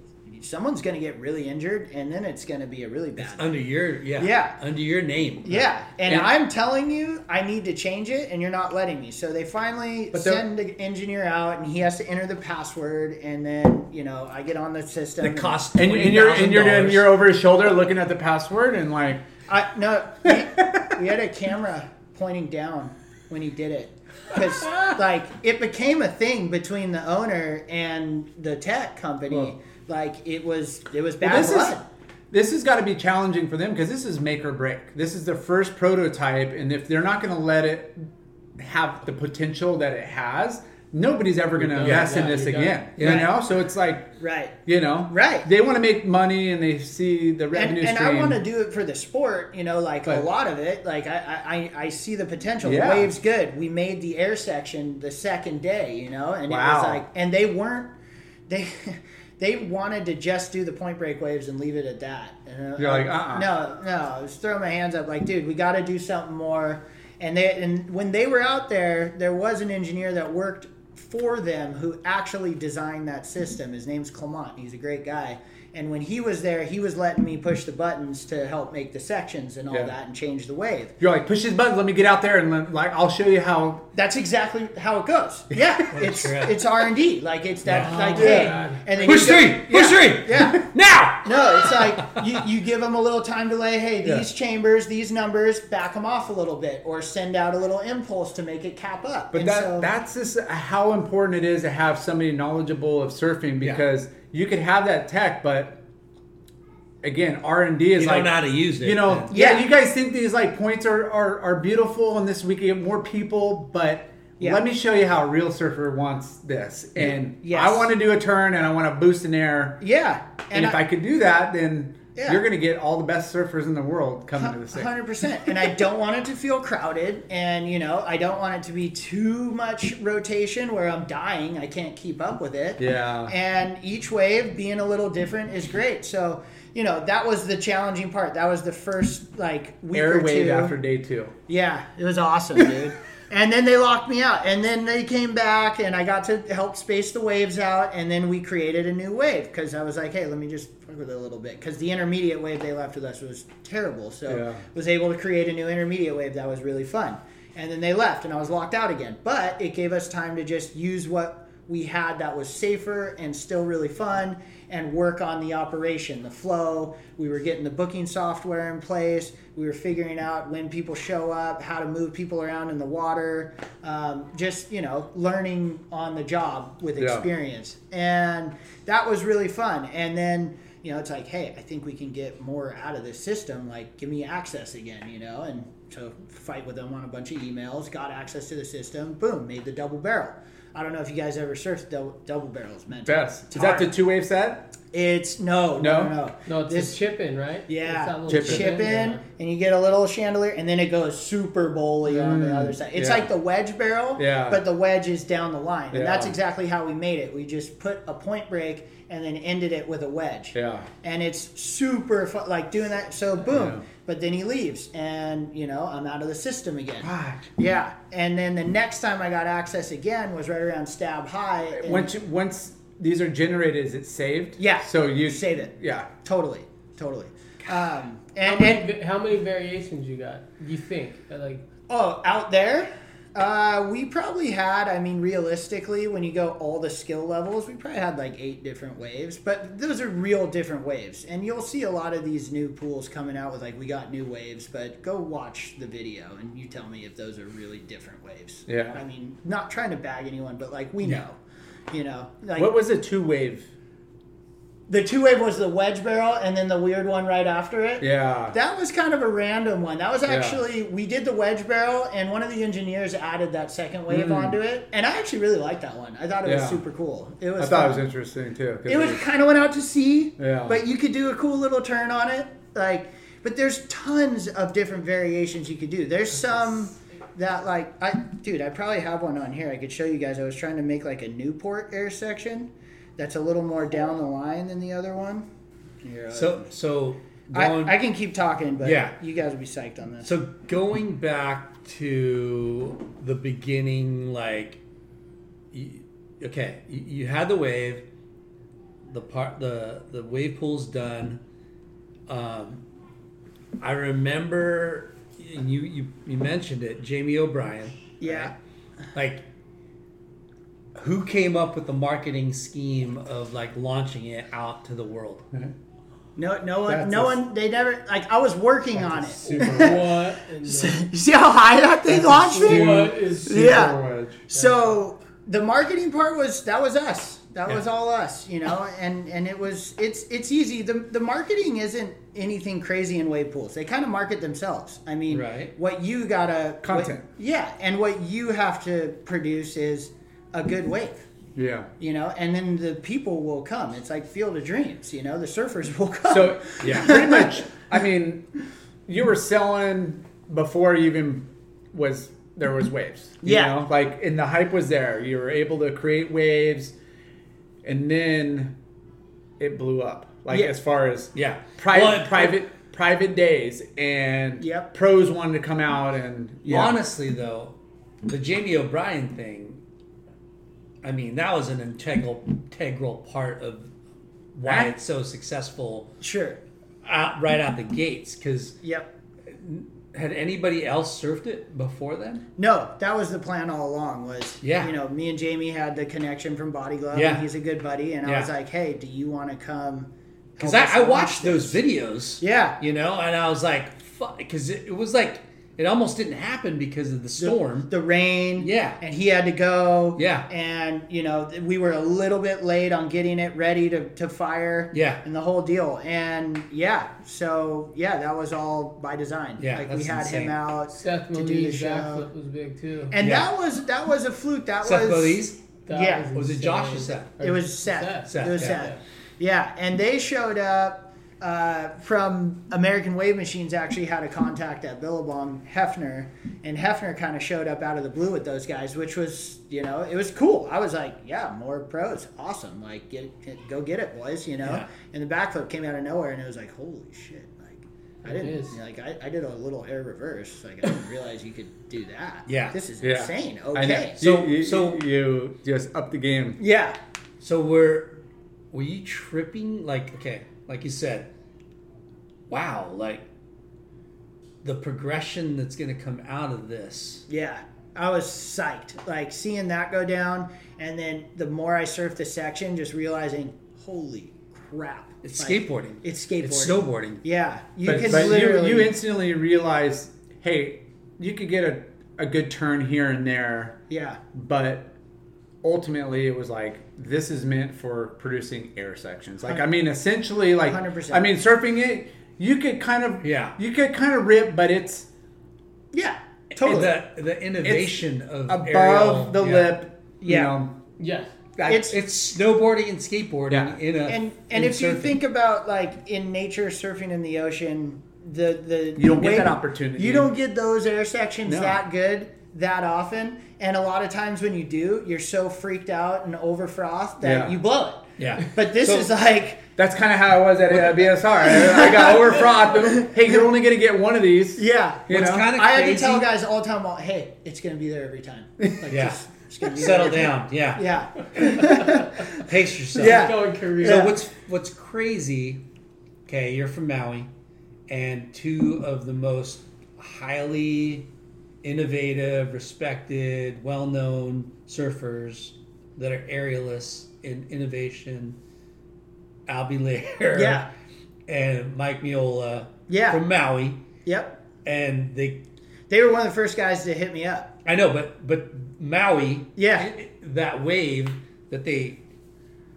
Someone's going to get really injured, and then it's going to be a really bad.
Under your yeah
Yeah.
under your name
Yeah, and,
And-
I'm telling you, I need to change it, and you're not letting me. So they finally
But they're-
send the engineer out, and he has to enter the password, and then you know I get on the system.
It
and-
costs
And, and you're and you're and
$20,000.
you're over his shoulder looking at the password, and like,
I no, we, we had a camera pointing down when he did it because like it became a thing between the owner and the tech company. like it was, it was bad
well, this is
blood.
this has got to be challenging for them because this is make or break. This is the first prototype, and if they're not gonna let it have the potential that it has, nobody's ever gonna invest in
yeah,
this
you're done.
again. You
Yeah.
know, so it's like,
right.
you know,
Right.
They want to make money, and they see the
and,
revenue
and
stream.
I want to do it for the sport, you know, like a
But-
lot of it. Like I, I, I see the potential.
Yeah.
The wave's good. We made the air section the second day, you know, and it
Wow.
was like, and they weren't, they, they wanted to just do the point break waves and leave it at that. And I-
You're like, uh-uh.
Uh, no, no, I was throwing my hands up, like, dude, we got to do something more. And they, and when they were out there, there was an engineer that worked for them who actually designed that system. His name's Clement. He's a great guy. And when he was there, he was letting me push the buttons to help make the sections and all
Yeah.
that and change the wave.
You're like, push these buttons, let me get out there and let, like I'll show you how
That's exactly how it goes. Yeah, it's
right.
it's R and D. Like it's that like
Yeah.
hey,
God.
and then
push
you go-
three push three
Yeah.
now
No, it's like you, you give them a little time delay. Hey, these chambers, these numbers, back them off a little bit, or send out a little impulse to make it cap up.
But
And
that,
so-
that's just how important it is to have somebody knowledgeable of surfing because you could have that tech, but again, R and D is
You
like
don't know how to use it.
You know,
then.
yeah.
Yeah.
You guys think these like points are are, are beautiful, and this we can get more people, but.
Yeah.
Let me show you how a real surfer wants this, and
Yes.
I want to do a turn, and I want to boost an air,
Yeah,
and, if I, could do that, then
Yeah.
you're going to get all the best surfers in the world coming to the city.
Hundred percent, and I don't want it to feel crowded, and you know, I don't want it to be too much rotation where I'm dying. I can't keep up with it.
Yeah.
And each wave being a little different is great. So you know, that was the challenging part. That was the first like week or
Air wave
two.
after day two.
Yeah, it was awesome, dude. and then they locked me out, and then they came back, and I got to help space the waves out, and then we created a new wave because I was like, hey, let me just fuck with it a little bit because the intermediate wave they left with us was terrible, so
Yeah.
was able to create a new intermediate wave that was really fun. And then they left, and I was locked out again. But it gave us time to just use what we had that was safer and still really fun and work on the operation, the flow. We were getting the booking software in place. We were figuring out when people show up, how to move people around in the water, um, just, you know, learning on the job with
Yeah.
experience. And that was really fun. And then, you know, it's like, hey, I think we can get more out of this system. Like, give me access again, you know? And so fight with them on a bunch of emails, got access to the system, boom, made the double barrel. I don't know if you guys ever searched double, double barrels, man.
Best.
It's
Is that
hard.
the two wave set?
It's no, no,
No?
no.
No, it's
this
this chip in, right? It's that
yeah,
little
Chip in.
chip in,
Yeah.
and you get a little chandelier, and then it goes super bowly on the other side. It's
Mm. yeah.
like the wedge barrel,
Yeah.
but the wedge is down the line, and
Yeah.
that's exactly how we made it. We just put a point break and then ended it with a wedge.
Yeah.
and it's super fun, like doing that. So boom, but then he leaves, and you know I'm out of the system again. Yeah, and then the next time I got access again was right around stab high. and-
Once you, once these are generated, is it saved?
Yeah.
So you
save it.
Yeah.
Totally, totally. Um,
How
and, and
many, how many variations you got? You think Uh, like
oh, out there, uh, we probably had. I mean, realistically, when you go all the skill levels, we probably had like eight different waves. But those are real different waves, and you'll see a lot of these new pools coming out with like we got new waves. But go watch the video, and you tell me if those are really different waves.
Yeah.
I mean, not trying to bag anyone, but like we know, you know, like
What was a two wave?
the two wave was the wedge barrel, and then the weird one right after it.
Yeah.
That was kind of a random one. That was actually we did the wedge barrel, and one of the engineers added that second wave onto it, and I actually really liked that one. I thought it
Hmm. Yeah.
was super cool. It was.
I thought it was
fun.
interesting too. 'cause
It was kind of went out to sea,
Yeah.
but you could do a cool little turn on it, like. But there's tons of different variations you could do. There's some that like I, dude, I probably have one on here. I could show you guys. I was trying to make like a Newport air section, that's a little more down the line than the other one. Here, I'll-
So so going,
I, I can keep talking, but
Yeah.
you guys will be psyched on this.
so going back to the beginning, like you, okay, you, you had the wave, the part the the wave pool's done. Um, I remember and you, you you mentioned it, Jamie O'Brien.
yeah,
like who came up with the marketing scheme of like launching it out to the world
no, no one,
That's
no
a-
one. They never like. I was working on it.
super what? And the,
You see how high that thing launched me?
what is super
Yeah.
wedge?
So the marketing part was that was us. That was
Yeah.
all us, you know. And and it was it's it's easy. The the marketing isn't anything crazy in wave pools. They kind of market themselves. I mean,
Right.
what you gotta what-
Content.
yeah, and what you have to produce is a good wave.
Yeah.
you know, and then the people will come. It's like Field of Dreams, you know, the surfers will come.
So
Yeah.
pretty much. I mean, you were selling before you even was there was waves. you
Yeah.
know? Like and the hype was there. You were able to create waves, and then it blew up. Like
Yeah.
as far as
yeah
private
Well,
private private days and
Yep.
pros wanted to come out and yeah.
honestly though the jamie o'brien thing i mean that was an integral integral part of why it's so successful
sure.
out, right out the gates because
Yep.
had anybody else surfed it before then
No, that was the plan all along. Was
Yeah.
you know, me and Jamie had the connection from Body Glove,
Yeah.
and he's a good buddy, and I
Yeah.
was like, hey, do you want to come?
because
help us
I, I
launch
watched
this?
those videos
Yeah.
you know and i was like because it, it was like It almost didn't happen because of the storm.
the rain.
Yeah.
And he had to go.
Yeah.
And, you know, th- we were a little bit late on getting it ready to, to fire.
Yeah.
And the whole deal. And yeah. So, yeah, that was all by design.
Yeah,
Like we
that's
had
insane.
him out
Seth
to do the
Moniz
show.
backflip was big too.
And
Yeah.
that was that was a fluke. That
Seth
was
Belize?
That
yeah.
Was it
insane.
Josh or Seth?
It was Seth.
Seth.
It was
Seth,
Seth.
yeah.
Yeah, and they showed up uh, from American Wave Machines. Actually, had a contact at Billabong Hefner, and Hefner kind of showed up out of the blue with those guys, which was you know it was cool. I was like, yeah, more pros, awesome. Like get, get- go get it, boys. You know,
Yeah.
and the backflip came out of nowhere, and it was like, holy shit. Like I
It
didn't
is.
like I, I did a little air reverse. Like I didn't realize you could do that.
Yeah.
This is
Yeah.
insane.
I know.
Okay.
So-
you, you,
so-
you just up the game.
Yeah.
So were were you tripping? Like okay, like you said, wow, like the progression that's going to come out of this.
Yeah, I was psyched. Like seeing that go down, and then the more I surfed the section, just realizing, holy crap!
It's
Like,
skateboarding.
It's skateboarding.
It's snowboarding.
Yeah, you
But,
can
but
literally.
you, you instantly realize, hey, you could get a, a good turn here and there,
yeah,
but ultimately it was like this is meant for producing air sections. Like I mean, essentially, like
100%.
I mean, surfing it, you could kind of
Yeah.
you could kind of rip, but it's
yeah,
And
totally.
The the innovation of
above
aerial-
the
yeah.
lip.
Yeah.
You know,
Yes.
Like,
It's-
it's, snowboarding and skateboarding
Yeah.
in a
and
in
and if you
surfing.
think about like in nature, surfing in the ocean, the the
You don't get
wave-
that opportunity.
You don't get those air sections
No.
that good that often, and a lot of times when you do, you're so freaked out and over froth that
Yeah.
you blow it.
yeah,
But this
So-
is like
That's kind of how I was at uh, BSR. I got overfrothed. Hey, you're only gonna get one of these.
yeah,
You
What's
know?
kinda
I had to
crazy-
tell guys all the time, well, hey, it's gonna be there every time. Like,
Yeah.
just, it's gonna be
settle
there.
down. Yeah.
Yeah,
pace yourself.
Yeah.
Going career.
So what's what's crazy? Okay, you're from Maui, and two of the most highly innovative, respected, well-known surfers that are aerialists in innovation, Albie Lair
Yeah.
and Mike Miola
Yeah.
from Maui,
yep.
and they
They were one of the first guys to hit me up.
I know, but but Maui,
Yeah.
that wave that they,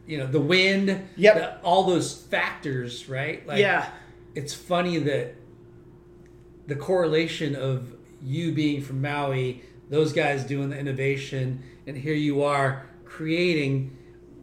you know, the wind,
Yep.
the- all those factors, right? Like,
yeah,
it's funny that the correlation of you being from Maui, those guys doing the innovation, and here you are creating,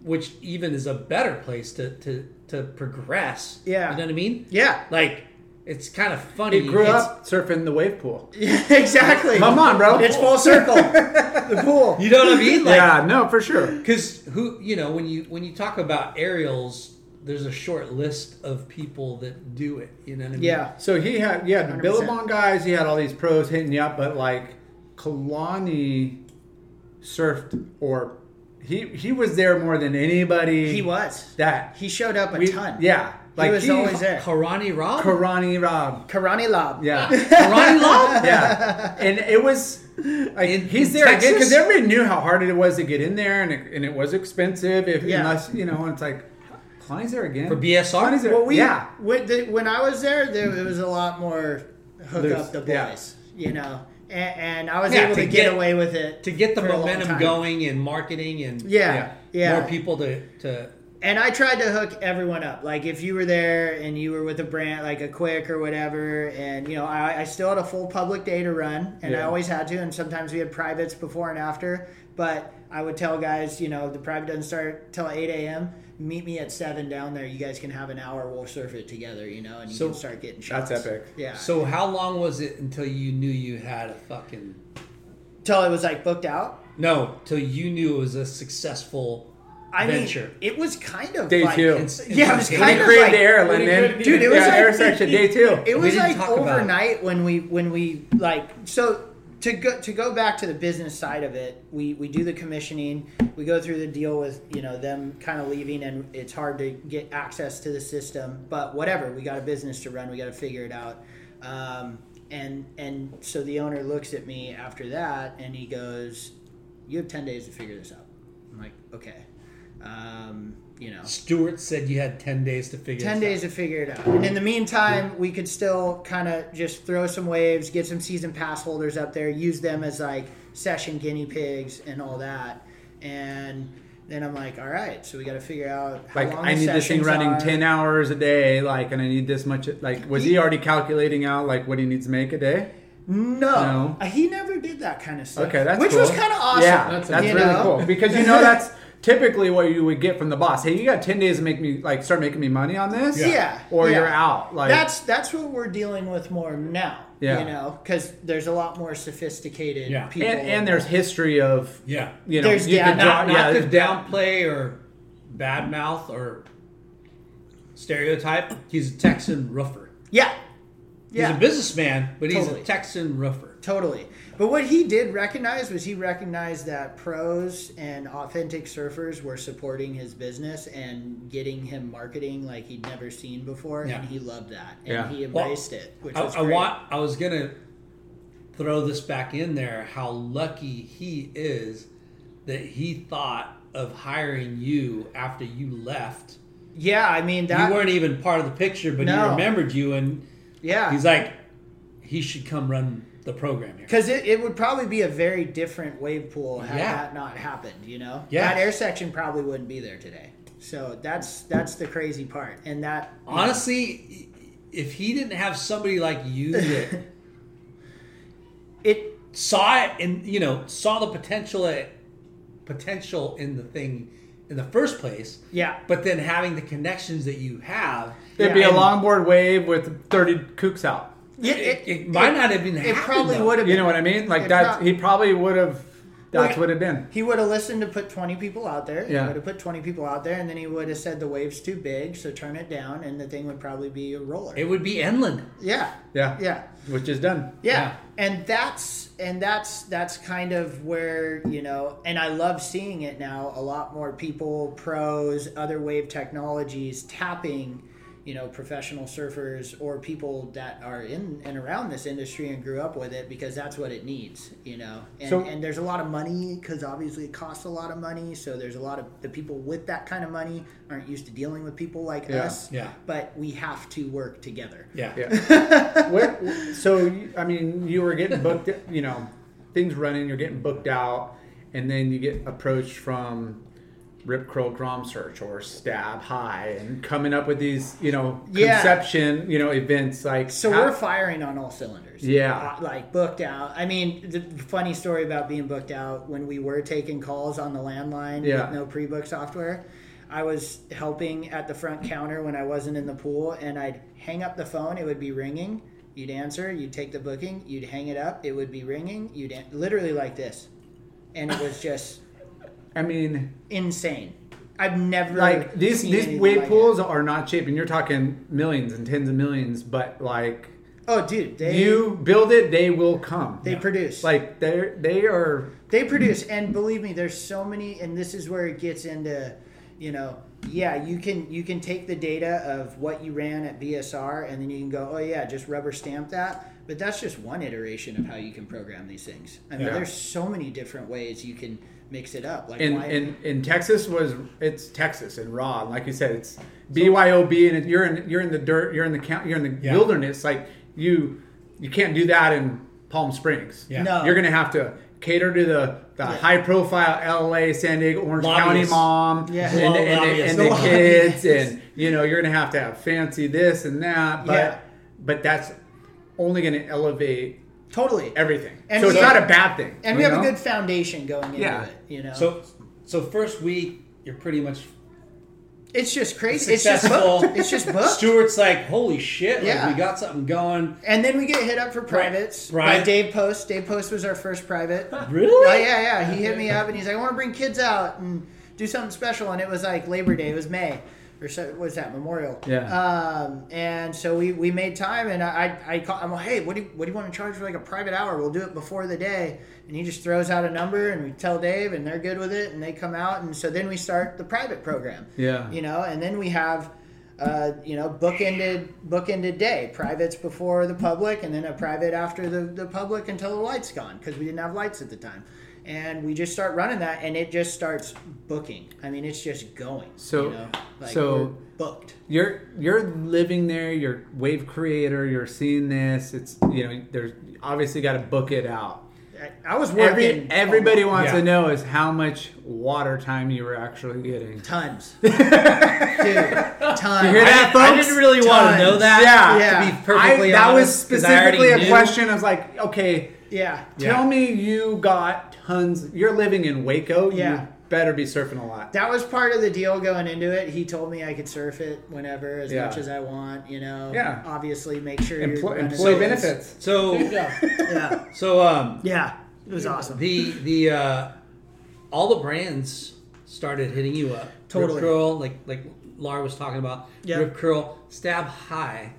which even is a better place to to to progress.
Yeah.
you know what I mean?
yeah,
Like, it's kind of funny.
It grew
It's-
up surfing the wave pool.
exactly.
Come on, bro.
it's full circle. the pool.
You know what I mean? Like,
yeah, no, for sure.
because who you know when you when you talk about aerials there's a short list of people that do it you know what I mean?
Yeah,
So he had yeah, the
100%.
Billabong guys. He had all these pros hitting you up, but like Kalani surfed or he he was there more than anybody.
he was.
that
He showed up a
We-
ton.
Yeah,
he was always there.
karani rob
Karani Rob.
Karani Lab.
Yeah.
karani rob
yeah, and it was like
In-
he's
in
there again because
Texas?
everybody knew how hard it was to get in there, and it, and it was expensive. If
Yeah.
unless you know, and it's like Kalani's there again
For BSR?
Kalani's there.
Well, we
yeah,
when, the, when I was there, there it was a lot more hook
Loose,
up the
yeah.
boys, you know, and, and I was
Yeah,
able
to
to, get,
get-
away with it
to get the
for a long
momentum
time.
going and marketing and
Yeah, yeah.
more people to to
And I tried to hook everyone up. Like if you were there and you were with a brand like a quick or whatever, and you know, I, I still had a full public day to run, and I
Yeah.
always had to. And sometimes we had privates before and after, but I would tell guys, you know, the private doesn't start till eight a.m. Meet me at seven down there. You guys can have an hour. We'll surf it together, you know, and you
So-
can start getting shots.
that's epic.
Yeah.
so how long was it until you knew you had a fucking
till it was like booked out.
no till you knew it was a successful
I
venture
mean, it was kind of
Day
like,
two.
It's-
Yeah, it was
They
kind
they
of
created
like
the air, and
it
then
could be- Dude,
it was
yeah,
like-
air section day two.
It was
didn't
like
talk about it.
overnight when we when we like so to go to go back to the business side of it, we we do the commissioning, we go through the deal with you know them kind of leaving, and it's hard to get access to the system. But whatever, we got a business to run, we got to figure it out. Um, and and so the owner looks at me after that, and he goes, "You have ten days to figure this out." I'm like, "Okay." Um, you know,
Stewart said you had ten days to figure.
10
this
days to figure it out. And in the meantime, we could still kind of just throw some waves, get some season pass holders up there, use them as like session guinea pigs and all that. And then I'm like, all right, so we got to figure out how
Like
long
I
the
need this thing
sessions uh,
running
are.
ten hours a day, like, and I need this much. Like, was he already calculating out like what he needs to make a day?
No,
No.
Uh, he never did that kind of stuff.
Okay, that's
which
cool.
was kind of awesome.
Yeah,
That's
that's,
you
really
know?
cool because you know that's typically what you would get from the boss. Hey, you got ten days to make me like start making me money on this.
Yeah. Yeah,
or
yeah.
you're out. Like
that's that's what we're dealing with more now.
Yeah.
you know, because there's a lot more sophisticated
Yeah.
people.
and, and there's history of
Yeah.
you know
There's
you
data.
could
Not,
draw-
not
yeah,
to downplay or badmouth or stereotype. He's a Texan rougher.
yeah, yeah,
He's a businessman, but he's
Totally.
a Texan rougher.
Totally. But what he did recognize was he recognized that pros and authentic surfers were supporting his business and getting him marketing like he'd never seen before,
Yeah.
and he loved that and
Yeah.
he
Well,
embraced it, which
I,
was
I
great.
want. I was gonna throw this back in there. How lucky he is that he thought of hiring you after you left.
yeah, I mean that.
you weren't even part of the picture, but he
No.
remembered you, and
yeah,
he's like, he should come run the program here.
because it, it would probably be a very different wave pool had
Yeah.
that not happened. You know,
Yeah.
that air section probably wouldn't be there today. So that's that's the crazy part, and that
Honestly, if he didn't have somebody like you that
it
saw it and you know saw the potential at, potential in the thing in the first place,
yeah.
but then having the connections that you have,
It'd be a
and
longboard wave with thirty kooks out.
Yeah,
It, it might not have been.
It probably would have.
You know what I mean? Like
It
that,
prob-
he probably would have. That's
Like-
what it been.
He would have listened to put 20 people out there. He
Yeah.
would have put 20 people out there, and then he would have said the wave's too big, so turn it down, and the thing would probably be a roller.
It would be Enland.
yeah.
Yeah.
Yeah.
Which is done.
Yeah. And that's and that's that's kind of where, you know, and I love seeing it now, a lot more people, pros, other wave technologies tapping, you know, professional surfers or people that are in and around this industry and grew up with it because that's what it needs, you know. And
So-
and there's a lot of money cuz obviously it costs a lot of money, so there's a lot of the people with that kind of money aren't used to dealing with people like
Yeah,
us.
yeah.
But we have to work together.
Yeah.
Yeah. what, so you- I mean, you were getting booked. You know, things running. You're getting booked out, and then you get approached from Rip Curl Grom Search or Stab High, and coming up with these, you know,
Yeah.
conception, you know, events like.
So
how-
we're firing on all cylinders.
Yeah.
Uh, like booked out. I mean, the funny story about being booked out when we were taking calls on the landline
Yeah.
with no pre book software. I was helping at the front counter when I wasn't in the pool, and I'd hang up the phone. It would be ringing. You'd answer. You'd take the booking. You'd hang it up. It would be ringing. You'd an- literally like this, and it was just
I mean,
insane. I've never
like these
seen
these
anything
wave
like it.
pools are not cheap, and you're talking millions and tens of millions. But like,
Oh, dude, they
you build it, they will come.
they produce
like they are they are
they produce and believe me there's so many and this is where it gets into you know yeah you can you can take the data of what you ran at bsr and then you can go oh yeah just rubber stamp that but that's just one iteration of how you can program these things i mean
Yeah.
there's so many different ways you can mix it up like
in
why
in in Texas was it's Texas and raw. Like you said, it's BYOB, and it, you're in you're in the dirt, you're in the count, you're in the
Yeah.
wilderness. Like you you can't do that in Palm Springs.
Yeah.
No.
you're gonna have to cater to the, the high profile LA, San Diego, Orange County
Lobbyists.
mom,
Yeah.
and, and, and,
Lobbyists.
the
Lobbyists.
kids, and you know you're gonna have to have fancy this and that. But
Yeah.
but that's only gonna elevate
totally
everything.
And
so
we
it's
have-
not a bad thing.
and
you
we have
know?
a good foundation going into
Yeah.
it you know
So, so first week you're pretty much
it's just crazy it's just
successful.
booked. it's just booked
Stewart's like, holy shit, like,
Yeah.
we got something going.
and then we get hit up for privates
Right.
by dave post dave post was our first private
Really?
Oh yeah, yeah. He hit me up and he's like, I want to bring kids out and do something special. And it was like Labor Day. It was May or so. What was that Memorial?
Yeah.
Um, and so we, we made time and I I, I call, I'm like, hey, what do you, what do you want to charge for like a private hour? We'll do it before the day. And he just throws out a number and we tell Dave and they're good with it and they come out and so then we start the private program.
Yeah.
You know, and then we have. Uh, you know, bookended bookended day, privates before the public, and then a private after the, the public until the lights gone because we didn't have lights at the time. and we just start running that, and it just starts booking. I mean, it's just going.
So-
you know? like
so-
we're booked.
you're you're living there you're wave creator you're seeing this it's you know there's obviously got to book it out
I, I was
Every,
working.
everybody wants
Yeah.
to know is how much water time you were actually getting
tons, dude, tons.
You hear that,
I
folks?
didn't really want to
Tons.
know that.
Yeah.
Yeah.
To be perfectly
I, that was
honest, 'cause I already
specifically a
knew.
question i was like okay
Yeah,
tell me you got tons you're living in waco
Yeah.
you better be surfing a lot
that was part of the deal going into it. He told me I could surf it whenever, as
Yeah.
much as I want. You know,
Yeah.
Obviously, make sure you're
Employ-
running
employee
those.
benefits
So,
Yeah.
Yeah,
so um,
yeah, it was awesome.
the the uh, all the brands started hitting you up.
Totally.
Rip curl, like like Lara was talking about.
Yeah.
Rip curl, stab high.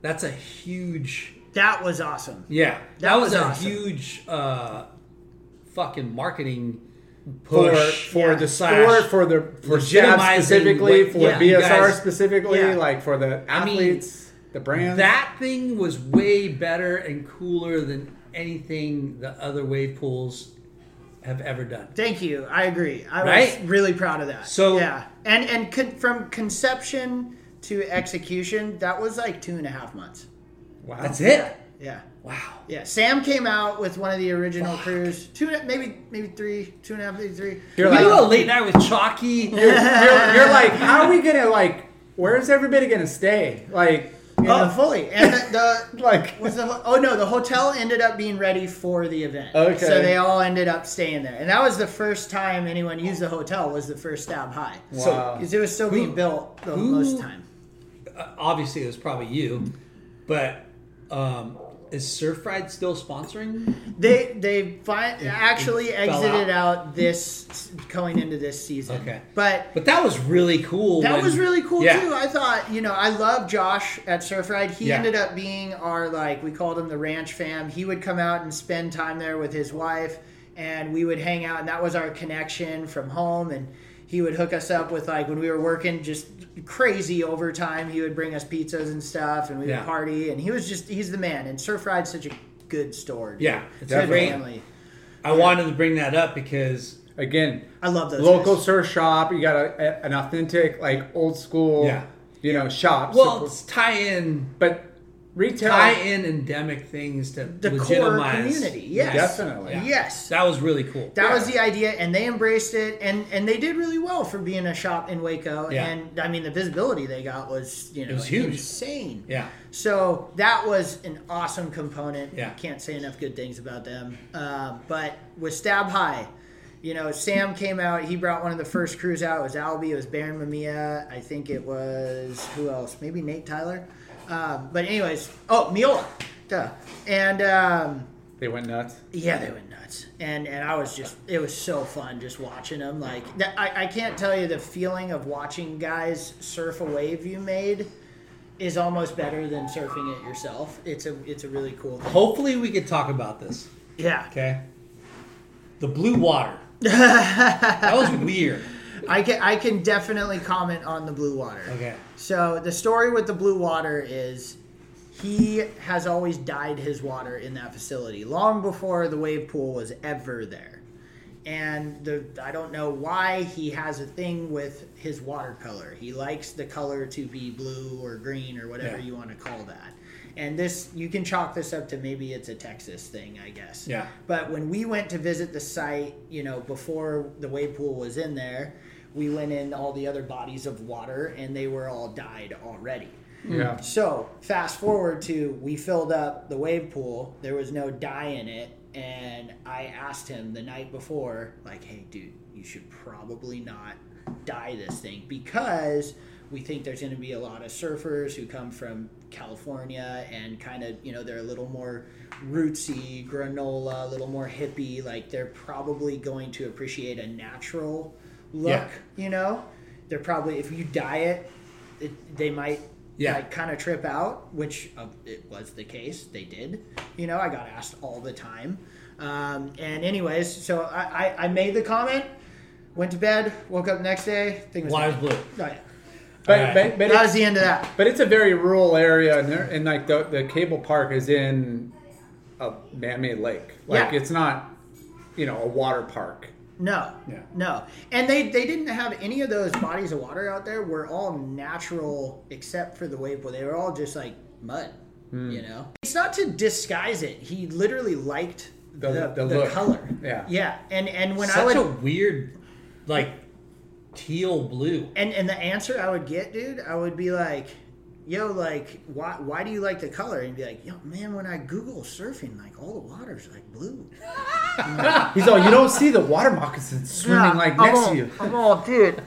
That's a huge.
that was awesome.
Yeah, that,
That
was,
was
a
awesome.
huge uh, fucking marketing
for
push
for
Yeah.
the
Slash
sport, for the for Stab
legitimizing
specifically,
what-
for
yeah, you
BSR
guys-
specifically,
yeah.
like for the
I mean,
athletes, the brands.
That thing was way better and cooler than anything the other wave pools have ever done.
Thank you. I agree. I
Right?
was really proud of that.
So-
yeah, and and con- from conception to execution, that was like two and a half months.
wow.
That's it.
Yeah,
Wow.
yeah. Sam came out with one of the original crews. Two, maybe maybe three, two and a half, maybe three.
You're
You
like,
do a late night with Chalky.
you're, you're like, how are we gonna like? Where is everybody gonna stay? Like, you
Oh,
know,
fully. And the, the
like
was the ho- oh no, the hotel ended up being ready for the event.
Okay.
So they all ended up staying there, and that was the first time anyone used the hotel. Was the first stab high.
Wow.
Because it was still being built the
who-
most time.
Obviously, it was probably you, but um, is Surf Ride still sponsoring?
They they fi- actually
it fell
exited
out.
out. this going into this season.
Okay.
But
But that was really cool.
That
when-
was really cool
Yeah.
too. I thought, you know, I love Josh at Surfride. He
Yeah.
ended up being our like we called him the ranch fam. He would come out and spend time there with his wife and we would hang out and that was our connection from home and he would hook us up with like when we were working just crazy overtime, he would bring us pizzas and stuff and we
Yeah.
would party and he was just he's the man and Surfride's such a good store. dude.
Yeah,
It's
it's
a
great.
great family.
I wanted to bring that up because
again,
I love those
local
guys.
surf shop. You got a, a- an authentic, like old school,
Yeah.
you know, shop.
well,
So-
it's tie in,
but retail,
tie in endemic things to
the core
legitimize
community. Yes.
definitely.
Yes.
That was really cool.
that was the idea and they embraced it and and they did really well for being a shop in waco
Yeah.
and i mean the visibility they got was you know
was huge.
insane
yeah.
so that was an awesome component
Yeah.
can't say enough good things about them uh, but with stab high you know sam came out he brought one of the first crews out it was albie it was baron mamiya i think it was who else maybe nate tyler um, but anyways oh miola duh and um,
They went nuts.
yeah, they went nuts, and and I was just it was so fun just watching them. Like that, I I can't tell you the feeling of watching guys surf a wave you made is almost better than surfing it yourself. It's a it's a really cool thing.
Hopefully, we could talk about this.
Yeah,
Okay. The blue water. that was weird.
I can I can definitely comment on the blue water.
Okay.
So the story with the blue water is he has always dyed his water in that facility long before the wave pool was ever there. And the I don't know why he has a thing with his watercolor. He likes the color to be blue or green or whatever
Yeah.
you want to call that. And this you can chalk this up to maybe it's a Texas thing, I guess.
Yeah.
But when we went to visit the site, you know, before the wave pool was in there, we went in all the other bodies of water and they were all dyed already.
Yeah.
So fast forward to we filled up the wave pool. There was no dye in it, and I asked him the night before, like, "Hey, dude, you should probably not dye this thing because we think there's going to be a lot of surfers who come from California and kind of, you know, they're a little more rootsy, granola, a little more hippie. Like they're probably going to appreciate a natural look,
Yeah.
you know." They're probably if you dye it, it they might
Yeah.
like kind of trip out, which uh, it was the case. They did. You know, I got asked all the time. Um, and anyways, so I, I, I made the comment, went to bed, woke up the next day, thing was
Why was
done.
blue?
Oh, yeah.
But,
All
but,
right.
but
That
it's-
was the end of that.
But it's a very rural area, and there, and like the the cable park is in a man-made lake. Like
Yeah.
it's not you know, a water park.
No.
Yeah.
No. And they, they didn't have any of those bodies of water out there were all natural except for the wave pool. They were all just like mud.
Hmm.
You know? It's not to disguise it. He literally liked
The-
the,
the
the,
look.
color.
Yeah.
Yeah. And and when I
Such
would
a weird, like, teal blue.
and and the answer I would get, dude, I would be like, "Yo, like, why why do you like the color?" And be like, "Yo, man, when I Google surfing, like, all the water's like blue."
He's all, you don't see the water moccasins swimming like next to you.
I'm all, dude.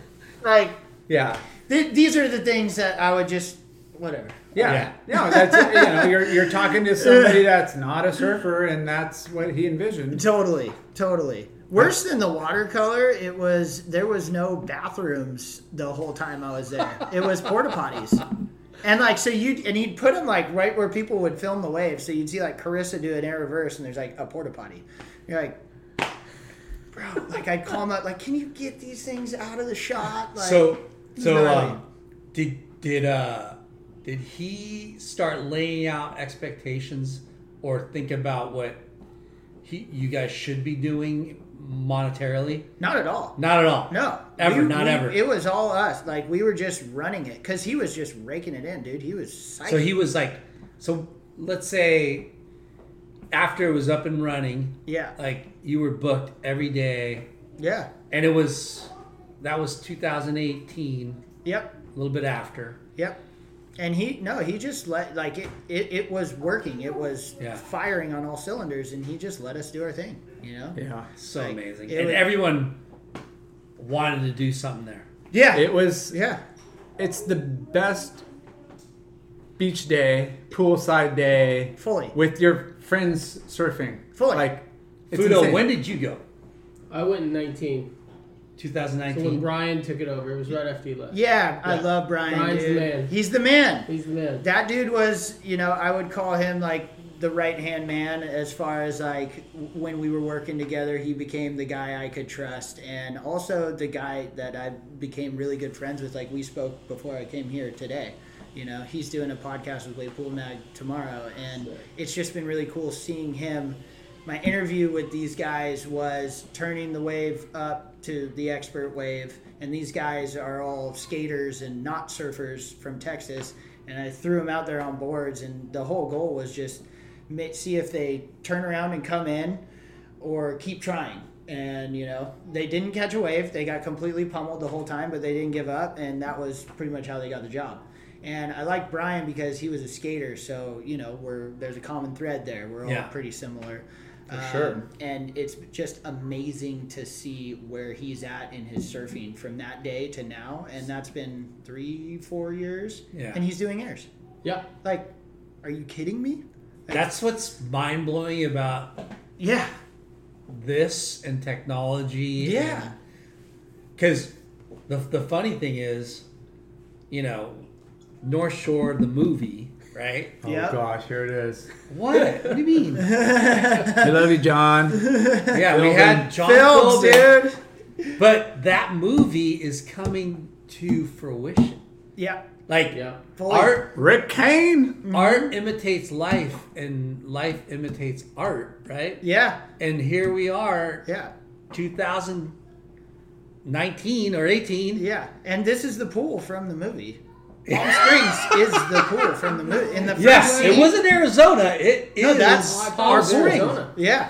Like,
Yeah.
th- these are the things that I would just, whatever.
Yeah. No, that's it. you know, you're you're talking to somebody that's not a surfer and that's what he envisioned.
Totally, totally. Worse than the watercolor, it was there was no bathrooms the whole time I was there. It was porta potties, and like so you and you'd put them like right where people would film the wave. So you'd see like Carissa do an air reverse, and there's like a porta potty. You're like, bro, like I'd call him up, like, can you get these things out of the shot? Like,
so so
Right.
um, did did uh did he start laying out expectations or think about what he you guys should be doing monetarily?
not at all.
Not at all.
No,
Ever,
We-
not
we-
ever.
It was all us. Like we were just running it because he was just raking it in, dude. He was psyched.
so he was like so let's say after it was up and running,
yeah,
like you were booked every day
yeah,
and it was that was 2018,
yep.
a little bit after.
Yep. And he no, he just let like it it, it was working. It was
Yeah.
firing on all cylinders and he just let us do our thing, you know?
Yeah.
So
Like,
amazing.
it
And
was-
everyone wanted to do something there.
Yeah.
It was
yeah.
it's the best beach day, poolside day
Fully.
with your friends surfing.
Fully.
Like it's
Fudo,
insane.
when did you go?
I went in 19. So when
2019.
Brian took it over, it was right after he left.
Yeah, I
Yeah.
love Brian.
Brian's the
dude.
man.
He's the man.
He's the man.
That dude was, you know, I would call him like the right hand man as far as like w- when we were working together, he became the guy I could trust and also the guy that I became really good friends with. Like we spoke before I came here today. You know, he's doing a podcast with Wade Pool Mag tomorrow and it's just been really cool seeing him. My interview with these guys was turning the wave up to the expert wave and these guys are all skaters and not surfers from Texas and I threw them out there on boards, and the whole goal was just ma- see if they turn around and come in, or keep trying. And you know, they didn't catch a wave; they got completely pummeled the whole time, but they didn't give up, and that was pretty much how they got the job. And I like Brian because he was a skater, so you know, we're there's a common thread there. We're all
Yeah.
pretty similar. For
sure.
And it's just amazing to see where he's at in his surfing from that day to now. And that's been three, four years.
Yeah.
And he's doing airs.
Yeah.
Like, are you kidding me?
That's what's mind blowing about
Yeah.
this and technology.
Yeah.
Because the, the funny thing is, you know, North Shore, the movie, right?
Oh
Yep.
gosh, here it is.
What? what do you mean?
I love you, John.
Yeah, we had John
Films,
Philbin,
dude.
But that movie is coming to fruition.
Yeah.
Like,
Yeah.
Fully.
art
Rick Kane.
art imitates life and life imitates art right
Yeah.
and here we are
Yeah.
2019 or 18
Yeah. And this is the pool from the movie. Palm Springs is the pool from the movie. In the first
yes it
scene-
wasn't arizona it is
No, that's
our
Palm Springs.
spring
Arizona.
Yeah.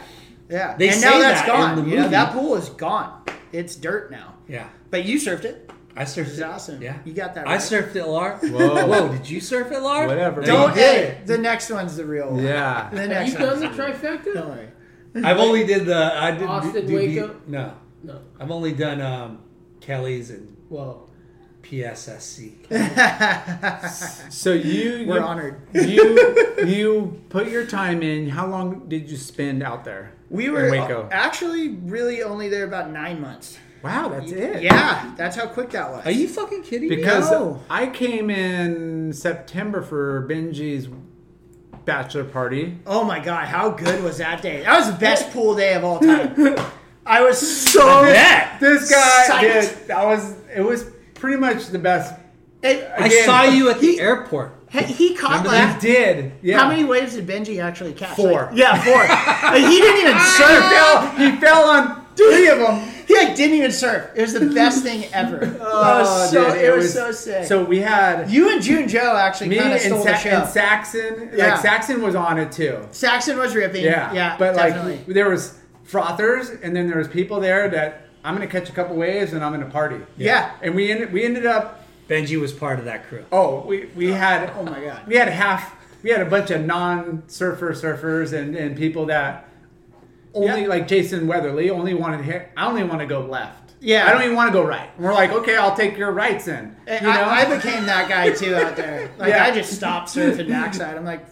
Yeah.
They
and
say
now that's
that
gone.
in the
You know,
movie.
that pool is gone. It's dirt now.
yeah
But you surfed it.
i surfed
It's
it.
awesome.
yeah
You got that
i
right.
surfed it lar
Whoa.
whoa did you surf it lar
Whatever.
No,
Don't
you did.
hey, The next one's the real one.
Yeah.
The
Have
next
you done
one's
the
real one. Don't
trifecta?
worry.
i've only did the i did
Austin, Waco?
no
No.
i've only done um kelly's and
Whoa.
pssc
So you
We're
you,
honored.
you you put your time in. How long did you spend out there?
We
in
were uh,
Waco.
actually really only there about nine months.
wow, that's it.
Yeah, that's how quick that was.
are you fucking kidding me
Because
No.
I came in September for Benji's bachelor party.
Oh my god, how good was that day? That was the best pool day of all time. I was so
Yeah.
This guy,
Psyched.
dude, that was it was pretty much the best.
It-
I
Again,
saw you at the airport.
Hey, he caught
He
that.
did. Yeah.
How many waves did Benji actually catch?
Four.
Like, yeah, four. Like, he didn't even
He
surf.
fell, he fell on three of them. Oh,
He like didn't even surf. It was the best thing ever. It was so,
dude,
it was, so sick.
So we had
you and June Joe actually
me
kind
and,
of stole
Sa-
the show.
and Saxon.
Yeah.
Like Saxon was on it too.
Saxon was ripping.
Yeah,
yeah,
But
definitely.
like there was frothers, and then there was people there that I'm gonna catch a couple waves, and I'm gonna party.
Yeah.
And we ended we ended up.
Benji was part of that crew.
Oh, we we had.
oh my God.
We had half. We had a bunch of non-surfer surfers and and people that only
Yeah.
like Jason Weatherly only wanted hit. I only want to go left.
Yeah.
I don't even want to go right. And we're like, okay, I'll take your rights then. You
And
know.
I, I became that guy too out there. Like
Yeah.
I just stopped surfing backside. I'm like,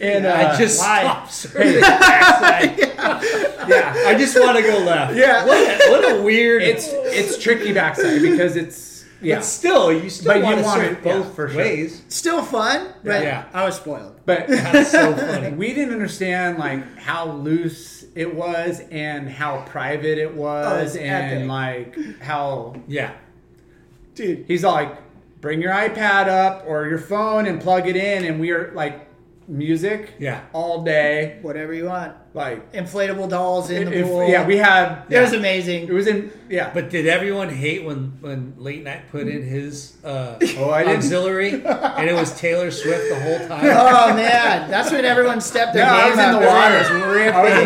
and uh,
I just
Oh, why?
stopped surfing. yeah, I just want to go left.
Yeah.
what a, what a weird.
it's it's tricky backside because it's yeah.
but still, you still
But you
want to
want
surf
it, yeah,
both
for sure.
ways.
still fun, but
Yeah.
I was spoiled.
But
That's so funny.
we didn't understand like how loose it was and how private it was
it's
and
epic.
like how
Yeah,
Dude,
he's all like bring your iPad up or your phone and plug it in and we are like music
Yeah.
all day
whatever you want.
like
Inflatable dolls in the
if-
pool.
yeah we had
It was
it
amazing.
was in yeah
but did everyone hate when when late night put in his uh,
Oh, I didn't.
auxiliary and it was Taylor Swift the whole time?
Oh man, that's when everyone stepped their
no, I
game
was in
up.
the water I was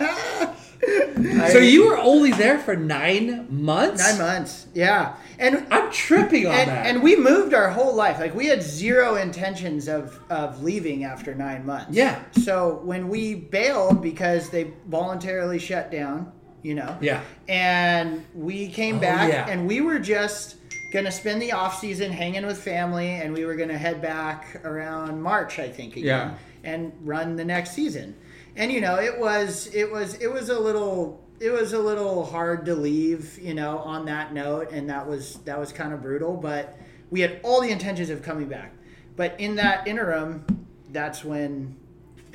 in the water
So you were only there for nine months.
Nine months. Yeah, and
I'm tripping on
and,
that.
and we moved our whole life. Like we had zero intentions of of leaving after nine months.
Yeah.
So when we bailed because they voluntarily shut down, you know.
Yeah.
And we came back
yeah.
and we were just gonna spend the off season hanging with family and we were gonna head back around March, I think, again.
Yeah.
And run the next season. And you know, it was it was it was a little it was a little hard to leave, you know, on that note, and that was that was kind of brutal, but we had all the intentions of coming back. But in that interim, that's when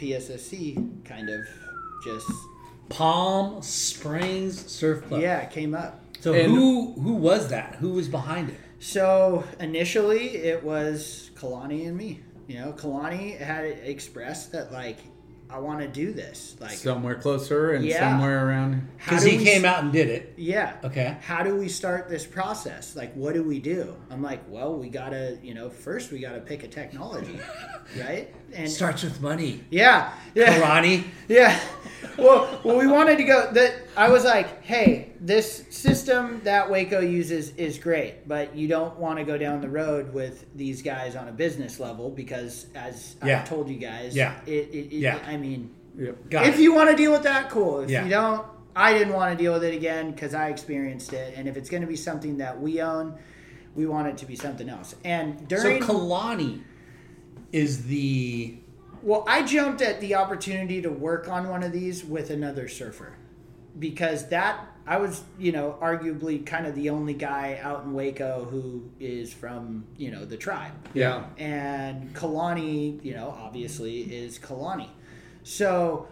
PSSC kind of just
Palm Springs Surf Club.
yeah, it came up.
So
And-
who who was that? Who was behind it?
So initially, it was Kalani and me. You know, Kalani had expressed that like, I want to do this. Like,
somewhere closer and
Yeah.
somewhere around
how
Because
do
he
we
came out and did it.
Yeah.
Okay.
How do we start this process? Like, what do we do? I'm like, well, we gotta, you know, first we gotta pick a technology, right? And
Starts with money.
Yeah. Yeah.
Karate.
Yeah. Well, well, we wanted to go. That I was like, hey, this system that Waco uses is great, but you don't want to go down the road with these guys on a business level because, as
Yeah.
I've told you guys,
Yeah.
it, it, it,
Yeah.
I mean,
Got
if
it.
you want to deal with that, cool. If
Yeah.
you don't, I didn't want to deal with it again because I experienced it, and if it's going to be something that we own, we want it to be something else. And
so
during
Kalani is the
Well, I jumped at the opportunity to work on one of these with another surfer because that I was, you know, arguably kind of the only guy out in Waco who is from, you know, the tribe.
yeah
And Kalani, you know, obviously is Kalani. So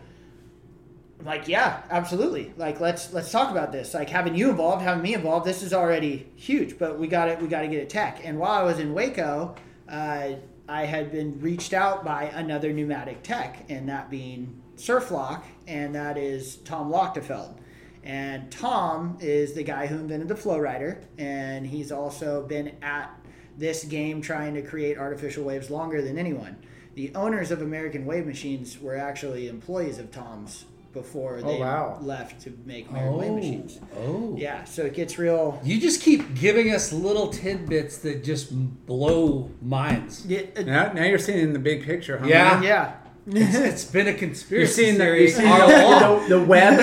I'm like, yeah, absolutely. Like let's let's talk about this. Like having you involved, having me involved, this is already huge, but we got it we got to get it tech. And while I was in Waco, uh, I had been reached out by another pneumatic tech, and that being Surflock, and that is Tom Lochtefeld. And Tom is the guy who invented the Flow Rider, and he's also been at this game trying to create artificial waves longer than anyone. The owners of American Wave Machines were actually employees of Tom's before they
wow.
left to make American Wave
oh
Machines.
oh.
Yeah, so it gets real.
You just keep giving us little tidbits that just blow minds.
Yeah, uh,
now, now you're seeing the big picture huh
Yeah.
yeah.
It's been a
you're
conspiracy
seeing the,
theory
you're seeing
all along.
the, the, the web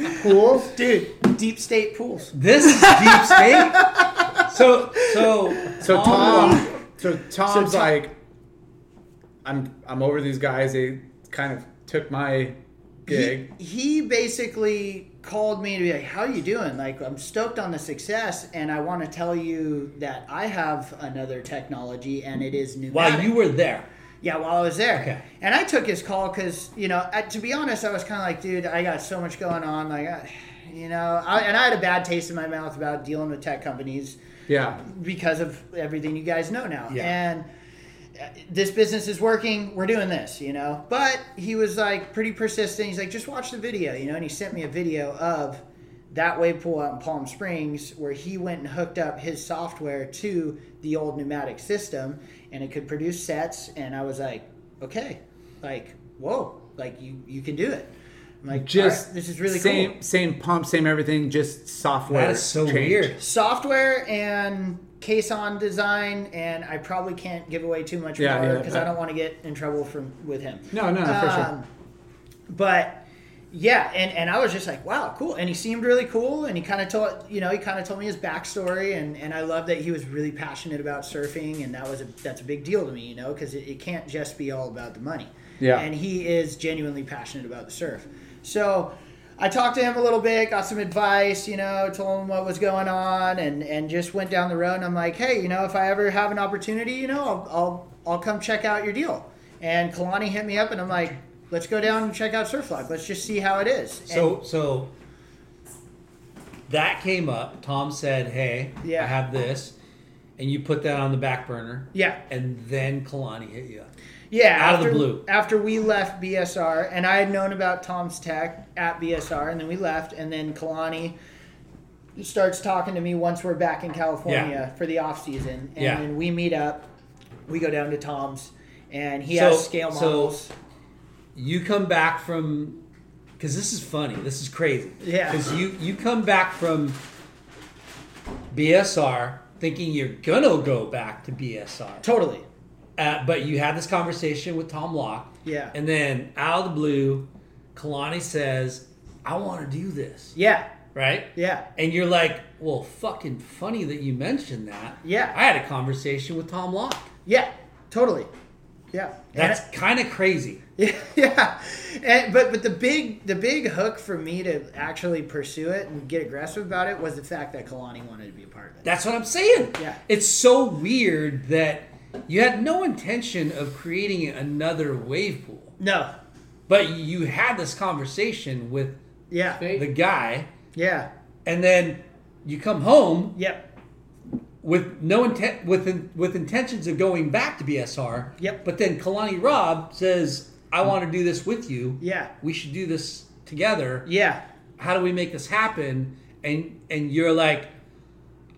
of pools dude
Deep state pools.
This is deep state. So so
So
Tom-
Tom, so Tom's like, I'm I'm over these guys. They kind of took my gig.
He basically called me to be like, "How you doing? Like, I'm stoked on the success, and I want to tell you that I have another technology, and it is new."
while you were there.
Yeah, while I was there.
Okay.
And I took his call because, you know, I, to be honest, I was kind of like, dude, I got so much going on. Like, I, You know, I, and I had a bad taste in my mouth about dealing with tech companies
Yeah.
because of everything you guys know now.
Yeah.
And uh, this business is working. We're doing this, you know. But he was like pretty persistent. He's like, just watch the video, you know. And he sent me a video of that wave pool out in Palm Springs where he went and hooked up his software to the old pneumatic system, and it could produce sets. And I was like, okay, like whoa, like you you can do it. I'm like,
Just
"All right, this is really
same
cool.
same pump, same everything, just software.
That is so
change.
weird.
software and case on design and i probably can't give away too much
Yeah,
more
yeah,
because
yeah.
i don't want to get in trouble from with him Um,
No, no, no, for sure.
but yeah and, and i was just like wow cool and he seemed really cool and he kind of told you know he kind of told me his backstory and, and i love that he was really passionate about surfing and that was a that's a big deal to me you know because it, it can't just be all about the money
Yeah.
and he is genuinely passionate about the surf so i talked to him a little bit got some advice you know told him what was going on and and just went down the road and i'm like hey you know if i ever have an opportunity you know i'll i'll, I'll come check out your deal and kalani hit me up and i'm like let's go down and check out surflog let's just see how it is
So so that came up. Tom said, "Hey,
Yeah.
I have this," and you put that on the back burner.
Yeah.
and then Kalani hit you. up.
Yeah,
Out of
after,
the blue.
After we left BSR, and I had known about Tom's Tech at BSR, and then we left, and then Kalani starts talking to me once we're back in California for the off season, and
Yeah.
then we meet up. We go down to Tom's, and he
So-
has scale
so-
models.
You come back from because this is funny. This is crazy.
Yeah.
because you you come back from BSR thinking you're gonna go back to BSR.
totally.
Uh, but you had this conversation with Tom Locke.
Yeah.
And then out of the blue, Kalani says, I want to do this.
Yeah,
Right?
yeah,
And you're like, well, fucking funny that you mentioned that.
Yeah.
I had a conversation with Tom Locke.
yeah, totally. Yeah. And
That's kind of crazy.
yeah and, but but the big the big hook for me to actually pursue it and get aggressive about it was the fact that Kalani wanted to be a part of it.
That's what I'm saying.
Yeah.
It's so weird that you had no intention of creating another wave pool,
No.
but you had this conversation with
Yeah.
the guy,
Yeah.
and then you come home
Yep.
with no intent with with intentions of going back to BSR.
Yep.
But then Kalani Rob says, "I want to do this with you.
Yeah.
We should do this together.
Yeah.
How do we make this happen?" And and you're like,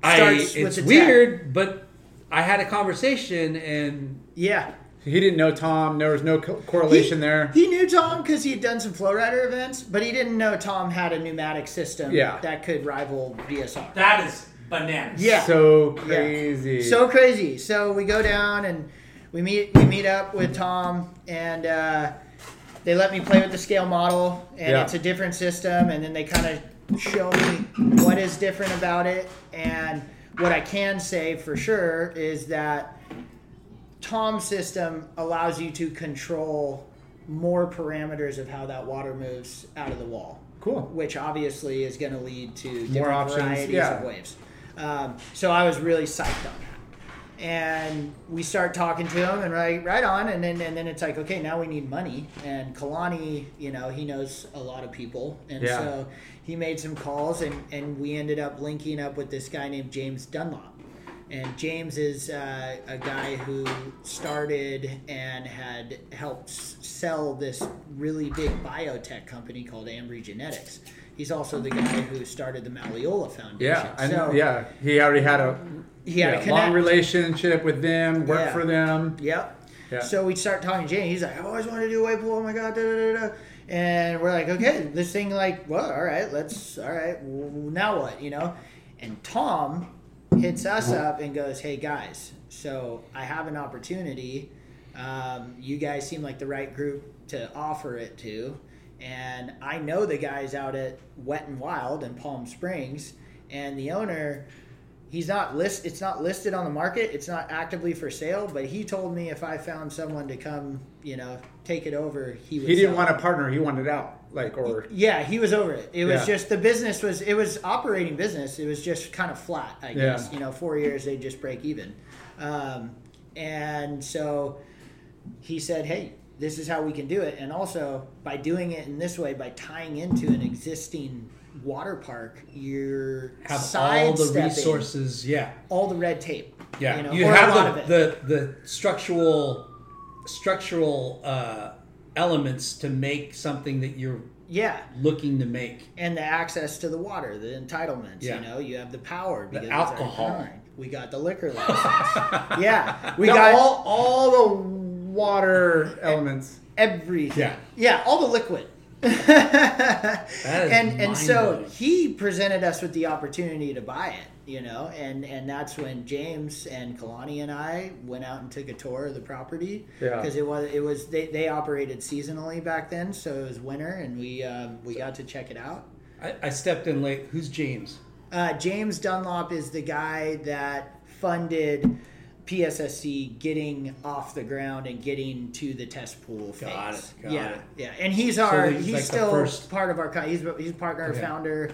"I
Starts with
it's
the
weird, but I had a conversation and
Yeah.
He didn't know Tom. There was no co- correlation there.
He knew Tom because he had done some flow rider events, but he didn't know Tom had a pneumatic system
Yeah.
that could rival BSR.
that is bananas."
yeah.
So
Yeah.
crazy.
So crazy. So we go down and we meet we meet up with Tom and uh, they let me play with the scale model and
Yeah.
it's a different system and then they kind of show me what is different about it and what I can say for sure is that Tom's system allows you to control more parameters of how that water moves out of the wall.
Cool.
Which obviously is going to lead to different
More options,
varieties
yeah.
of waves. Um, so I was really psyched on that. And we start talking to him and right right on and then and then it's like, okay, now we need money. And Kalani, you know, he knows a lot of people. And
Yeah.
so he made some calls and, and we ended up linking up with this guy named James Dunlop. And James is uh, a guy who started and had helped s- sell this really big biotech company called Ambry Genetics. He's also the guy who started the Malleola Foundation.
yeah, I know.
So
yeah. He already had a,
He
yeah,
had a
long
connect.
relationship with them. Worked
Yeah.
for them.
Yep.
Yeah.
So we start talking to Jane. He's like, I've always wanted to do a wave pool. Oh my god, da da da da. And we're like, okay, this thing, like, well, all right, let's, all right, well, now what, you know? And Tom hits us up and goes, hey guys, so I have an opportunity. Um, you guys seem like the right group to offer it to. And I know the guys out at Wet and Wild in Palm Springs, and the owner he's not list it's not listed on the market it's not actively for sale but he told me if i found someone to come you know take it over he would
He didn't
sell
want
it.
a partner. He wanted out. Like or
yeah he was over it it was
Yeah.
just the business was it was operating business it was just kind of flat i guess you know four years they just break even um, and so he said hey this is how we can do it and also by doing it in this way by tying into an existing water park, you're
have all the
sidestepping
resources. Yeah,
all the red tape.
yeah.
you,
You,
know, or a lot
have
of it.
the, the the structural structural uh, elements to make something that you're
yeah,
looking to make.
and the access to the water, the entitlements.
Yeah.
You know, you have the power. Because it's
alcohol.
Our time. we got the liquor license. yeah, we
We got
got
all, all the water elements.
everything.
Yeah.
yeah, all the liquid.
That is
and and so
mind-blowing.
he presented us with the opportunity to buy it, you know, and and that's when James and Kalani and I went out and took a tour of the property
Yeah.
because it was it was they, they operated seasonally back then, so it was winter, and we um, we got to check it out.
I, I stepped in late. Who's James?
Uh, James Dunlop is the guy that funded PSSC getting off the ground and getting to the test pool phase.
Got it, got
yeah,
it.
yeah, and he's our
he's
he's,
like the
still
first-
part of our co- he's he's part of our
Okay.
founder.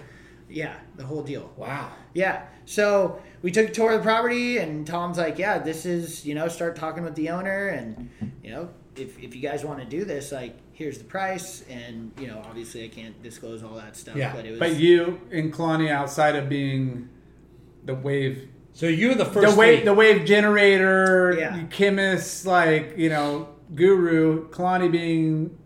Yeah, the whole deal.
Wow.
Yeah. So we took a tour of the property, and Tom's like, "Yeah, this is you know." Start talking with the owner, and you know, if if you guys want to do this, like, here's the price, and you know, obviously, I can't disclose all that stuff.
Yeah,
But it was
But you and Kalani, outside of being the wave,
So you're the first.
the wave,
three.
the wave generator,
Yeah.
chemist, like you know, guru. Kalani being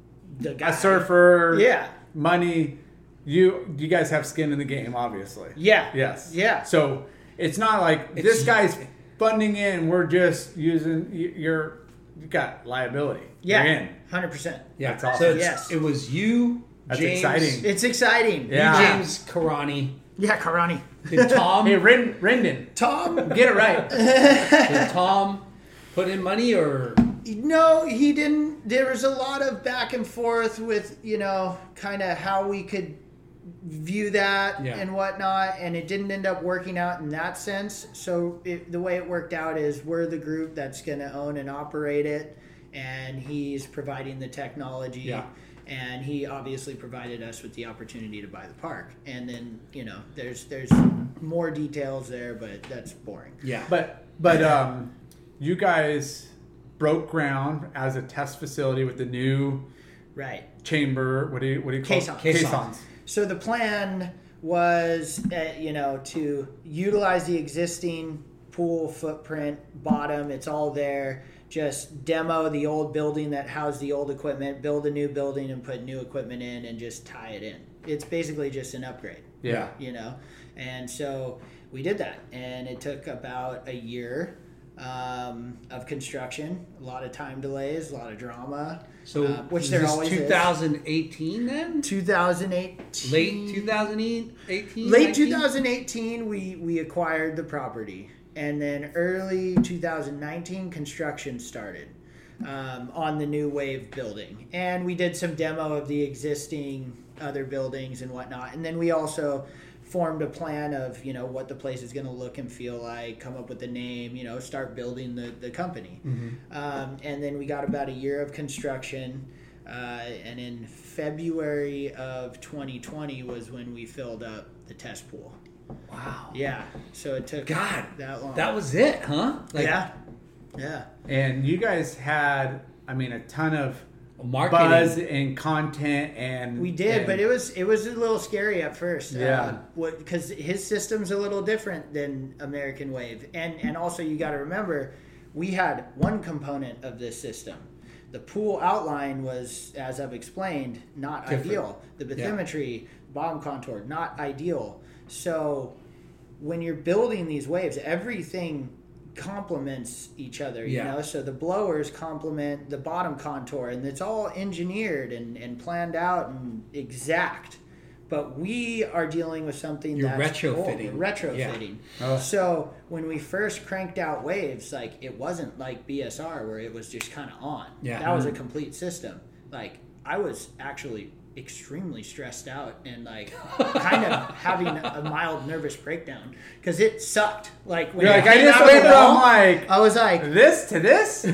the guy.
a surfer,
Yeah.
money. You you guys have skin in the game, obviously.
Yeah.
Yes.
Yeah.
So it's not like this guy's funding in. We're just using y- your. You got liability. You're
Yeah.
in.
Hundred percent.
yeah.
That's awesome.
So it's,
Yes.
it was you.
That's
James,
exciting.
It's exciting.
you,
Yeah.
James Karani.
Yeah, Karani.
Did Tom?
Hey, Ren, Rendon,
Tom.
get it right.
Did Tom put in money or?
No, he didn't. There was a lot of back and forth with, you know, kind of how we could view that
Yeah.
and whatnot, and it didn't end up working out in that sense. So it, the way it worked out is we're the group that's going to own and operate it, and he's providing the technology.
Yeah.
And he obviously provided us with the opportunity to buy the park, and then you know, there's there's more details there, but that's boring.
Yeah.
But but um, you guys broke ground as a test facility with the new
Right.
chamber. What do you what do you call
Caissons.
it?
Caissons. So the plan was, uh, you know, to utilize the existing pool footprint, bottom, it's all there. Just demo the old building that housed the old equipment, build a new building and put new equipment in and just tie it in. It's basically just an upgrade,
Yeah.
you know? And so we did that. And it took about a year um, of construction, a lot of time delays, a lot of drama.
so
uh, which
was
there
this
always is.
2018 then?
2008.
Late 2018.
late 2018 we we acquired the property and then early 2019 construction started um, on the new wave building and we did some demo of the existing other buildings and whatnot and then we also formed a plan of you know what the place is going to look and feel like come up with a name you know start building the, the company um, and then we got about a year of construction uh, and in February of 2020 was when we filled up the test pool.
Wow.
Yeah, so it took
God.
that long.
That was it, huh? Like
yeah, yeah,
And you guys had, I mean, a ton of
marketing.
buzz and content, and
we did,
and-
but it was it was a little scary at first. Um,
Yeah.
what because his system's a little different than American Wave, and and also you got to remember, we had one component of this system. The pool outline was, as I've explained, not ideal. The bathymetry, bottom contour, not ideal. So when you're building these waves, everything complements each other, you
Yeah.
know? So the blowers complement the bottom contour and it's all engineered and, and planned out and exact. But we are dealing with something
You're
that's old.
retrofitting.
We're retrofitting.
Oh.
So when we first cranked out waves, like it wasn't like BSR where it was just kind of on.
Yeah.
That
Mm-hmm.
was a complete system. Like I was actually extremely stressed out and like kind of having a mild nervous breakdown because it sucked. Like when
You're
it
like, I
came
just
out of the
went from
wall,
like
I was like, I
this to this,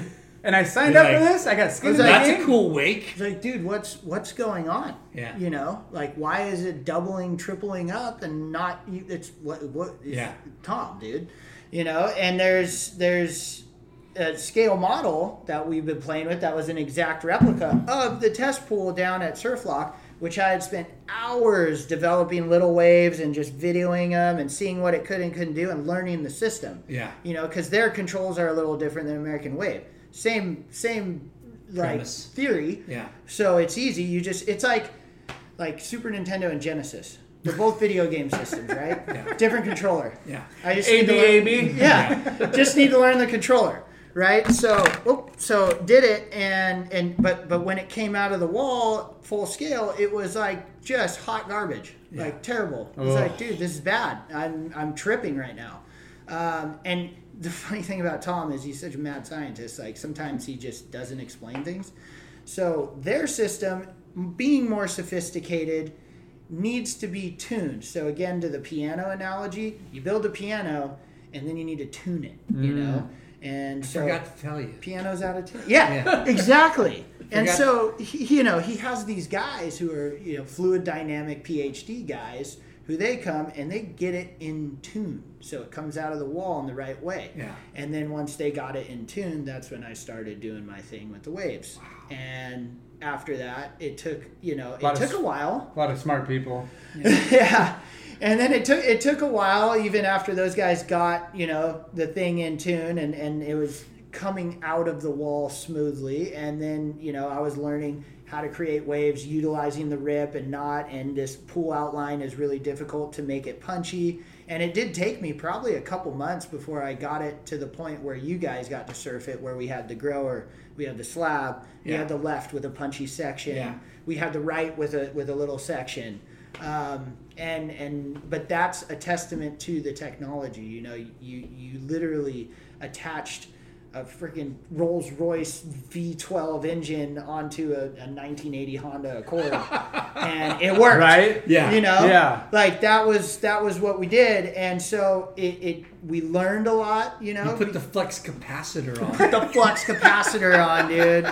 and I signed
You're
up for
like,
this. I got skin in
was
the
like-
That's
game.
a cool wake.
was like, dude, what's what's going on?
Yeah.
you know, like why is it doubling, tripling up, and not? you- It's what what? It's
Yeah.
Tom, dude, you know. And there's there's a scale model that we've been playing with that was an exact replica of the test pool down at Surflock, which I had spent hours developing little waves and just videoing them and seeing what it could and couldn't do and learning the system.
Yeah.
You know, because their controls are a little different than American Wave. Same, same, like
Premise.
theory.
Yeah.
So it's easy. You just it's like like Super Nintendo and Genesis. They're both video game systems, right? Different controller.
Yeah.
I just need to learn-
ABAB.
yeah, just need to learn the controller, right? So, oh, so did it, and and but but when it came out of the wall full scale, it was like just hot garbage, like terrible. It's like, dude, this is bad. I'm I'm tripping right now. Um, and the funny thing about Tom is he's such a mad scientist. Like sometimes he just doesn't explain things. So their system, being more sophisticated, needs to be tuned. So again, to the piano analogy, you build a piano and then you need to tune it. You know, and so
Forgot to tell you.
piano's out of tune. Yeah, exactly. And so he, you know he has these guys who are you know fluid dynamic PhD guys who they come and they get it in tune so it comes out of the wall in the right way.
Yeah.
And then once they got it in tune, that's when I started doing my thing with the waves. And after that, it took you know it
Lot of
took
s-
a while.
A lot of smart people.
yeah. And then it took it took a while, even after those guys got you know the thing in tune, and and it was coming out of the wall smoothly. And then you know I was learning how to create waves utilizing the rip and knot, and this pull outline is really difficult to make it punchy. And it did take me probably a couple months before I got it to the point where you guys got to surf it, where we had the grower, we had the slab, we had the left with a punchy section, we had the right with a with a little section um, and and but that's a testament to the technology. You know, you you literally attached a freaking Rolls Royce V12 engine onto a, a 1980 Honda Accord, and it worked.
Right? Yeah.
You know.
Yeah.
Like that was that was what we did, and so it, it we learned a lot. You know,
You put the flux capacitor on.
the flux capacitor on, dude.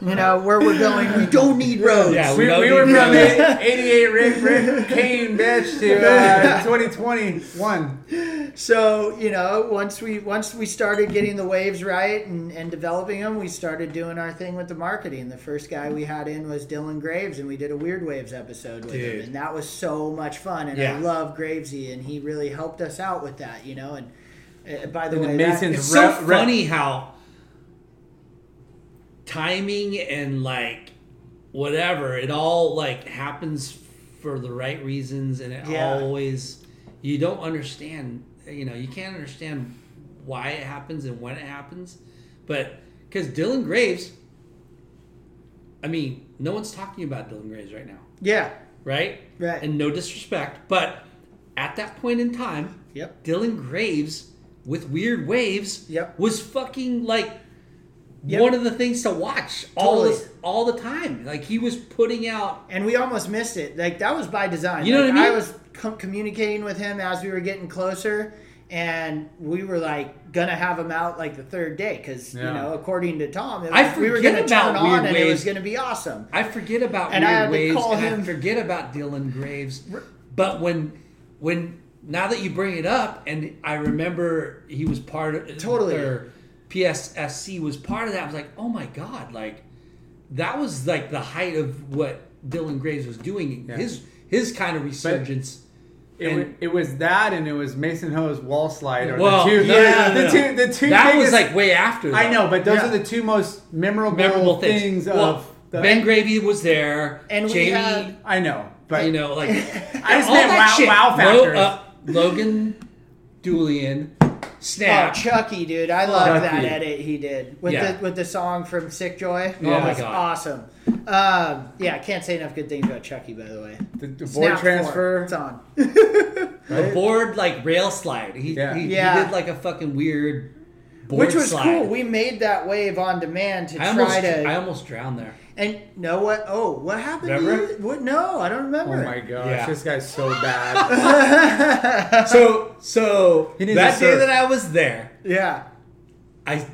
You know where we're going. We don't need roads.
Yeah,
We,
don't
we
need
were from
roads.
the 88 Rick, Rick Kane bitch to uh, 2021.
so you know once we once we started getting the waves right and, and developing them we started doing our thing with the marketing the first guy we had in was dylan graves and we did a weird waves episode with him
Dude.
and that was so much fun and i
Yeah.
love gravesy and he really helped us out with that you know and uh, by the
And the
way
Masons-
that,
It's
It's so
re- re-
funny how timing and like whatever it all like happens for the right reasons and it
Yeah.
always you don't understand you know you can't understand why it happens and when it happens but because dylan graves i mean no one's talking about dylan graves right now
yeah
right
Right.
and no disrespect but at that point in time
yep
Dylan Graves with Weird Waves
Yep.
was fucking like
Yep.
one of the things to watch all
Totally.
this, all the time. Like he was putting out
and we almost missed it. Like that was by design.
You know
Like,
what I mean?
was com- communicating with him as we were getting closer, and we were like gonna have him out like the third day because
Yeah.
you know, according to Tom, it was,
I
we were
forget
gonna
about
turn on
Weird
and it was
Waves.
gonna be awesome.
I forget about
And I
Weird
had to
Waves
call
and
him.
I forget about Dylan Graves. But when when now that you bring it up and I remember he was part of
Totally.
or PSSC was part of that, I was like, oh my god, like that was like the height of what Dylan Graves was doing. His his kind of resurgence.
It, wa-
And-
it was that, and it was Mason Ho's wall slide. Or
Well,
the two,
yeah,
the,
no,
two, the two
That
biggest,
was like way after.
I
though.
know, but those
Yeah.
are the two most memorable,
memorable
things,
things.
of
well,
the.
Ben Gravy was there,
And we
Jamie,
had-
I know, but
you know, like
I just
all
meant
that
wow,
shit.
wow
Lo-
factors.
uh, Logan, Julian,
Oh,
Snap.
Chucky, dude, I love that
Chucky.
edit he did with
Yeah.
the with the song from Sick Joy.
Yeah.
Oh my
God.
awesome. Um, yeah, I can't say enough good things about Chucky, by the way.
the, the
Snap
board
four,
transfer.
it's on.
the board like rail slide. He,
Oh, Yeah.
he, he
Yeah.
did like a fucking weird board
Which was
slide.
cool. We made that wave on demand to
I
try
almost,
to.
I almost drowned there.
And no, what? Oh, what happened?
Remember?
To you? What? No, I don't
Oh
remember.
my gosh,
Yeah.
this guy's so bad.
So, so
He needs a
that day
surf.
that I was there,
Yeah,
I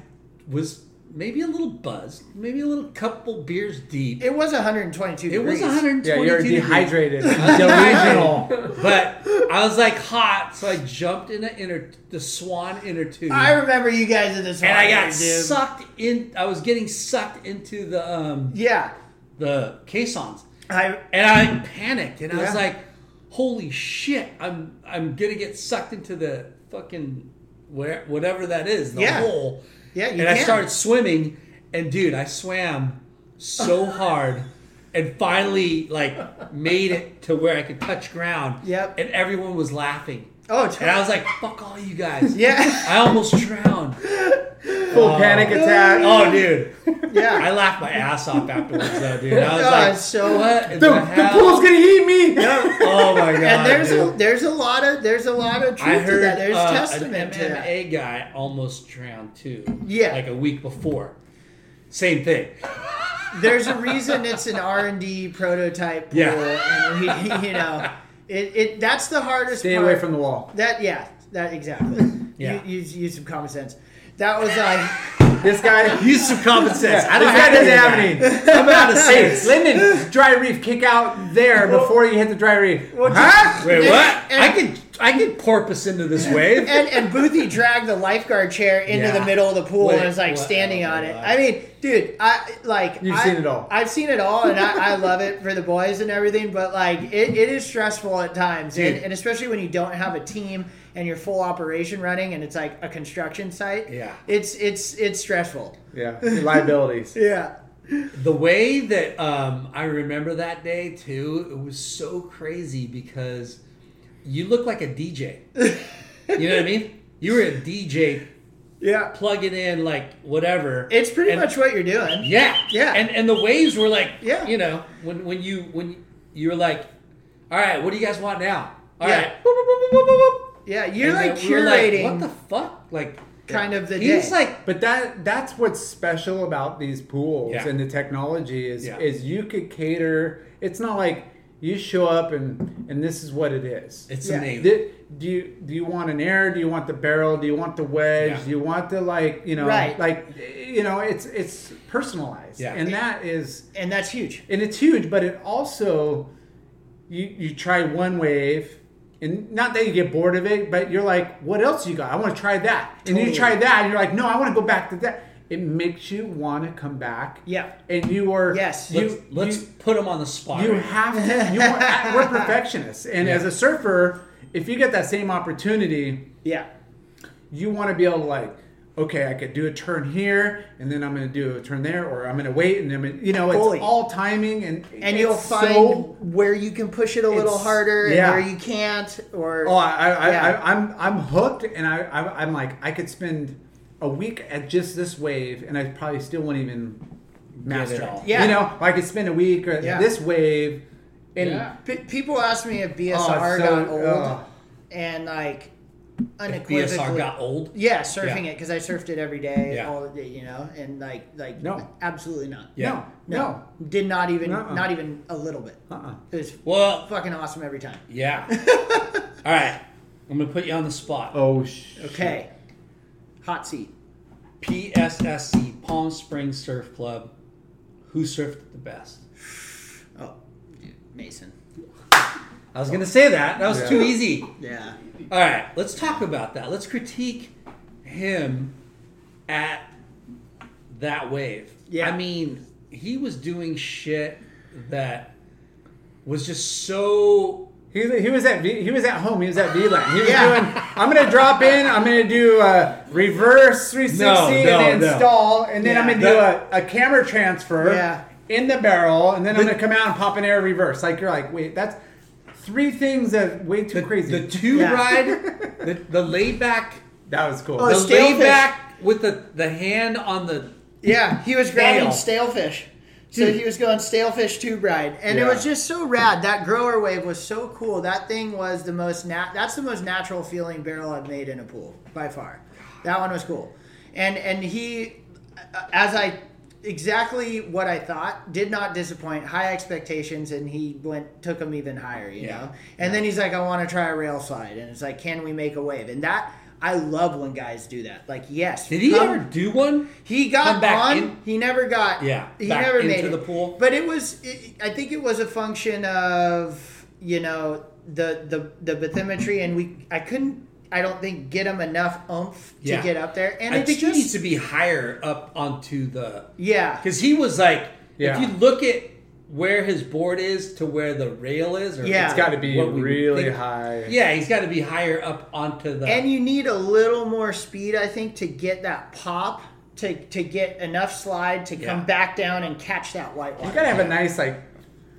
was maybe a little buzzed, maybe a little couple beers deep.
it was 122
It
degrees.
was 122.
yeah, you're
degrees.
dehydrated, delusional.
But I was like hot, so I jumped in the inner the swan inner tube,
I remember you guys in this.
and I got
dude.
sucked in. I was getting sucked into the um
Yeah,
the caissons.
I
and I panicked, and I was
Yeah.
like, "Holy shit! I'm I'm gonna get sucked into the fucking where whatever that is, the
Yeah.
hole."
Yeah, you
and I
can.
started swimming, and dude, I swam so hard, and finally like made it to where I could touch ground.
Yep.
and everyone was laughing.
oh
And I was like, "Fuck all you guys!"
yeah
I almost drowned.
Full panic attack.
Oh, dude. I
yeah.
laughed my ass off afterwards, though, dude. I was
Oh,
like,
it's so-
what? in
The, the
hell?"
pool's gonna eat me.
Oh my god!
And there's
dude.
a there's a lot of there's a lot of truth
I heard
to that. There's
uh, an
testament to that.
MMA guy almost drowned too.
Yeah.
like a week before. Same thing.
There's a reason it's an R and D prototype pool,
Yeah.
and we, you know, it, it that's the hardest.
Stay
part.
away from the wall.
that. Yeah, that exactly.
Yeah.
You, use use some common sense. That was uh, like.
This guy.
Use some common sense. I
this
don't
guy
have
doesn't
any of
have
that.
any. I'm out of sense. Linden, dry reef, kick out there before you hit the dry reef. Huh?
Wait, what?
And-
I can I can porpoise into this wave.
and, and Boothie dragged the lifeguard chair into
Yeah.
the middle of the pool
What-
and was like
what-
standing
oh
on
my
it.
God.
I mean, dude, I like
You've
I-
seen it all.
I've seen it all, and I, I love it for the boys and everything. But like, it, it is stressful at times, and,
Dude.
and especially when you don't have a team and your full operation running, and it's like a construction site.
Yeah.
it's it's it's stressful.
Yeah, liabilities.
Yeah,
the way that um, I remember that day too, it was so crazy because you look like a DJ. you know what I mean? You were a DJ
yeah.
plugging in like whatever.
It's pretty
And-
much what you're doing.
Yeah.
Yeah.
And and the waves were like
Yeah.
you know, when when you when you're like, All right, what do you guys want now? All
Yeah.
right, Boop, boop, boop, boop, boop, boop.
Yeah, you're
And
like
then we were like,
curating.
what the fuck? Like
Kind of the
He's
day.
like
But that that's what's special about these pools
Yeah.
and the technology is
Yeah.
is you could cater. It's not like you show up and and this is what it is.
it's
Yeah.
amazing.
Thi- do you do you want an air? Do you want the barrel? Do you want the wedge?
Yeah.
Do you want the like you know
Right.
like you know it's it's personalized
Yeah.
and that is
and that's huge.
and it's huge but it also you you try one wave and not that you get bored of it but you're like what else you got i want to try that and you
Totally.
try that and you're like no i want to go back to that it makes you want to come back
Yeah.
and you are
Yes.
you,
let's let's
you-
put him on the spot.
you have to. You are, we're perfectionists, and
Yeah.
as a surfer, if you get that same opportunity,
Yeah.
you want to be able to like, okay, I could do a turn here, and then I'm going to do a turn there, or I'm going to wait, and I'm gonna, you know, it's
Fully.
all timing, and
and
it's
you'll
so-
find where you can push it a little
It's-
harder
yeah.
and where you can't or
oh, I, I,
Yeah.
I, I'm I'm hooked, and I, I I'm like I could spend a week at just this wave, and I probably still won't even master
it
it.
all.
Yeah.
you know, I could spend a week or
Yeah.
this wave, and
Yeah.
P- people ask me if BSR
Oh, so-
got old
oh.
and like
if
unequivocally
BSR got old.
yeah surfing
Yeah.
it because I surfed it every day
Yeah.
all the day you know and like like
No.
absolutely not
Yeah.
no, no.
did not even
Nuh-uh.
not even a little bit
Uh-uh.
it was
Well
fucking awesome every time
yeah. All right. I'm gonna put you on the spot.
Oh, sh-
okay hot seat
PSSC Palm Springs Surf Club. Who surfed it the best?
oh Mason
I was gonna say that. That was
Yeah.
too easy.
yeah
All right, let's talk about that. Let's critique him at that wave.
Yeah.
I mean, he was doing shit that was just so.
He, he was at v, he was at home. He was at VLAN. He was
Yeah.
doing. I'm gonna drop in. I'm gonna do a reverse 360
No, no,
and
no.
then stall, and then
Yeah.
I'm gonna
That-
do a, a camera transfer
Yeah.
in the barrel, and then I'm gonna come out and pop an air reverse. Like you're like, wait, that's three things that way too crazy.
The two
Yeah.
ride, the, the laid back,
that was cool.
Oh,
the
The
laid
stalefish.
back with the, the hand on the.
Yeah, he was grabbing
Stale.
stalefish. So he was going stalefish tube ride, and
Yeah.
it was just so rad. That grower wave was so cool. That thing was the most nat. That's the most natural feeling barrel I've made in a pool by far. That one was cool, and and he, uh, as I exactly what I thought, did not disappoint. High expectations, and he went took them even higher. You
Yeah.
know, and then he's like, I want to try a rail slide, and it's like, can we make a wave? And that I love when guys do that. Like, yes.
Did he
come-
ever do one?
he got
Come back
on.
in-
He never got.
Yeah,
He
back
never
into
made it.
the pool.
But it was. It, I think it was a function of you know the the the bathymetry, and we. I couldn't. I don't think get him enough oomph
Yeah.
to get up there, and
I
it's
think
just
he needs to be higher up onto the
yeah,
Because he was like,
Yeah.
if you look at where his board is to where the rail is. Or
Yeah.
It's got to be
What we
really
think-
high.
Yeah, he's got to be higher up onto the.
And you need a little more speed, I think, to get that pop, to, to get enough slide to come
Yeah.
back down and catch that white
You
water.
gotta have a nice like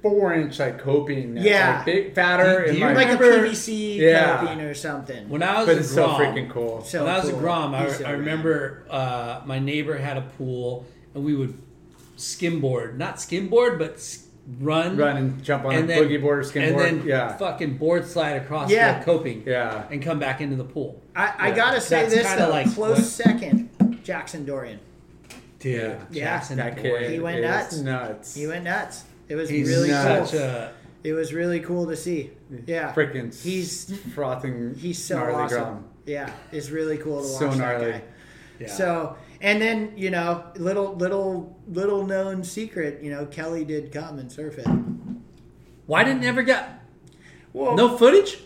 four inch like coping. that's,
Yeah.
like, big fatter and
you
like,
like
remember-
a PVC
Yeah.
coping or something.
when I was
but
in
it's so
Guam-
freaking cool.
So
when I was
cool.
at Grom, I,
He's so
I
rad.
remember uh, my neighbor had a pool, and we would skimboard, not skimboard, but s- run,
Run and jump on a boogie board or
and
skimboard.
then
yeah,
fucking board slide across
Yeah.
the coping,
Yeah.
and come back into the pool.
I, I gotta say
That's
this
kinda
though,
like
close
what-
second, Jackson Dorian.
Dude,
Yeah.
Jackson
that
Boyd,
kid
He went
is
nuts.
nuts.
He went nuts. It was
he's
really
such
cool.
a
It was really cool to see. Yeah,
freaking
He's
frothing.
he's so
gnarly
awesome.
Grom.
Yeah, it's really cool to watch
So gnarly.
that guy.
yeah.
So, and then you know, little little little known secret, you know, Kelly did come and surf it.
Why didn't it ever get
Well,
no footage?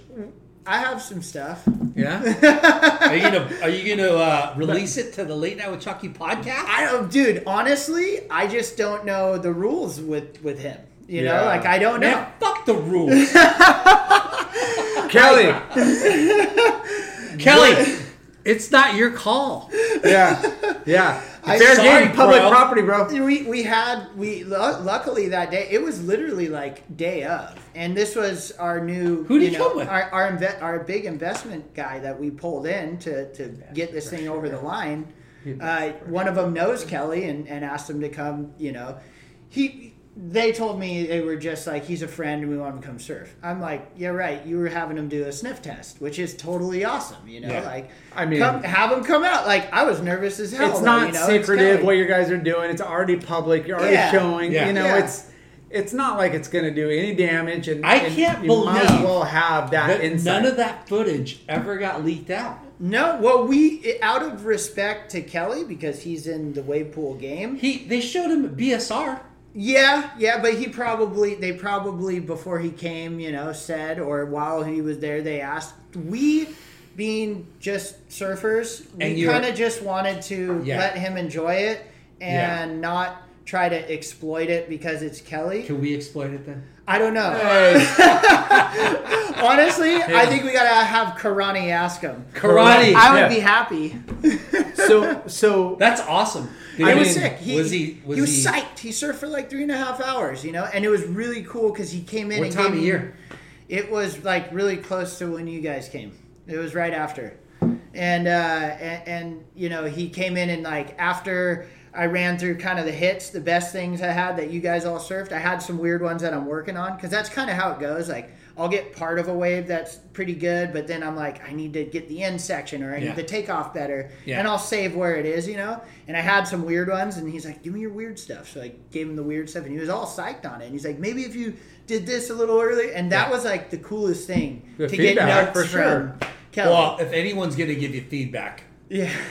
I have some stuff.
Yeah. are you gonna Are you gonna uh, release it to the Late Night with Chucky podcast?
I don't, dude. Honestly, I just don't know the rules with with him. You
Yeah.
know, like I don't know.
Man, fuck the rules,
Kelly.
Kelly. It's not your call.
yeah, yeah.
I-
Fair
sorry,
game, public
bro.
property, bro.
we we had we lu- luckily that day it was literally like day of and this was our new
Who'd he
you know,
come with?
our our, inve- our big investment guy that we pulled in to to get this thing over the line uh, one of them knows Kelly and, and asked him to come you know he they told me they were just like he's a friend and we want him to come surf I'm like yeah right you were having him do a sniff test which is totally awesome you know
Yeah.
like
I mean-
come, have him come out like I was nervous as hell
It's
though,
not
you know, it's
secretive
Kelly.
what your guys are doing. It's already public. You're already
Yeah.
showing.
Yeah.
You know,
Yeah.
it's it's not like it's going to do any damage. And
I
and
can't
you might as
believe
well have that,
But
insight.
none of that footage ever got leaked out.
No, well, we out of respect to Kelly because he's in the wave pool game.
He they showed him at BSR.
Yeah, yeah, but he probably they probably before he came, you know, said or while he was there, they asked we. Being just surfers,
And
we
you're-
kind of just wanted to
Yeah.
let him enjoy it and
Yeah.
not try to exploit it because it's Kelly.
Can we exploit it then?
I don't know. Honestly, I think we gotta have Karani ask him.
Karate.
I would
Yeah.
be happy.
so so
That's awesome. Dude,
I
mean,
was sick. He
was he? Was
he was psyched. He surfed for like three and a half hours, you know, and it was really cool because he came in.
What
and
time
gave
of
me-
year?
It was like really close to when you guys came. It was right after, and uh, and, and you know he came in and like after I ran through kind of the hits, the best things I had that you guys all surfed. I had some weird ones that I'm working on because that's kind of how it goes. Like I'll get part of a wave that's pretty good, but then I'm like I need to get the end section or I
Yeah.
need the takeoff better,
Yeah.
and I'll save where it is, you know. And I had some weird ones, and he's like, "Give me your weird stuff." So I gave him the weird stuff, and he was all psyched on it. And he's like, "Maybe if you did this a little earlier," and that was like the coolest thing
The
to
feedback,
get notes
for sure.
from Kelly.
Well, if anyone's gonna give you feedback,
yeah.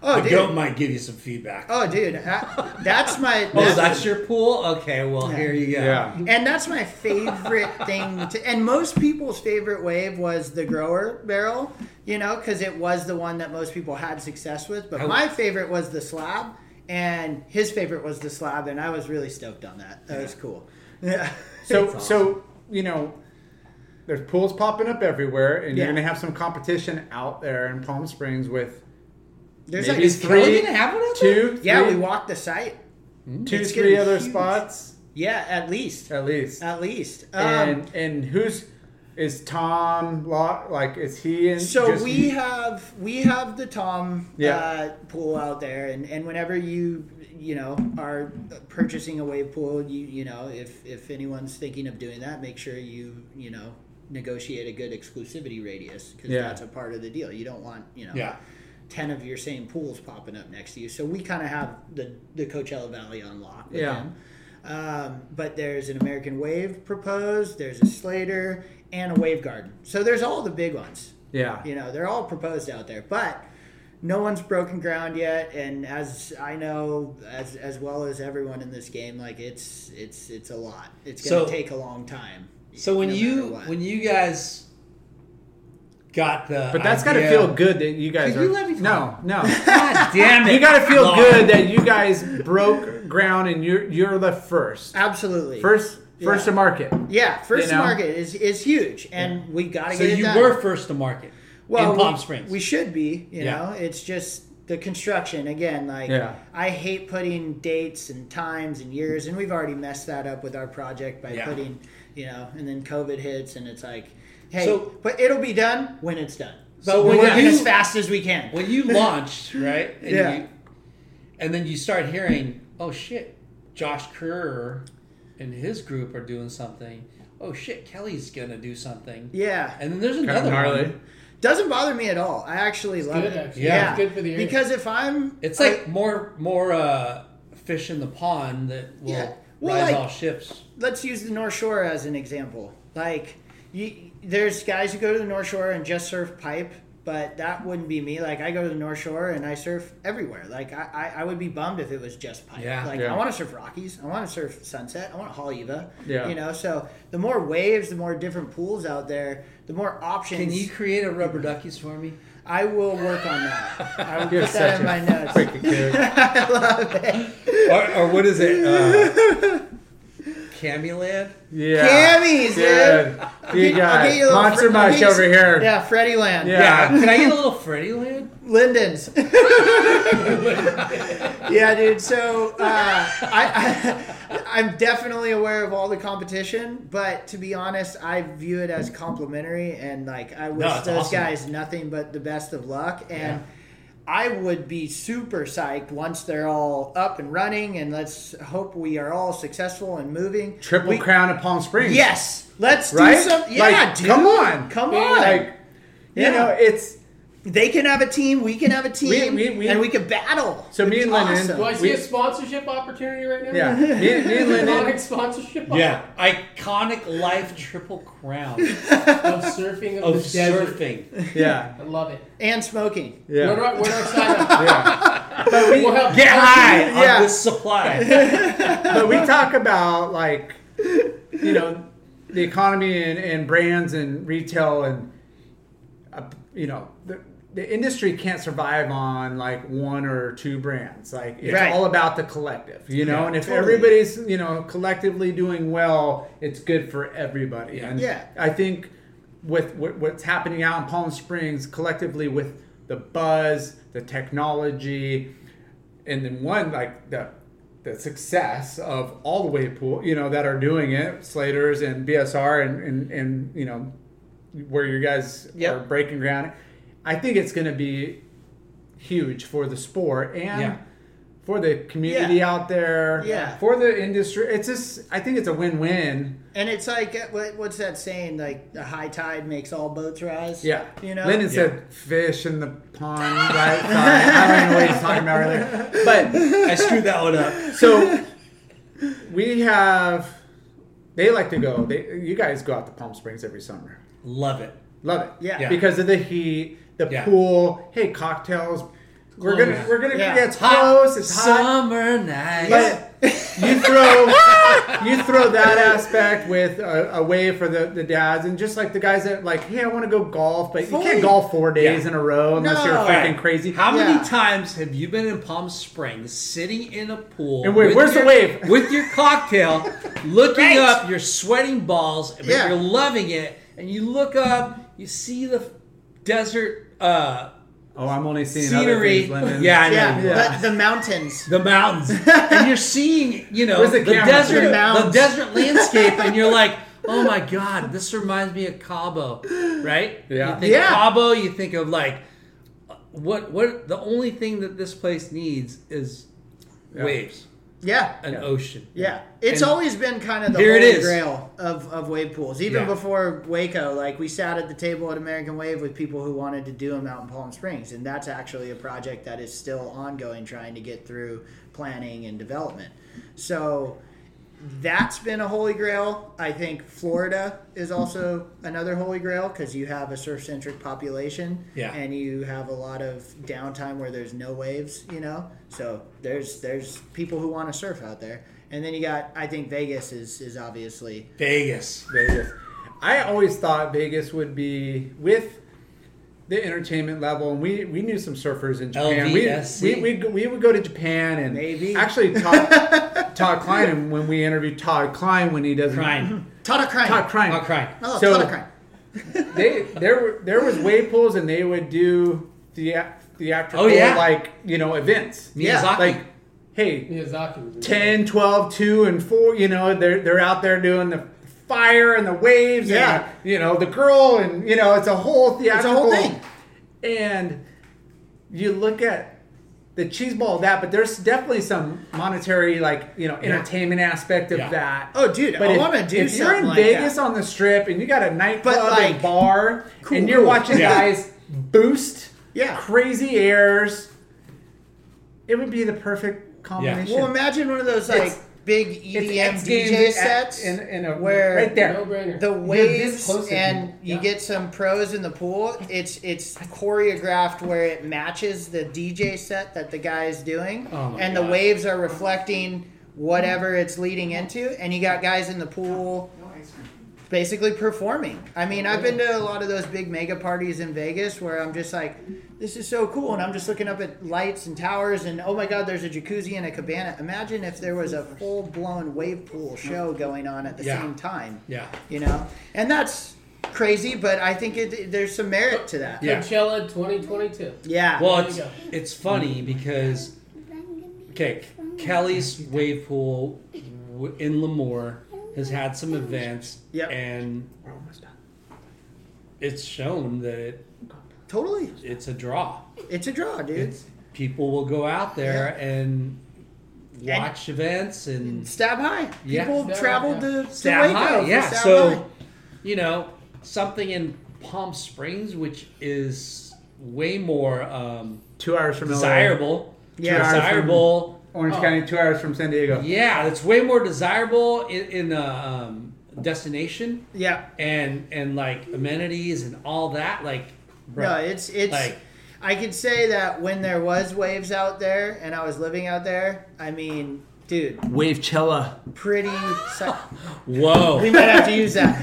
Oh,
the
dude.
goat might give you some feedback.
Oh, dude. I- that's my.
Oh, that's your pool. Okay, well
Yeah.
here you go.
yeah.
and that's my favorite thing to and most people's favorite wave was the grower barrel you know because it was the one that most people had success with but my favorite was the slab and his favorite was the slab and i was really stoked on that that was cool yeah
So so you know, there's pools popping up everywhere, and
Yeah.
you're gonna have some competition out there in Palm Springs with
there's
maybe
like
Kelly
three,
gonna have one out there?
two,
yeah
three-
we walked the site
two,
it's
three
gonna be
other
huge.
spots
yeah at least
at least.
at least um,
and and who's is Tom Lot like? Is he in?
so
just-
we have we have the tom
Yeah.
uh, pool out there and, and whenever you you know are purchasing a wave pool you you know if if anyone's thinking of doing that make sure you you know negotiate a good exclusivity radius because
Yeah.
that's a part of the deal you don't want you know
Yeah.
10 of your same pools popping up next to you so we kind of have the the coachella valley on lock with
Yeah.
them. Um, but there's an American Wave proposed. There's a Slater and a Wave Garden. So there's all the big ones.
yeah.
You know, they're all proposed out there, but no one's broken ground yet. And as I know, as as well as everyone in this game, like it's it's it's a lot. It's going
So-
to take a long time.
So when
no matter
you
what.
when you guys got the.
But that's got to
idea.
feel good that you guys
Could
are.
you let me
no,
talk?
no.
God damn it!
you got to feel
Lord.
good that you guys broke ground and you're you're the first,
Absolutely.
first, first to market.
yeah, first
you know?
market is is huge, and we got to
So
get it
you
done.
were first to market
well,
in Palm
we,
Springs.
We should be, you
Yeah.
know. It's just the construction again. Like,
Yeah.
I hate putting dates and times and years, and we've already messed that up with our project by
Yeah.
putting, you know, and then COVID hits, and it's like, hey,
So-
but it'll be done when it's done. But
So
we're
when
working
you-
as fast as we can.
when you launched, right? And
Yeah.
You, and then you start hearing, oh shit, Josh Kerr and his group are doing something. Oh shit, Kelly's gonna do something.
yeah,
And then there's another
gnarly.
one.
doesn't bother me at all. I actually love
good,
it.
actually.
Yeah.
It's good for the area.
because if I'm,
It's like more more uh, fish in the pond that will
Yeah. Well,
rise
like-
all ships.
let's use the North Shore as an example. Like, you, there's guys who go to the North Shore and just surf pipe, but that wouldn't be me. Like, I go to the North Shore and I surf everywhere. Like, I, I, I would be bummed if it was just pipe.
Yeah.
like,
Yeah.
I want to surf Rockies. I want to surf Sunset. I want Haleiwa.
Yeah.
You know, so the more waves, the more different pools out there, the more options.
Can you create a rubber duckies for me?
I will work on that. I will
You're
put that
such
in my notes.
Freaking good.
I love it.
or, or what is it? Uh, Camuland?
Yeah.
Cammies, dude.
Dude, you
I'll get you
got
a little
Monster
Fre- I'll get
Mush
you-
over here.
Yeah, Freddie Land.
Yeah.
Yeah. Can I get a little Freddy Land?
Linden's. yeah, dude. So uh, I, I, I'm definitely aware of all the competition, but to be honest, I view it as complimentary, and like I wish
it's
those
awesome.
guys nothing but the best of luck. And I would be super psyched once they're all up and running, and let's hope we are all successful and moving.
Triple
We-
Crown of Palm Springs.
Yes, let's
Right?
do some. Yeah,
Like,
dude.
come on.
come
Yeah.
on.
Like, you
Yeah.
know, it's
They can have a team. We can have a team,
we- we-
and we can battle.
So me
It'd be
and Lennon-
Do I
awesome.
see
We-
a sponsorship opportunity right now?
yeah. Me, me and Lyndon.
Iconic sponsorship
Iconic life triple crown
of surfing of,
of
the desert.
surfing.
Yeah.
I love it.
and smoking.
Where do
Yeah.
I, where do I sign up? We'll help
Get high
Yeah.
on this supply.
but we talk about like you know the economy and, and brands and retail and uh, you know the, the industry can't survive on like one or two brands like it's
Right.
all about the collective you know and if
totally.
everybody's you know collectively doing well it's good for everybody and
Yeah.
i think with what, what's happening out in palm springs collectively with the buzz the technology and then one like the the success of all the way pool you know that are doing it slaters and bsr and and, and you know where you guys
Yep.
are breaking ground i think it's going to be huge for the sport and
Yeah.
for the community
Yeah.
out there
Yeah.
for the industry it's just i think it's a win-win
And it's like uh, what, what's that saying? Like the high tide makes all boats rise.
yeah
you know.
lyndon said fish in the pond right Sorry, i don't know what he's talking about earlier but
I screwed that one up.
So we have. They like to go. They, you guys go out to Palm Springs every summer.
Love it.
Love it.
Yeah. Yeah.
Because of the heat, the
Yeah.
pool. Hey, cocktails. We're gonna we're gonna
Yeah.
yeah. it's close. It's hot.
Summer night.
But you throw you throw that aspect with a, a way for the, the dads and just like the guys that like hey I want to go golf but you
Fully.
can't golf four days
Yeah.
in a row unless you're
No.
fucking crazy.
How
Yeah.
many times have you been in Palm Springs, sitting in a pool,
And wait,
with
where's the
your-
wave?
with your cocktail, looking
Right.
up, you're sweating balls, but
Yeah.
you're loving it, and you look up, you see the desert uh,
oh, I'm only seeing other
scenery.
things, Lyndon.
yeah, I know.
yeah,
you are.
Yeah.
but the mountains.
The mountains, and you're seeing, you know,
Where's the
the,
camera?
desert,
The
the,
mountains.
desert landscape, and you're like, oh my god, this reminds me of Cabo, right?
Yeah.
You think
Yeah.
Cabo, you think of like, what? What? The only thing that this place needs is waves,
Yeah,
an ocean.
yeah. It's
And-
always been kind of the
Here it
holy
is.
grail of, of wave pools. Even
Yeah.
before Waco, like we sat at the table at American Wave with people who wanted to do them out in Palm Springs, and that's actually a project that is still ongoing, trying to get through planning and development. So that's been a holy grail. I think Florida is also another holy grail because you have a surf centric population
Yeah.
and you have a lot of downtime where there's no waves, you know. So there's there's people who want to surf out there, and then you got I think Vegas is is obviously
Vegas.
Vegas. I always thought Vegas would be with the entertainment level, and we, we knew some surfers in Japan.
LVSC.
We, we, we'd go- we would go to Japan and
Maybe.
actually Todd, Todd Klein. And when we interviewed Todd Klein, when he doesn't
Crying.
Tata crime.
Todd Klein,
Todd Klein.
Oh,
So-
Tata crime.
they there were there was wave pools, and they would do the theatrical
Oh, yeah.
like you know events.
Yeah,
Miyazaki.
like hey,
Miyazaki. was-
10, 12, 2, and 4, you know, they're, they're out there doing the fire and the waves
Yeah.
and, you know, the girl and, you know, it's a whole theatrical.
whole thing.
And you look at the cheese ball of that, but there's definitely some monetary, like, you know, entertainment aspect of
Yeah.
that.
Oh, dude,
but
I
if-
wanna do
If you're in
something like
Vegas
that.
on the strip and you got a nightclub
like,
and bar
cool,
and you're
cool.
watching
Yeah.
guys boost
Yeah.
crazy airs, it would be the perfect combination.
Well, imagine one of those like
It's-
big E
it's
EDM
X Games
DJ
at-
sets
in- in a-
where
right there.
No brainer.
the waves
close to
and
people.
you
Yeah.
get some pros in the pool. It's it's choreographed where it matches the DJ set that the guy is doing,
Oh my
and the
God.
waves are reflecting whatever it's leading into, and you got guys in the pool. Basically performing. I mean, I've been to a lot of those big mega parties in Vegas where I'm just like, this is so cool, and I'm just looking up at lights and towers, and oh my God, there's a jacuzzi and a cabana. Imagine if there was a full blown wave pool show going on at the
Yeah.
same time
Yeah.
you know and that's crazy but i think it, there's some merit to that
Yeah.
Coachella 2022.
yeah
Well, it's,
There you
it's funny because okay, Kelly's wave pool w- in Lemoore has had some events,
Yep.
and it's shown that
totally
it's a draw.
it's a draw dude
It's people will go out there and watch events and
stab high
Yeah.
people
Stab
traveled
high,
to, to
stab
Waco
high.
for
Yeah,
stab
so
high.
you know something in Palm Springs, which is way more um,
Two hours from LA.
desirable.
Yeah.
desirable.
Orange County, two hours from San Diego.
Yeah, it's way more desirable in, in uh, um, destination
yeah
and and like amenities and all that. Like, bro,
no it's it's
like
i could say that when there was waves out there and i was living out there i mean dude
Wave Cella.
pretty si- we
whoa,
might have to use that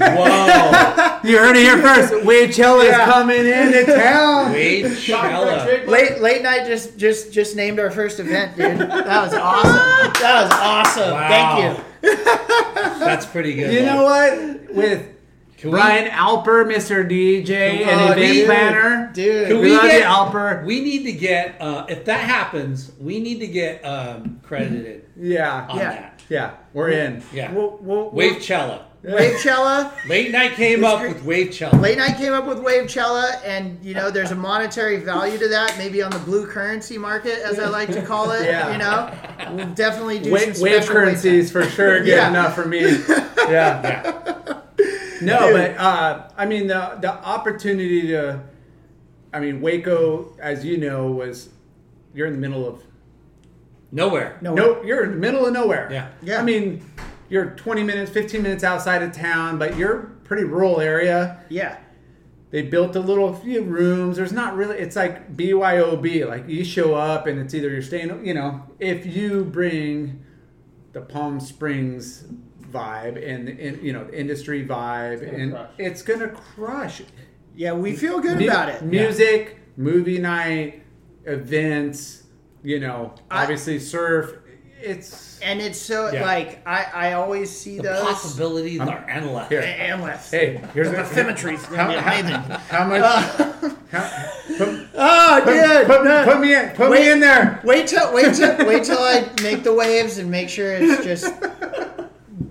whoa,
You heard it here first. Wave Chella is coming into town.
Wade Chella.
Late, late night just just just named our first event, dude. That was awesome. That was awesome. Thank you.
That's pretty good.
You
one.
know what? With
Can we-
Brian Alper, Mr. DJ,
Oh,
and event
dude.
planner.
Dude.
Can
we,
we
love
get-
you, Alper.
We need to get uh, if that happens, we need to get um, credited
yeah,
on
yeah,
Yeah.
that.
yeah. We're in.
Oh, Yeah,
We'll, we'll,
Wave Cella.
Wave Cella.
Late night came up with Wave Cella.
Late night came up with Wave Cella, and you know, there's a monetary value to that, maybe on the blue currency market, as I like to call it.
Yeah.
You know, we'll definitely do
Wa-
some special
wave currencies for sure. Good
Yeah.
enough for me. Yeah. No, but uh, I mean the the opportunity to, I mean Waco, as you know, was you're in the middle of
Nowhere. No.
no, you're in the middle of nowhere.
Yeah.
Yeah.
I mean, you're 20 minutes, 15 minutes outside of town, but you're pretty rural area.
Yeah.
They built a little few rooms. There's not really. It's like BYOB. Like you show up and it's either you're staying. You know, if you bring the Palm Springs vibe and, and you know the industry vibe, and
crush.
it's gonna crush.
Yeah, we feel good
Mu-
about it.
Music, movie night, events. You know,
I-
obviously surf. It's
And it's so
Yeah.
like I, I always see
The
those
possibilities are endless.
A-
here.
and left.
Hey, here's
The symmetry's gonna be amazing.
How much?
Uh,
how- put,
Oh, dude!
put- put me in. Put me in there.
Wait till wait till wait till I make the waves and make sure it's just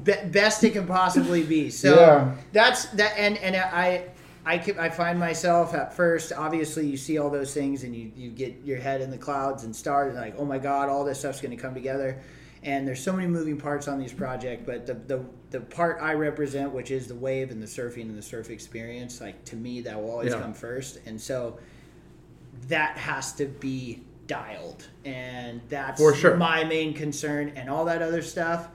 be, best it can possibly be. So
Yeah.
that's that, and and I I can, I find myself at first. Obviously, you see all those things and you you get your head in the clouds and start and like, oh my god, all this stuff's going to come together. And there's so many moving parts on these project, but the, the the part I represent, which is the wave and the surfing and the surf experience, like to me that will always
Yeah.
come first. And so that has to be dialed and that's
For sure.
my main concern and all that other stuff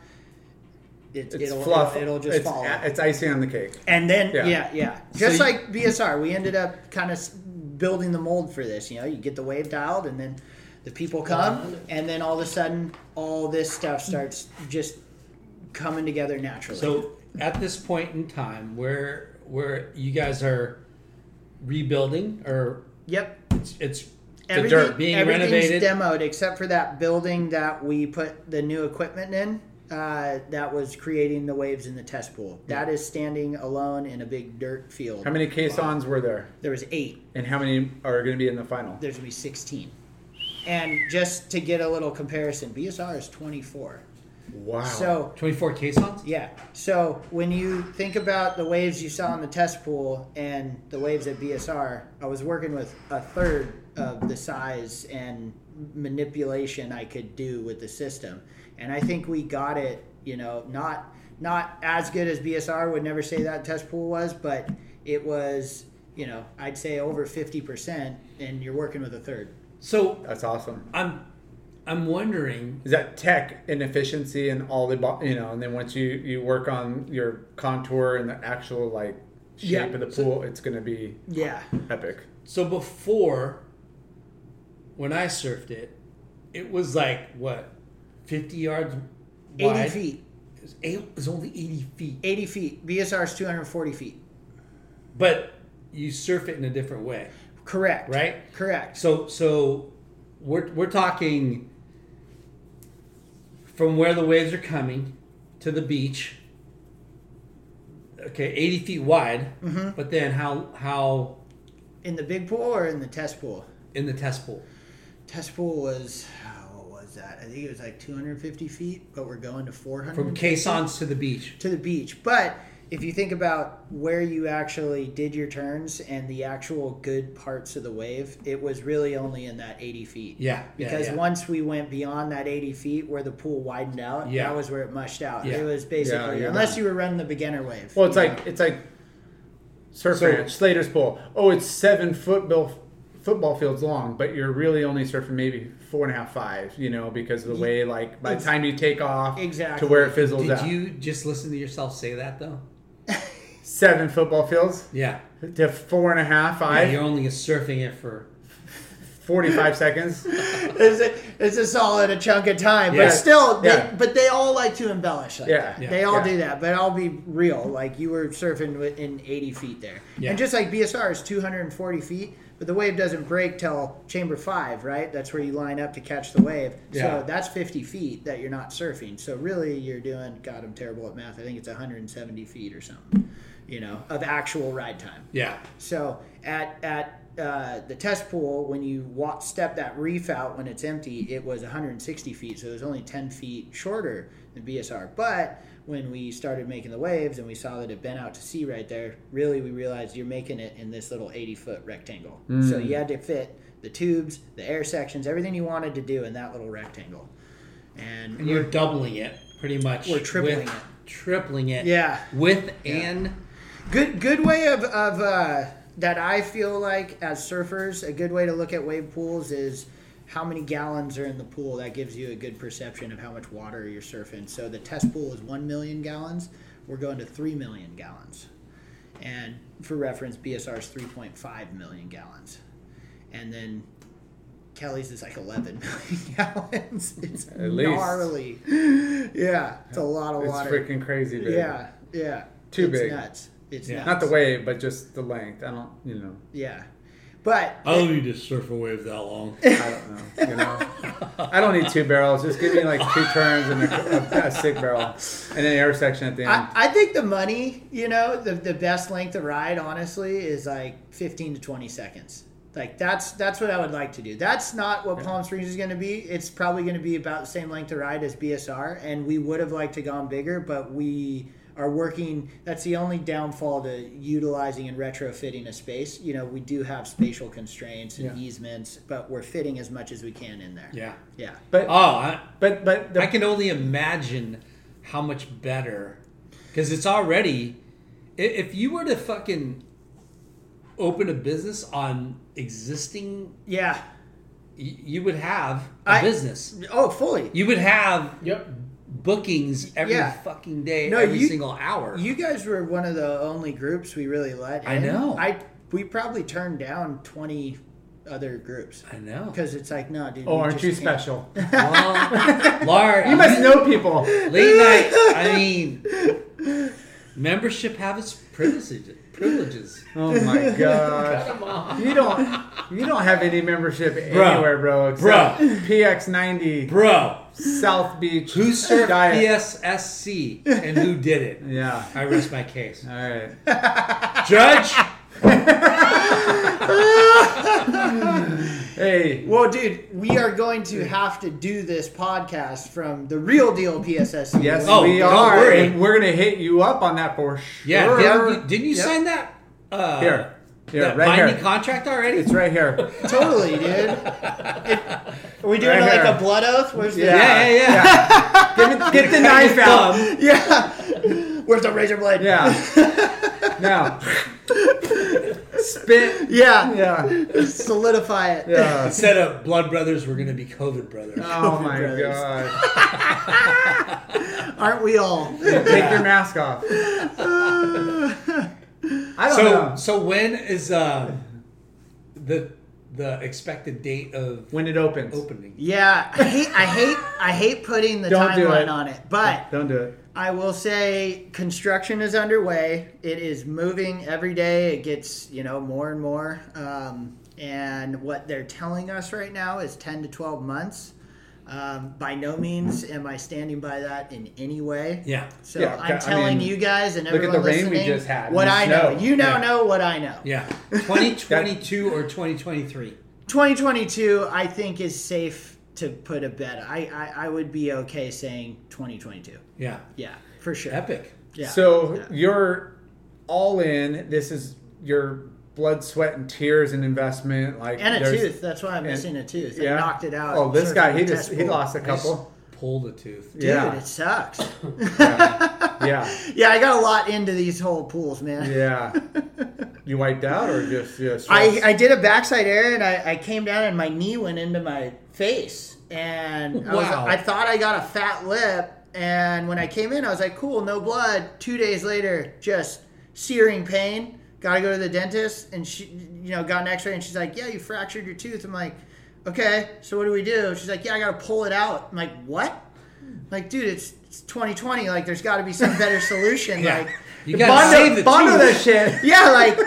It's
it, it'll,
fluff.
it'll, it'll just
it's,
fall
It's icing on the cake.
and then
Yeah.
yeah yeah, just
you-
like bsr we ended up kind of building the mold for this you know you get the wave dialed and then the people come and then all of a sudden all this stuff starts just coming together naturally
So at this point in time, where where you guys are rebuilding or
Yep.
it's, it's the
Everything-
dirt being
everything's
renovated.
demoed except for that building that we put the new equipment in. Uh, that was creating the waves in the test pool. That is standing alone in a big dirt field.
How many caissons were there,
There was eight.
and how many are going to be in the final?
There's gonna be 16. And just to get a little comparison, BSR is 24.
Wow.
So
24 caissons?
yeah. So when you think about the waves you saw in the test pool and the waves at BSR, I was working with a third of the size and manipulation I could do with the system. And I think we got it, you know, not not as good as BSR would never say that test pool was, but it was, you know, I'd say over 50% and you're working with a third.
So
that's awesome.
I'm I'm wondering
Is that tech and efficiency and all the bo- you know? And then once you you work on your contour and the actual like shape
Yeah.
of the pool, it's going to be
Yeah.
epic.
so before when I surfed it, it was like what 50 yards
80
wide.
feet.
It was, eight, it was only 80 feet.
80 feet. BSR is 240 feet.
But you surf it in a different way.
Correct.
Right?
Correct.
So so we're we're talking from where the waves are coming to the beach. Okay, eighty feet wide, but then how how
In the big pool or in the test pool?
in the test pool?
Test pool was what was that? I think it was like 250 feet, but we're going to 400
From caissons to the beach.
to the beach. But if you think about where you actually did your turns and the actual good parts of the wave, it was really only in that 80 feet.
Yeah, yeah,
Because
yeah.
once we went beyond that 80 feet where the pool widened out,
Yeah.
that was where it mushed out.
Yeah.
It was basically,
you're
unless you were running the beginner wave.
Well, it's like it's like surf
So-
ranch, Slater's pool. Oh, it's seven football football fields long, but you're really only surfing maybe four and a half, five. You know, because of the way like by the time you take off to
Exactly.
where it fizzles
Did
out.
you just listen to yourself say that though?
seven football fields
Yeah.
to four and a half,
Yeah,
five,
you're only surfing it for
45 seconds.
it's, a, it's a solid a chunk of time,
Yeah.
but still, they,
Yeah.
but they all like to embellish. Like
Yeah.
that.
Yeah.
they all
Yeah.
do that. But I'll be real. Like you were surfing with- in eighty feet there,
Yeah.
and just like BSR is two hundred and forty feet, but the wave doesn't break till chamber five, right? That's where you line up to catch the wave.
Yeah.
So that's fifty feet that you're not surfing. So really, you're doing. God, I'm terrible at math. I think it's one hundred and seventy feet or something. You know, of actual ride time.
Yeah.
So at at uh, the test pool, when you walk, step that reef out when it's empty, it was 160 feet, so it was only 10 feet shorter than BSR. But when we started making the waves and we saw that it bent out to sea right there, really we realized you're making it in this little 80 foot rectangle. So you had to fit the tubes, the air sections, everything you wanted to do in that little rectangle. And,
And you're doubling it pretty much.
We're tripling
with-
it.
Tripling it.
Yeah.
With an
good good way of, of uh, that I feel like as surfers, a good way to look at wave pools is how many gallons are in the pool. That gives you a good perception of how much water you're surfing. So the test pool is one million gallons. We're going to three million gallons, and for reference, BSR is three point five million gallons, and then. Kelly's is like 11 million gallons. It's
least.
gnarly. Yeah, it's a lot of
It's
water.
freaking crazy big.
Yeah, yeah.
Too
it's
big.
Nuts. It's
Yeah.
nuts.
Not the wave, but just the length. I don't, you know,
Yeah, but
I don't need to surf a wave that long.
I don't know. You know, I don't need two barrels. Just give me like two turns and a, a, a sick barrel, and an air section at the end.
I, I think the money, you know, the the best length of ride, honestly, is like fifteen to twenty seconds. Like that's that's what I would like to do. That's not what Palm Springs is going to be. It's probably going to be about the same length of ride as BSR, and we would have liked to gone bigger, but we are working. That's the only downfall to utilizing and retrofitting a space. You know, we do have spatial constraints and easements, but we're fitting as much as we can in there.
yeah.
yeah.
Oh, I,
but but the,
I can only imagine how much better because it's already. i- If you were to fucking open a business on existing,
yeah.
y- you would have a
I-
business.
Oh, fully.
You would have
Yep.
bookings every
Yeah.
fucking day,
No,
every
you-
single hour.
You guys were one of the only groups we really let.
I
in.
know.
I we probably turned down twenty other groups
I know.
because it's like, no, dude.
oh,
we
aren't
just
you
can't.
special?
Well, Lar,
You must know people.
late night. I mean, Membership have its privileges. privileges.
Oh my gosh.
Come on.
You don't you don't have any membership
Bro.
anywhere, bro, except PX90
Bro,
South Beach.
who served
diet.
PSSC and who did it?
Yeah.
I rest my case.
All right.
Judge,
Hey,
Well, dude, we are going to have to do this podcast from the real deal PSS.
yes,
Oh,
we
don't
are.
worry.
and We're gonna hit you up on that for sure.
yeah, didn't you, didn't you
Yep.
sign that? Uh,
Here. Here,
that
right
binding
here.
contract already?
It's right here.
totally, dude. It- are we doing
Right
like
here.
a blood oath? Where's the
yeah, yeah, yeah.
Give it, get the knife out.
Where's the razor blade?
Yeah. Now. Spit.
yeah.
Yeah.
Solidify it.
Yeah.
Instead of blood brothers, we're gonna be COVID brothers.
Oh my
Brothers.
gosh.
Aren't we all?
Take your mask off. I don't
so,
know.
so when is uh, the the expected date of
When it opens.
opening?
Yeah, I hate, I hate, I hate putting the
Don't do
timeline
it.
on it. But
Don't do it.
I will say construction is underway. It is moving every day. It gets you know more and more. Um, and what they're telling us right now is ten to twelve months. Um, by no means am I standing by that in any way.
Yeah.
So
Yeah, I
I'm telling
mean,
you guys and
look at
everyone
the rain
listening
we just had and
what
the
I know.
snow.
You now
Yeah.
know what I know.
Yeah, 2022 or 2023.
2022, I think, is safe to put a bet. I, I, I would be okay saying 2022.
Yeah,
Yeah, for sure.
epic.
Yeah.
So
Yeah.
you're all in. This is your blood, sweat, and tears and investment. Like
and a
there's-
tooth. That's why I'm missing a tooth. I knocked it out.
Oh, this
Sort
guy,
of
he
a
just he
test
lost a
I just
couple.
pulled a tooth.
pool. Dude,
Yeah,
it sucks.
yeah,
yeah, I got a lot into these whole pools, man.
yeah. You wiped out or just just
I, I did a backside air and I, I came down and my knee went into my face. And I, was,
Wow.
I thought I got a fat lip. And when I came in, I was like, cool, no blood. Two days later, just searing pain. Got to go to the dentist. And she, you know, got an x ray and she's like, yeah, you fractured your tooth. I'm like, okay, so what do we do? She's like, yeah, I got to pull it out. I'm like, what? I'm like, dude, it's, it's 2020. Like, there's got to be some better solution.
Yeah.
Like,
You gotta save the
bundle
tooth.
that shit.
yeah, like,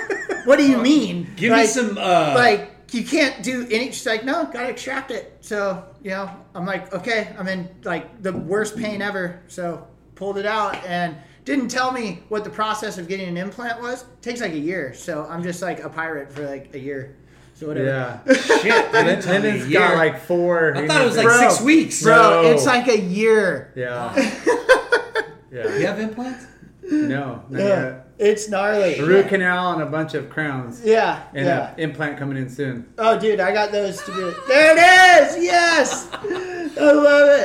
what do you mean?
Give me
Like-
some. Uh,
like you can't do any she's like no gotta extract it so you know i'm like okay i'm in like the worst pain ever so pulled it out and didn't tell me what the process of getting an implant was takes like a year so i'm just like a pirate for like a year so whatever
Yeah,
shit. they didn't tell me a
Lyndon's got
year.
like four.
I thought it was like
Bro,
six weeks.
No.
bro it's like a year
yeah,
You
yeah.
have implants?
No, not yet.
it's gnarly
A root canal and a bunch of crowns
yeah
and
yeah
an implant coming in soon.
oh dude i got those to do there it is yes i love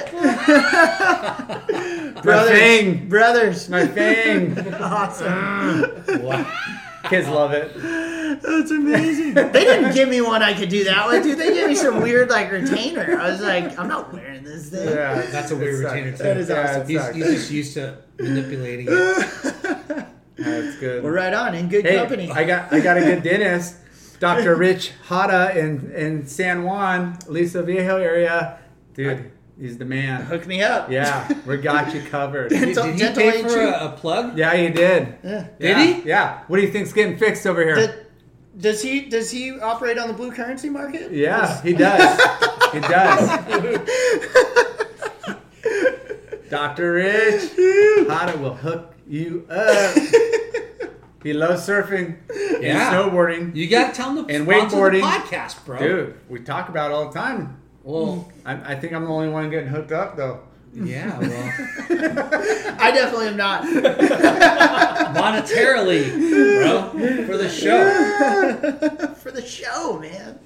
it brothers
thing.
brothers
My thing.
awesome
Kids love it.
That's amazing. they didn't give me one I could do that with, dude. They gave me some weird like retainer. I was like, I'm not wearing this thing.
Yeah,
That's a
it
weird
sucks.
retainer too.
That is
Yeah,
awesome.
it
He's,
sucks.
he's just used to manipulating it.
That's good.
Well, right on. In good
Hey,
company.
I got I got a good dentist, Dr. Rich Hada in in San Juan, Lisa Viejo area. Dude, he's the man.
Hook me up.
Yeah, we got you covered.
Did,
Dental-
did he
dental
pay
aid
for
too.
a, a plug?
Yeah, he did.
Did
Yeah,
he?
Yeah. What do you think's getting fixed over here?
Th- Does he does he operate on the blue currency market?
yeah, he does. he does. Dr. Rich Hada will hook you up. He loves surfing and
Yeah.
snowboarding.
You got to tell him to
And
sponsor the
wakeboarding.
podcast, bro.
Dude, we talk about it all the time.
Well,
I, I think I'm the only one getting hooked up though.
yeah. Well,
I definitely am not.
monetarily, bro, for the show.
For the show, man.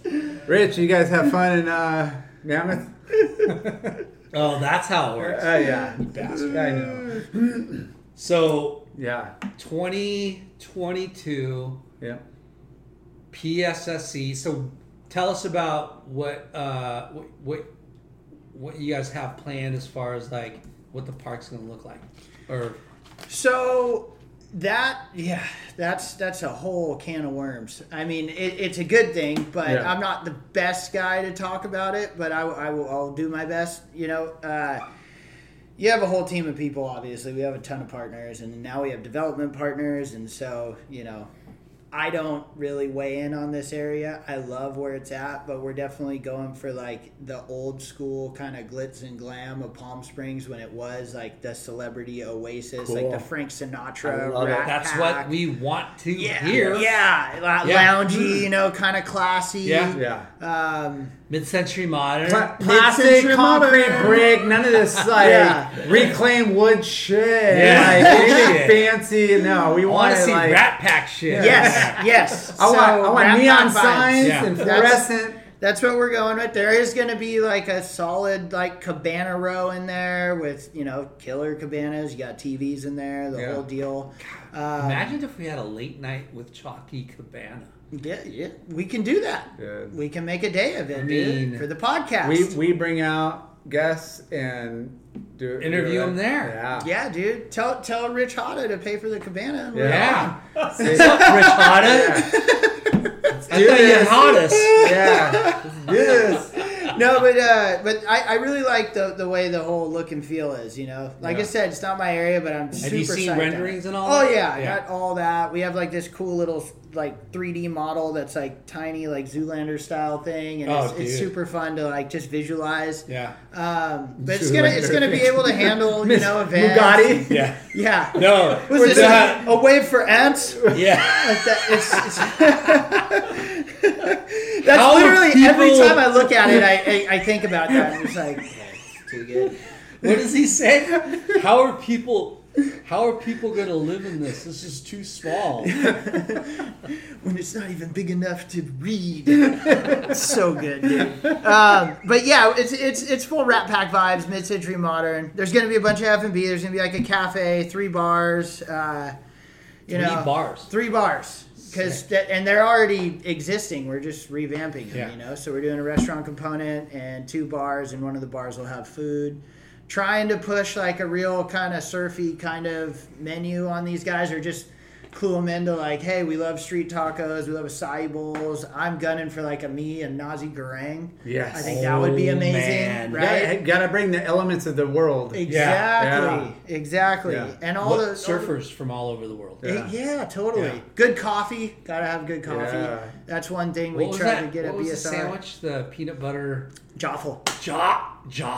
Rich, you guys have fun in uh, Mammoth?
Oh, that's how it works.
Uh, yeah. I know.
So,
Yeah.
2022
Yeah.
PSSC. So, tell us about what uh, what- what what you guys have planned as far as like what the park's going to look like, or
So that yeah, that's that's a whole can of worms. I mean, it, it's a good thing, but
Yeah.
I'm not the best guy to talk about it. But I, I will I'll do my best. You know, uh, you have a whole team of people. Obviously, we have a ton of partners, and now we have development partners, and so you know, I don't really weigh in on this area. I love where it's at, but we're definitely going for like the old school kind of glitz and glam of Palm Springs when it was like the celebrity oasis, like
Cool.
the Frank Sinatra.
I love it.
Rat
That's
Pack.
what we want to
Yeah,
hear.
yeah, la-
Yeah.
loungy, you know, kind of classy.
Yeah.
Yeah.
Um,
Uh, Mid-century modern.
Pla-
Mid-century
plastic, concrete,
modern.
brick, none of this like
Yeah.
reclaimed wood shit.
Yeah.
Like anything
Shit.
fancy. No, we
I want
want
to see
like,
Rat Pack shit.
yes, yes.
I want, I
So,
want
Rat
neon
Pack vibes.
signs
Yeah.
and
That's-
fluorescent.
That's what we're going with. There is going to be like a solid like cabana row in there with you know killer cabanas. You got TVs in there, the
Yeah.
whole deal. Uh,
Imagine if we had a late night with Chalky Cabana.
Um, yeah, yeah, we can do that.
Good.
We can make a day of it
I
dude,
mean,
for the podcast.
We we bring out guests and do
Interview
do it.
them there.
Yeah.
yeah, dude. Tell tell Rich Hotta to pay for the cabana. and we're
Yeah.
See?
Rich Hotta. I
Do
thought you
this.
had us.
Yeah. Do this.
no, but uh, but I, I really like the the way the whole look and feel is. You know, like I
Yeah.
said, it's not my area, but I'm super.
you seen
psyched on it.
renderings and all
Oh
that?
yeah,
Yeah.
I got all that. We have like this cool little like 3D model that's like tiny like Zoolander style thing, and
Oh,
it's, it's
dude.
super fun to like just visualize.
Yeah.
Um, but it's gonna it's
Zoolander.
gonna be able to handle you know events.
Bugatti.
Yeah.
Yeah.
No.
Was
we're
this
not-
a, a wave for ants?
Yeah.
Like that- it's- it's- that's
How
literally every
people-
time I look at it, I, I, I think about that. And it's like, that's too good.
What does he say? How are people? How are people gonna live in this? This is too small.
When it's not even big enough to read. It's so good, dude. Um, but yeah, it's it's it's full Rat Pack vibes, mid-century modern. There's gonna be a bunch of F and B. There's gonna be like a cafe, three bars. Uh, you
Three
know,
bars.
three bars. Because and they're already existing. We're just revamping them,
Yeah.
you know. So we're doing a restaurant component and two bars, and one of the bars will have food. Trying to push like a real kind of surfy kind of menu on these guys, or just clue them into like, hey, we love street tacos, we love acai bowls. I'm gunning for like a me and Nazi garang.
Yes.
I think that would be
Oh,
amazing,
man.
right?
Yeah, gotta bring the elements of the world.
Exactly, exactly,
Yeah.
and all
All
the all the-
surfers from all over the world.
Eh,
Yeah.
Yeah, totally.
Yeah.
Good coffee. Gotta have good coffee.
Yeah.
That's one thing
What
we
was
try
that?
to get
what
at
was the
BSR.
sandwich? The peanut butter
Joffle.
jaw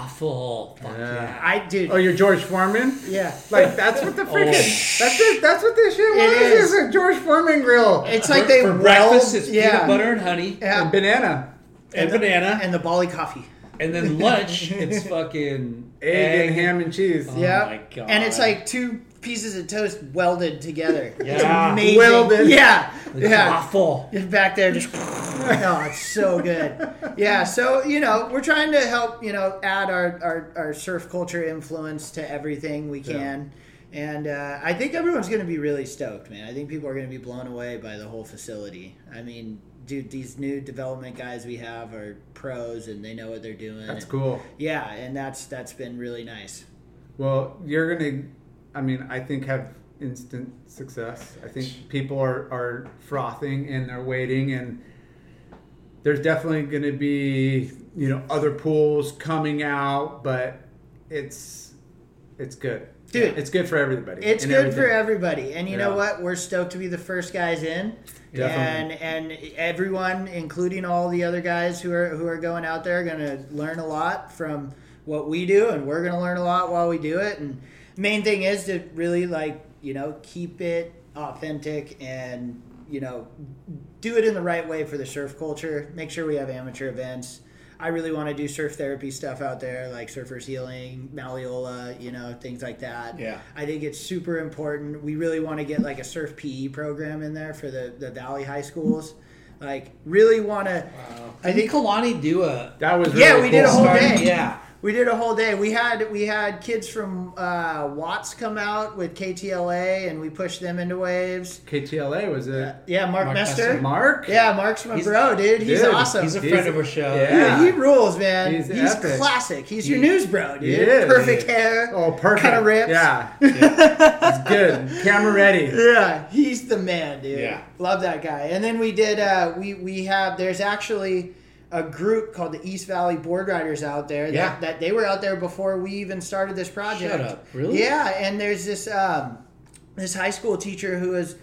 jawful. Fuck yeah.
I dude.
Oh, you're George Foreman?
yeah.
Like that's what the freaking that's it, that's what this shit was.
is.
It's a George Foreman grill.
It's like they
For
weld-
breakfast, it's
yeah,
peanut butter and honey
Yeah.
A banana.
and banana, and,
and the Bali coffee.
then lunch it's fucking
Egg, and ham and cheese.
Oh
yeah.
my God.
And it's like two pieces of toast welded together. It's
Yeah.
amazing.
Welded.
Yeah. Yeah.
Jawful.
Just back there just oh it's so good yeah so you know we're trying to help you know add our our, our surf culture influence to everything we can and uh, i think everyone's going to be really stoked man i think people are going to be blown away by the whole facility i mean dude these new development guys we have are pros and they know what they're doing
That's cool.
yeah and that's that's been really nice
Well, you're gonna I mean, I think have instant success. I think people are, are frothing and they're waiting and there's definitely gonna be, you know, other pools coming out, but it's it's good.
Dude.
It's good for everybody.
It's
and
good
everything.
for everybody, and you know
Yeah.
what? We're stoked to be the first guys in,
Definitely.
and and everyone, including all the other guys who are who are going out there, are going to learn a lot from what we do, and we're going to learn a lot while we do it. And main thing is to really like you know keep it authentic and you know do it in the right way for the surf culture. Make sure we have amateur events. I really want to do surf therapy stuff out there, like Surfers Healing, Malleola, you know, things like that.
Yeah.
I think it's super important. We really want to get like a surf PE program in there for the, the Valley high schools. Like, really want to.
I think Kalani do a
That was
Yeah,
really
we did a
cool.
whole
Sorry.
day.
Yeah.
We did a whole day. We had we had kids from uh, Watts come out with KTLA, and we pushed them into waves.
KTLA was it?
Yeah, Mark,
Mark
Mester.
Mester.
Mark?
Yeah, Mark's my bro, dude. He's
dude,
awesome.
he's a
He's-
friend of our show.
yeah.
Yeah, he rules, man. He's,
He's epic.
classic. He's your news bro, dude.
He is.
Perfect hair.
Oh, perfect.
Kinda rips.
Yeah. It's good. Camera ready.
Yeah, he's the man, dude.
Yeah.
Love that guy. And then we did. Uh, we we have. There's actually a group called the East Valley Board Riders out there. That,
Yeah.
that they were out there before we even started this project.
Shut up. Really?
Yeah, and there's this um, this high school teacher who is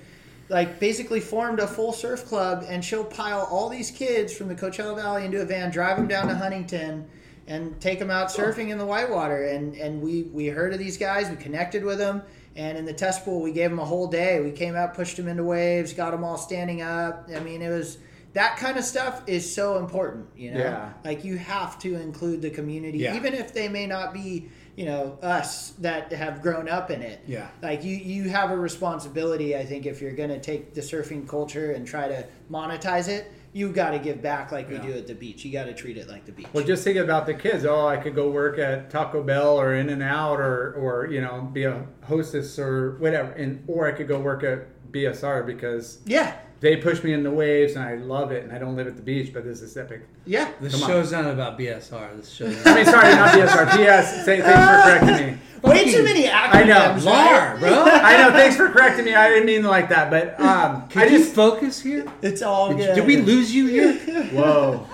like basically formed a full surf club, and she'll pile all these kids from the Coachella Valley into a van, drive them down to Huntington. And take them out surfing in the whitewater, and and we we heard of these guys, we connected with them, and in the test pool we gave them a whole day. We came out, pushed them into waves, got them all standing up. I mean, it was that kind of stuff is so important, you know.
Yeah.
Like you have to include the community,
Yeah.
even if they may not be, you know, us that have grown up in it.
Yeah.
Like you, you have a responsibility. I think if you're going to take the surfing culture and try to monetize it, you got to give back like we do at the beach. You got to treat it like the beach.
Well, just think about the kids. Oh, I could go work at Taco Bell or In and Out, or or you know, be a hostess or whatever, and or I could go work at BSR because
yeah,
they push me in the waves and I love it, and I don't live at the beach, but this is epic.
yeah.
This
Come on.
show's not about BSR. This show's
I mean, sorry, not BSR. PS. Say, thanks for correcting me.
Way too many acronyms.
I know.
right?
LAR, bro.
I know. Thanks for correcting me. I didn't mean like that, but um, I
Did you
just
focus here?
It's all good.
Did we lose you here?
whoa.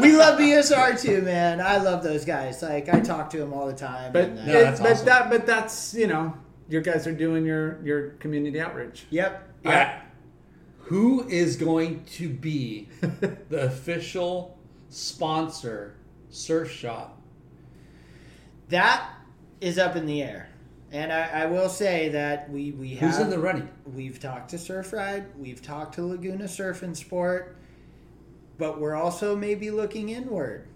We love BSR too, man. I love those guys. Like I talk to them all the time.
But
and, uh,
it-
that's
but
awesome.
that but that's you know, your guys are doing your your community outreach.
yep.
I- who is going to be the official sponsor surf shop?
that is up in the air. And I, I will say that we we have
Who's in the running?
we've talked to Surfride, we've talked to Laguna Surf and Sport, but we're also maybe looking inward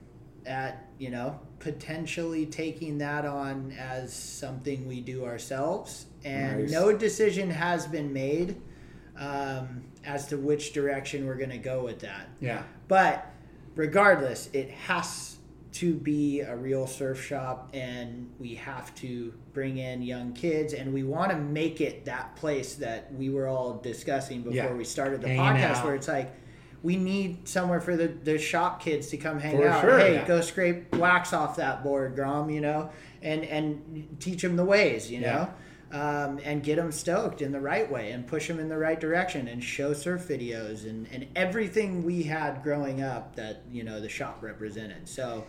at you know potentially taking that on as something we do ourselves. And
Nice.
no decision has been made um, as to which direction we're going to go with that.
Yeah.
But regardless, it has to be a real surf shop, and we have to bring in young kids, and we want to make it that place that we were all discussing before
Yeah.
we started the
Hanging
podcast,
out.
where it's like. We need somewhere for the, the shop kids to come hang
For
out.
sure,
hey,
yeah.
go scrape wax off that board, Grom, you know, and and teach them the ways, you know, um, and get them stoked in the right way and push them in the right direction and show surf videos and, and everything we had growing up that, you know, the shop represented. So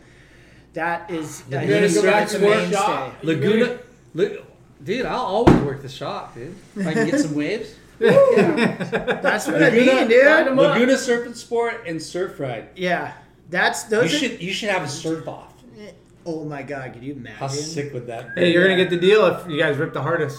that is I
You're gonna
think,
go back
that's
to
the
the
mainstay.
shop?
Laguna. Lu- Dude, I'll always work the shop, dude. If I can get some waves.
That's what I
Laguna-
mean, dude.
Come on.
Laguna Surf and Sport and Surf Ride.
Yeah. That's
You
those are,
should you should have a surf off.
Oh my god, could you
How
imagine?
sick would that
Hey,
be,
you're gonna get the deal if you guys rip the hardest.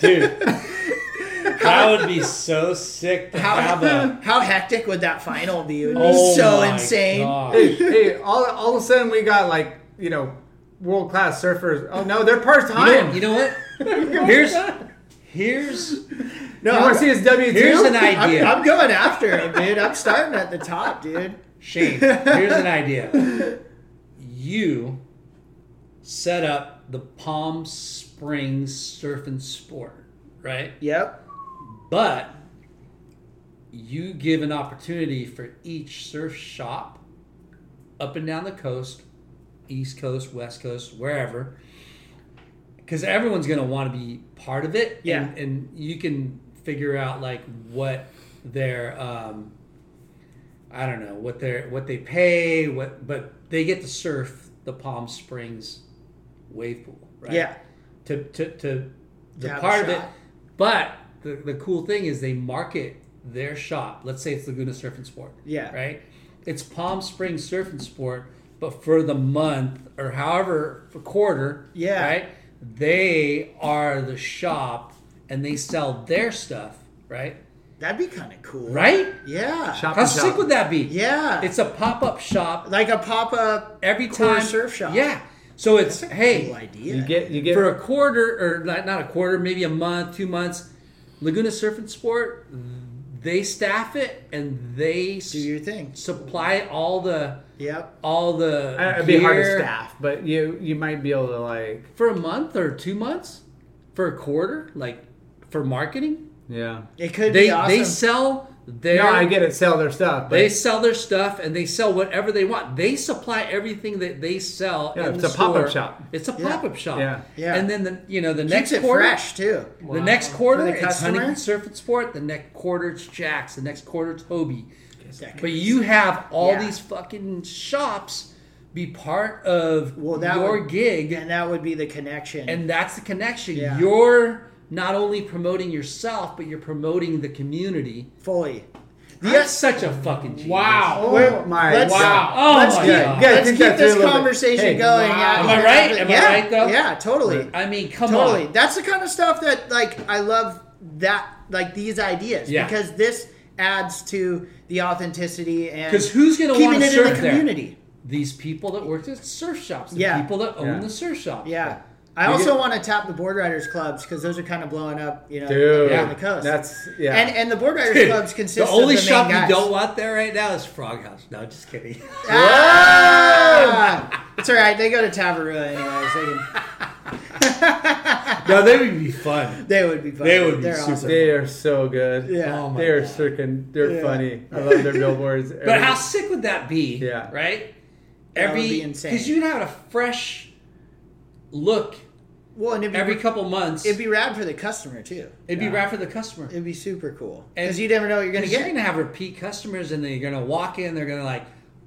dude? that would be so sick to have a.
How hectic would that final be? It would be
Oh
so
my
insane.
God.
hey, hey, all, all of a sudden we got like, you know, world class surfers. Oh no, they're part time.
You know what? Here's here's
you want to see his W
here's an
two?
idea.
I'm going after him, dude. I'm starting at the top, dude.
Shane, here's an idea. You set up the Palm Springs Surf and Sport, right?
Yep.
But you give an opportunity for each surf shop up and down the coast, East Coast, West Coast, wherever, because everyone's going to want to be part of it.
Yeah.
And, and you can figure out like what their, um, I don't know, what their what they pay, what but they get to surf the Palm Springs wave pool, right?
Yeah.
to to, to the
have a
part of it.
shot.
But the, the cool thing is they market their shop. Let's say it's Laguna Surf and Sport.
Yeah.
Right? It's Palm Springs Surf and Sport, but for the month or however for quarter.
Yeah.
Right? They are the shop and they sell their stuff, right?
That'd be kind of cool.
Right?
Yeah.
Shop
How
and
sick
shop.
would that be?
Yeah.
It's a pop up shop
like a pop up.
every
Core
time.
surf shop.
Yeah. So it's hey,
Cool idea.
You get, you get.
for a quarter or not, not a quarter maybe a month two months laguna surf and sport they staff it and they
Do your thing.
supply all the
Yep.
all the
I- it'd be hard to
gear
staff, but you you might be able to like,
for a month or two months for a quarter like for marketing
yeah.
It could
they
be awesome.
they sell their
No, I get it. Sell their stuff, but
they sell their stuff and they sell whatever they want. They supply everything that they sell.
Yeah,
in
it's
the
a pop-up
store.
shop.
It's a
Yeah.
pop up shop.
Yeah.
Yeah.
And then the you know the
Keeps
next
it
quarter
fresh too.
The next
For
quarter,
the
it's
customer?
Huntington Surf and Sport. The next quarter, it's Jax. The next quarter, it's Hobie.
decades.
But you have all
Yeah.
these fucking shops be part of
Well, that
your
would-
gig,
and that would be the connection.
and that's the connection.
Yeah.
You're not only promoting yourself, but you're promoting the community.
fully.
That's such a fucking genius.
Oh,
Wow. Where- oh my
let's-
wow.
Oh
let's
my
keep,
God.
Yeah,
let's
think
keep
that through a
this
little bit.
conversation
Hey,
going.
wow.
Yeah,
Am
I right? Am I
yeah,
right, though?
Yeah, totally.
I mean, come
totally.
on.
That's the kind of stuff that like I love that like these ideas
Yeah.
because this adds to the authenticity and
'Cause who's gonna
keeping
wanna
it in
surf
the
there?
community?
These people that worked at surf shops, the
Yeah.
people that own
Yeah.
the surf shops.
Yeah. I
You
also
get-
want to tap the board riders clubs because those are kind of blowing up, you know,
Dude,
down the coast.
that's- yeah.
And and the board riders clubs
The
consist
only
of the main
shop
guys.
you don't want there right now is Frog House. No, just kidding.
Ah! It's all right. They go to Tavarua anyways. They, can,
no, they would be fun.
they would be fun.
They would be
They're
super
awesome.
They are so good.
Yeah. Oh
my
they are
God.
freaking. They're
Yeah.
funny. I love their billboards.
But how sick would that be?
Yeah.
Right?
That would
Every
be insane.
Because you'd have a fresh look
Well, and it'd be,
every couple months.
it'd be rad for the customer too.
It'd be rad for the customer.
It'd be super cool
And-
because you never know what you're gonna
Because you're
get.
gonna have repeat customers, and then you're gonna walk in, they're gonna like,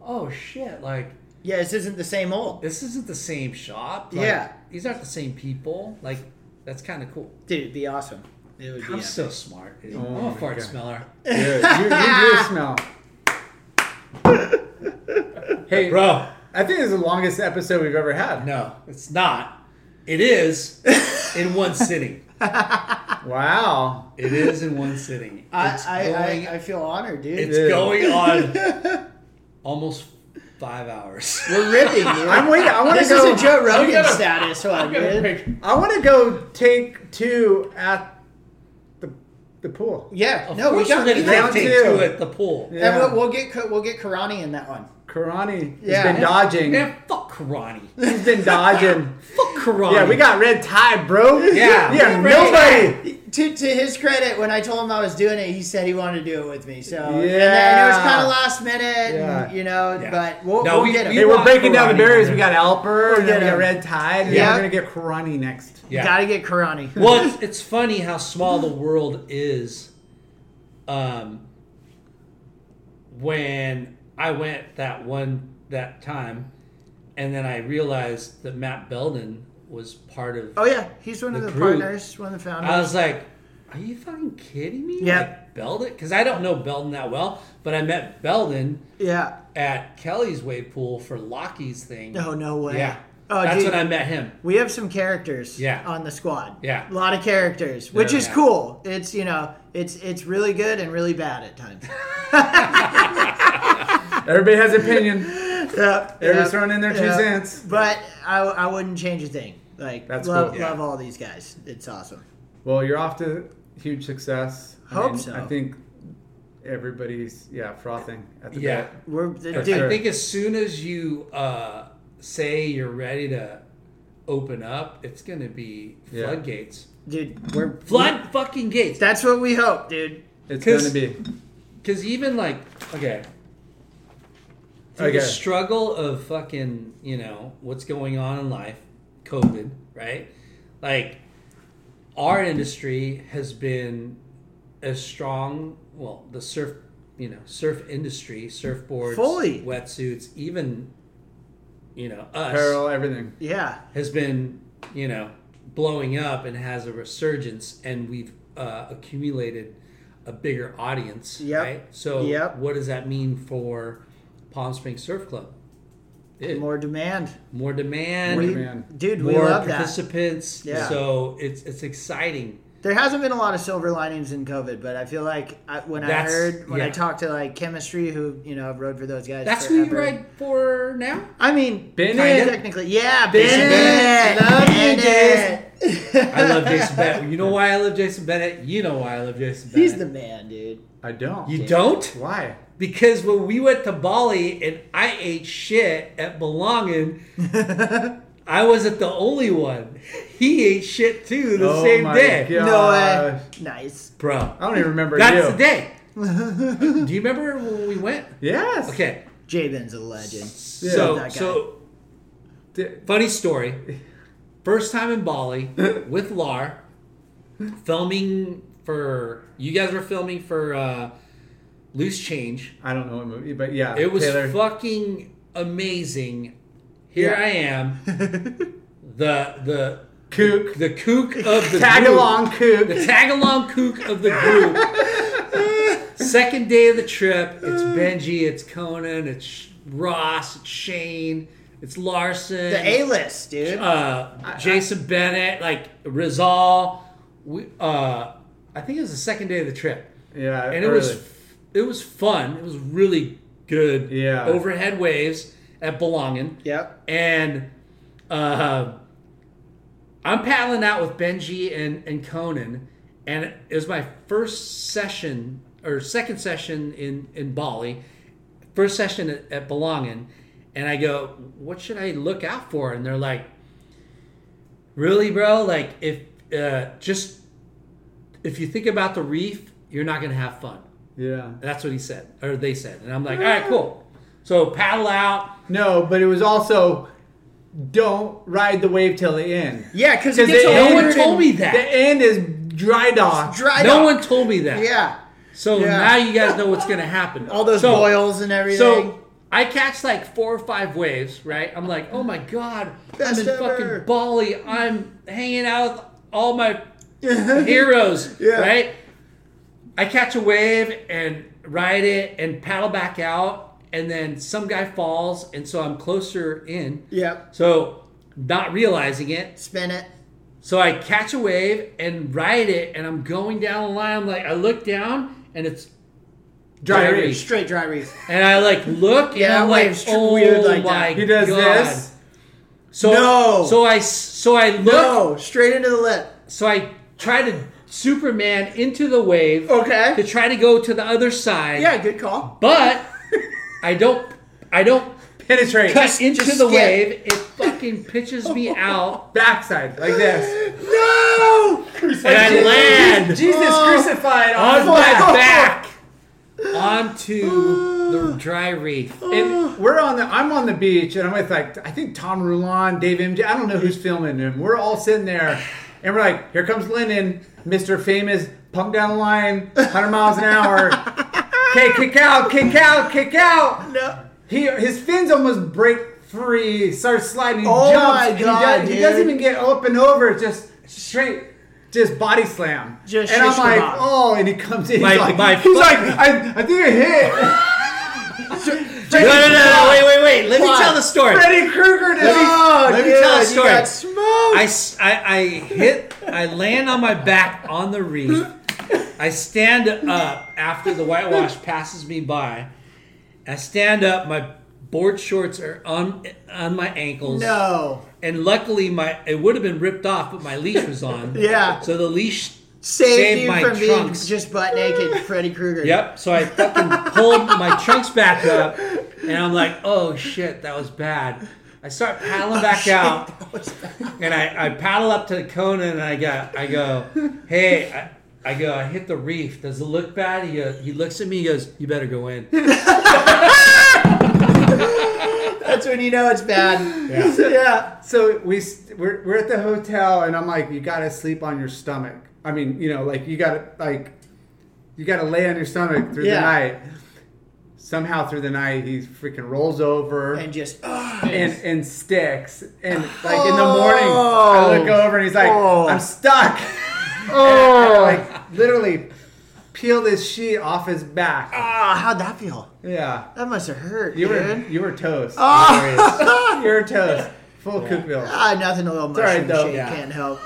oh shit, like
Yeah, this isn't the same old
this isn't the same shop. Like,
Yeah.
these aren't the same people. Like that's kind of cool.
dude. It'd be awesome. It would be.
I'm
epic.
so smart. dude.
Oh
I'm a
my
fart
God.
smeller.
Dude, you, you do smell. hey,
Bro,
I think this is the longest episode we've ever had.
no, it's not. It is in one sitting.
Wow.
It is in one sitting. It's
I,
going,
I, I I feel honored, dude.
it's
Yeah.
going on almost five hours.
We're ripping. Dude.
I'm waiting. I want to
this is
go.
a Joe Rogan
gotta-
status one,
Gotta
dude.
pick-
I want to go take two at the the pool.
Yeah,
Of
no, we
course
got
we're gonna
yeah.
down
dictate
two.
to it the pool.
Yeah.
And we'll, we'll get Ka- we'll get Karani in that one.
Karani
Yeah.
has been dodging.
Man, fuck karate.
He's been dodging.
fuck karate.
yeah, we got red tie, bro.
Yeah.
yeah.
Red
Nobody.
To, to his credit, when I told him I was doing it, he said he wanted to do it with me. So yeah, and then it was
Yeah.
kind of last minute,
Yeah.
and, you know.
Yeah.
But we'll,
No,
we'll
we-
get him.
we
Hey, we're
want
breaking down the
Karani
barriers.
in
We
there.
got Alper, and then we
getting-
got Red Tide, and
Yeah.
then we're gonna get Karani next.
Yeah.
Gotta get Karani.
well, it's, it's funny how small the world is. Um, when I went that one that time, and then I realized that Matt Belden was part of.
Oh yeah, he's one of
The Uh,
the
group.
partners, one of the founders.
I was like, "Are you fucking kidding me?"
Yeah.
Like, Belden, because I don't know Belden that well, but I met Belden
yeah.
at Kelly's wave pool for Lockie's thing.
No, no way.
Yeah,
Oh,
that's
dude.
when I met him.
We have some characters
Yeah.
on the squad.
Yeah.
A lot of characters, which is
Yeah.
cool. It's, you know, it's it's really good and really bad at times.
Everybody has opinion.
yep.
They're just throwing in their two cents.
But I, I wouldn't change a thing. Like,
That's
love,
cool.
love all these guys. It's awesome.
Well, you're off to huge success.
Hope so.
I think everybody's yeah frothing at the
Yeah.
bit.
We're, dude,
I
sure.
think as soon as you uh, say you're ready to open up, it's going to be
Yeah.
floodgates.
dude, we're
Flood fucking gates.
That's what we hope, dude.
It's
'Cause-
gonna be
Because even like, okay, through
okay.
the struggle of fucking, you know, what's going on in life, COVID, right? Like, our industry has been as strong, well, the surf, you know, surf industry, surfboards,
Fully.
wetsuits, even, you know, us.
Apparel, everything.
Yeah.
has been, you know, blowing up and has a resurgence, and we've uh, accumulated a bigger audience.
Yep.
Right? So,
Yep.
what does that mean for Palm Springs Surf Club? It- more,
More demand.
demand,
More
We-
demand.
Dude, we
more
love that.
participants.
Yeah.
So it's it's exciting.
There hasn't been a lot of silver linings in COVID, but I feel like I, when
That's-
I heard, when I
yeah.
talked to like chemistry, who you know I've rode for those guys.
That's who
forever.
you ride for now.
I mean,
Bennett.
kinda technically, yeah,
Jason
Bennett.
Bennett. Love you,
Jason.
I love Jason Bennett. You know why I love Jason Bennett. You know why I love Jason Bennett.
He's the man, dude.
I don't.
You don't?
Why?
Because when we went to Bali and I ate shit at Belonging, I wasn't the only one. He ate shit too the
Oh
same
my
day.
God.
No way.
Gosh.
Nice.
I
Bro,
don't even remember
that's
you.
the day. Do you remember when we went?
Yes.
Okay.
Jabin's a legend.
Yeah.
So,
That guy.
so
D-
funny story. First time in Bali with Lar, filming for, you guys were filming for uh, Loose Change.
I don't know what movie, but yeah,
It was
Taylor.
fucking amazing. Here
Yeah.
I am, the the
Kook.
the kook of the
Tag
group.
along,
the
Kook.
tag along kook of the group. Second day of the trip, it's Benji, it's Conan, it's Ross, it's Shane, it's Larson,
The A list, dude.
uh, Jason Bennett, like Rizal. We, uh, I think it was the second day of the trip,
Yeah,
and it was
early.
it was fun. It was really good.
Yeah.
overhead waves at Belongin'.
yep.
And uh, I'm paddling out with Benji and, and Conan, and it was my first session or second session in, in Bali, first session at, at Belongin. And I go, what should I look out for? And they're like, really, bro? Like, if uh, just if you think about the reef, you're not going to have fun.
Yeah.
That's what he said, or they said. And I'm like, all right, cool. So paddle out.
No, but it was also don't ride the wave till the end.
Yeah, because
Because the
No
end-
one told me that.
The end is dry dock.
Dry
no
dock.
one told me that.
Yeah.
So
Yeah.
now you guys know what's gonna happen.
All those
so,
boils and everything.
So I catch like four or five waves, right? I'm like, oh my god, I'm
Best
in
ever.
fucking Bali. I'm hanging out with all my heroes, right? I catch a wave and ride it and paddle back out, and then some guy falls, and so I'm closer in.
yep.
So not realizing it,
Spin it.
so I catch a wave and ride it, and I'm going down the line. I'm like, I look down, and it's
Dry
Dry
reach.
Straight dry reef.
and I like look,
Yeah,
and I'm
that
like,
wave's tr-
oh
weird like
my
that.
He does
god.
this.
So
No.
so I so I look,
No, straight into the lip.
so I try to Superman into the wave to
Okay.
try to go to the other side.
Oh. Yeah, good call.
but I don't I don't
Penetrate.
cut into
just
the
skip.
wave. It fucking pitches me out,
Backside. Like this.
No!
and I land.
Jesus crucified
on
on
Oh. my
fire.
back onto the dry reef.
And we're on the. I'm on the beach, and I'm with like I think Tom Rulon, Dave MJ. I don't know who's filming him. We're all sitting there, and we're like, "Here comes Lennon, Mr. Famous, pump down the line, 100 miles an hour. Okay, kick out, kick out, kick out. No, he his fins almost break free, starts sliding, he
Oh
jumps,
my
and he
God,
does- he, doesn't
dude.
even get up and over, it's just straight. Just body slam,
Just
and I'm
shish
like,
kebab.
oh, and he comes in. He's
My-
like,
my
he's like,
fucking-
I, I think I hit.
No, no, no, no, wait, wait, wait. Let me tell the story.
Freddy Krueger did
No,
Let me
Oh, dude,
tell a
you
story.
got smoked.
I, s- I- I hit, I land on my back on the reef. I stand up after the whitewash passes me by. I stand up, my board shorts are on on my ankles.
no.
And luckily my it would have been ripped off, but my leash was on.
Yeah.
So the leash
Saved,
saved
you
my
from
trunks.
being just butt naked, Freddy Krueger.
Yep. So I fucking pulled my trunks back up, and I'm like, "Oh shit, that was bad." I start
Oh,
paddling back out, and I, I paddle up to Conan, and I go, I go, "Hey." I, I go, I hit the reef. Does it look bad? He, goes, he looks at me. He goes, "You better go in."
That's when you know it's bad.
yeah. So we st- we're, we're at the hotel, and I'm like, you gotta sleep on your stomach. I mean, you know, like you gotta like you gotta lay on your stomach through
Yeah.
the night. Somehow through the night, he freaking rolls over
And just, oh,
and and sticks. And like in the morning, I look over and he's like,
Oh.
I'm stuck. Oh, like literally peel this sheet off his back.
ah, how'd that feel?
Yeah.
That must have hurt,
You were
dude.
you were toast. Oh. You're toast. Full Cookville.
Ah, nothing a little mushroom
alright, though.
shake
Yeah.
can't help.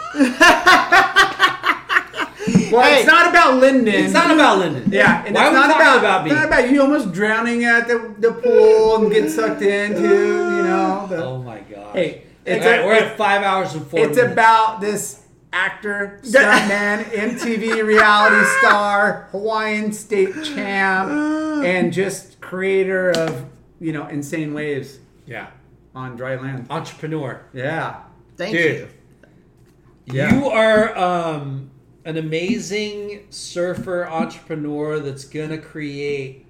Well,
Hey.
it's not about Linden.
It's not about Lyndon.
Yeah, and
Why
it's
are we
not about,
talking about me?
It's not about you almost drowning at the, the pool and getting sucked into, you know. the-
Oh my god.
Hey,
it's
it's a-
we're at five hours and four.
it's
minutes.
about this actor, stuntman, MTV reality star, Hawaiian state champ, and just creator of, you know, insane waves
yeah,
on dry
Ah.
land.
entrepreneur.
Yeah.
Thank
Dude.
you.
Yeah.
You are um, an amazing surfer entrepreneur that's going to create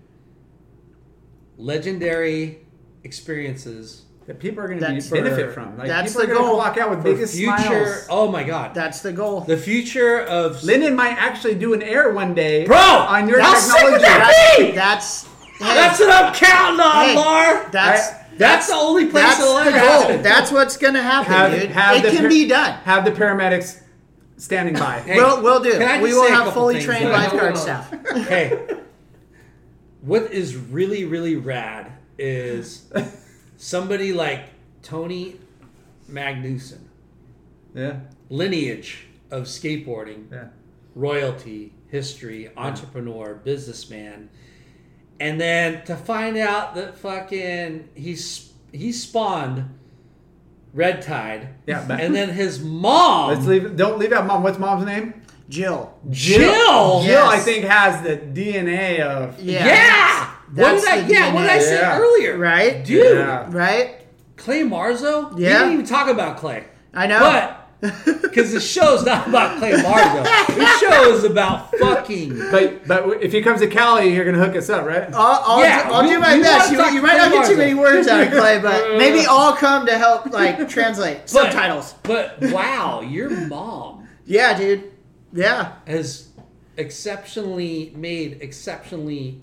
legendary experiences
that people are going to be
That's-
benefit
For-
from. Like,
that's
people
the
are gonna
goal.
walk out with
For
biggest
future,
smiles.
oh my god,
That's the goal.
the future of
Linden might actually do an air one day,
Bro,
on your
How sick would
technology.
that be? That's hey,
That's what I'm counting on,
Hey,
Lar.
that's-
that's the only place
that's
it'll
the
ever
goal.
happen.
That's what's gonna happen,
Have-
dude.
have
it
the
can
par-
be done.
Have the paramedics standing by.
we'll we'll do.
can I
it.
just
We
say
will
a
have
couple
fully
things
trained
that I
lifeguard
know
staff.
hey, what is really really rad is somebody like Tony Magnuson,
yeah,
lineage of skateboarding,
yeah.
royalty, history, entrepreneur, businessman, and then to find out that fucking he's he spawned Red Tide,
Yeah, but-
and then his mom.
Let's leave. Don't leave out mom. What's mom's name?
Jill.
Jill.
Jill,
Yes.
I think, has the DNA of.
Yeah.
Yeah. What
That's
did I?
the
Yeah. What did I
DNA.
say
Yeah.
earlier?
Right?
dude.
Yeah.
Right?
Clay Marzo. We
Yeah.
didn't even talk about Clay.
I know.
But because the show's not about Clay Marzo, the show is about fucking.
But but if he comes to Cali, you're gonna hook us up, right?
I'll, I'll,
Yeah,
do, I'll
you-
do my
you
best.
wanna
You,
talk
you might not get too many
Marzo.
words out of Clay, but maybe I'll come to help like translate
but-
subtitles.
But wow, your mom
Yeah, dude. Yeah.
has exceptionally made exceptionally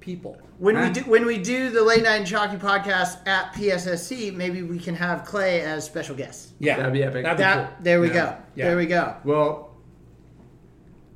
people.
When we do when we do the late night and chalky podcast at PSSC, maybe we can have Clay as special guest.
Yeah,
That'd be epic.
That'd be
That
cool.
there we
Yeah.
go.
Yeah.
There we go.
Well,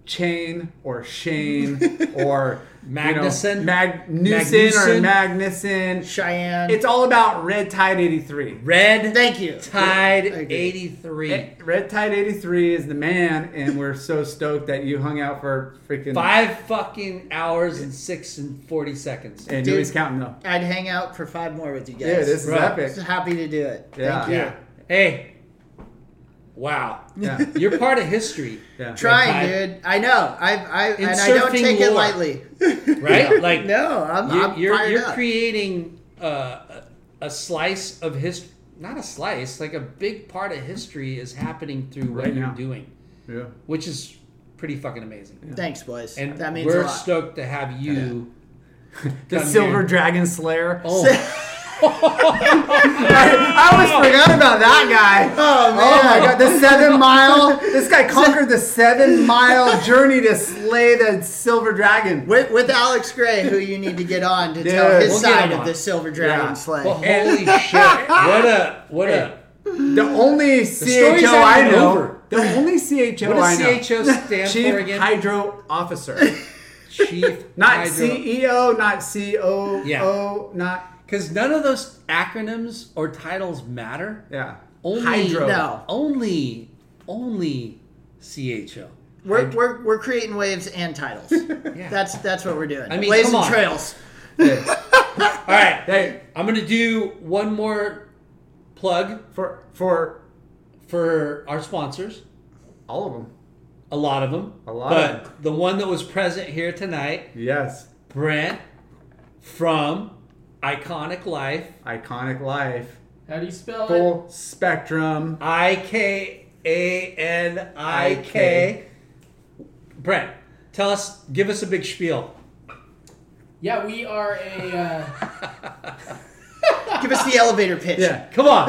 Chain or Shane or you know,
Magnuson?
Magnuson or
Magnuson?
Magnuson.
Cheyenne.
It's all about Red Tide '83.
Red
Thank you.
Tide
Okay.
'83.
Eh, Red Tide '83 is the man, and we're so stoked that you hung out for freaking
Five fucking hours and six and forty seconds.
And
Dude.
nobody's counting though.
I'd hang out for five more with you guys.
Yeah, this is
Right.
epic.
Just happy to do it.
Yeah.
Thank you.
Yeah. Hey. Wow.
Yeah.
You're part of history,
Yeah.
Trying,
Tide.
dude. I know. I I
In
and I don't
surfing
take it
lore.
lightly.
right? Like
No, I'm,
you-
I'm
you're
fired
you're
up.
creating uh, a a slice of history. Not a slice, like a big part of history is happening through what
Right
you're
now.
doing,
Yeah.
which is pretty fucking amazing.
Thanks, boys.
And
that means
we're
a lot.
stoked to have you.
The
come
Silver
here.
Dragon Slayer.
Oh,
I always forgot about that guy. Oh man! Oh my god! The seven mile. This guy conquered the seven mile journey to slay the Silver Dragon.
with, with Alex Gray, who you need to get on to tell
Dude,
his
we'll
get
side
him
of
on.
the Silver Dragon
Yeah.
Slay.
well, holy shit! What a what a
The only
story's
CHO
not
I
even
know.
over.
The only CHO
what
I
does
know.
CHO stand for
Chief
again?
Hydro Officer.
Chief
Not E-
Hydro-
CEO. Not COO.
Yeah.
Not
Because none of those acronyms or titles matter.
yeah.
Only
Hydro.
No.
Only, only CHO.
we're, we're, we're creating waves and titles. That's that's what we're doing.
I mean,
waves
come
and
on.
trails.
All right.
Hey,
I'm going to do one more plug
for for
for our sponsors,
all of them.
a lot of them. A
lot
But
of
the one that was present here tonight,
Yes.
Brent from Iconic Life,
Iconic life.
How do you spell it?
Full spectrum.
I K A N I K. Brent, tell us, give us a big spiel.
Yeah, we are a. Uh,
Give us the elevator pitch.
Yeah.
Come on.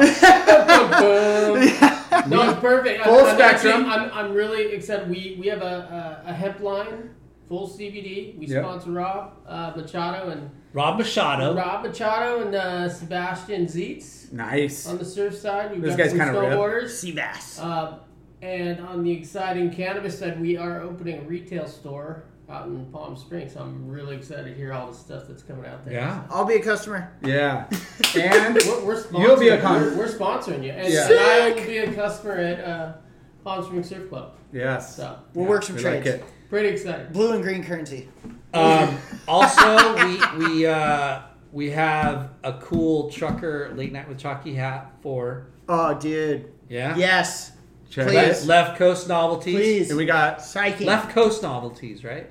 no, it's perfect.
Full
I'm, I'm actually-
spectrum.
I'm, I'm really excited. We we have a, a, a hemp line, full CBD. We
Yep.
sponsor Rob uh, Machado and
Rob Machado.
Rob Machado and uh, Sebastian Zietz
Nice.
on the surf side. We've
Those
got
guys
some
kinda rip.
snowboarders.
Sea bass.
Uh, and on the exciting cannabis side, we are opening a retail store out in Palm Springs. I'm really excited to hear all the stuff that's coming out there.
Yeah.
I'll be a customer.
Yeah. And
We're, we're sponsoring,
You'll be a con-
we're, we're sponsoring you, and,
Yeah.
and I will be a customer at uh, Palm Springs Surf Club.
yes.
So
We'll work some
We like
trades.
it.
pretty excited.
Blue and green currency.
Um, also, we we uh, we have a cool trucker late night with Chalky hat for
Oh, dude.
yeah
Yes.
Check
Please.
it.
Left Coast novelties.
Please.
And we got
Psyche.
Left Coast novelties, right?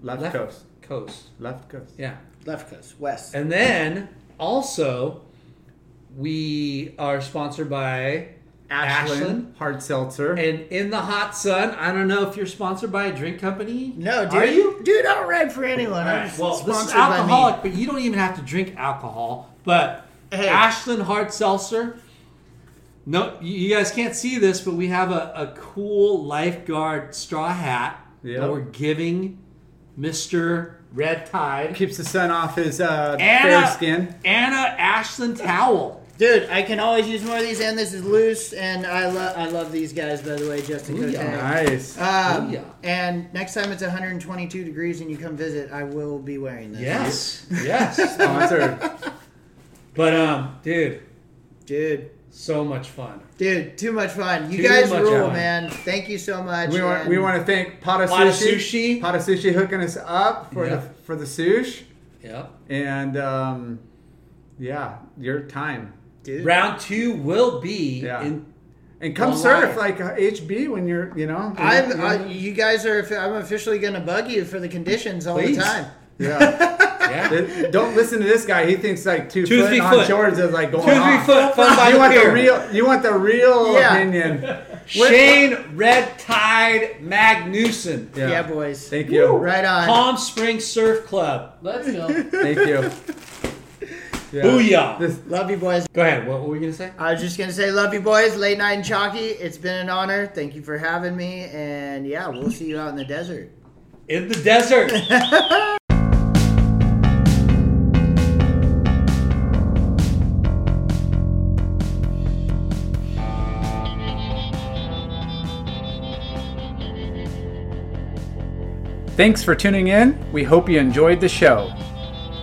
left,
Left
coast.
Coast,
Left coast.
yeah.
Left coast. West.
And then also, we are sponsored by Ashland.
Ashland. Hard seltzer.
And in the hot sun, I don't know if you're sponsored by a drink company.
No, dude.
Are you?
Dude, I don't ride for anyone.
All
I'm
right, well, this is
sponsored by me.
alcoholic, but you don't even have to drink alcohol. But
Hey.
Ashland Hard Seltzer. No, you you guys can't see this, but we have a, a cool lifeguard straw hat
Yep.
that we're giving Mr. Red Tide.
Keeps the sun off his uh, fair
Anna,
skin.
Anna Ashland Towel.
Dude, I can always use more of these, and this is loose. And I love, I love these guys, by the way, Justin
Ooh,
Cote.
yeah.
Nice.
Um,
Ooh, yeah.
And next time it's 122 degrees and you come visit, I will be wearing this.
Yes. Yes.
Sponsored.
but um, dude,
dude,
so much fun.
dude, too much fun. You
Too
guys
much
rule,
fun.
man. Thank you so much.
We want,
and-
we want to thank Pada
Pada
Sushi.
Sushi.
Pada Sushi hooking us up for
Yeah.
the for the sush
Yep.
and um, yeah, your time.
dude.
Round two will be
Yeah.
in
And come
Online.
surf like uh, HB when you're you know.
I'm,
you're-
I, you guys are. I'm officially gonna bug you for the conditions all
Please.
the time.
yeah.
yeah.
It- Don't listen to this guy. He thinks like two,
Two,
foot
three
on
foot.
shorts is like going
Two three
off.
foot fun by
You
the
want the
pier.
real? You want the real
Yeah.
opinion?
Shane Red Tide Magnuson.
Yeah, boys.
Thank you.
Right on.
Palm Springs Surf Club.
Let's go.
Thank you. Yeah.
Booyah.
This-
Love you, boys.
Go ahead. What were we gonna say?
I was just gonna say, love you, boys. Late night and chalky. It's been an honor. Thank you for having me. And yeah, we'll see you out in the desert.
In the desert.
Thanks for tuning in. We hope you enjoyed the show.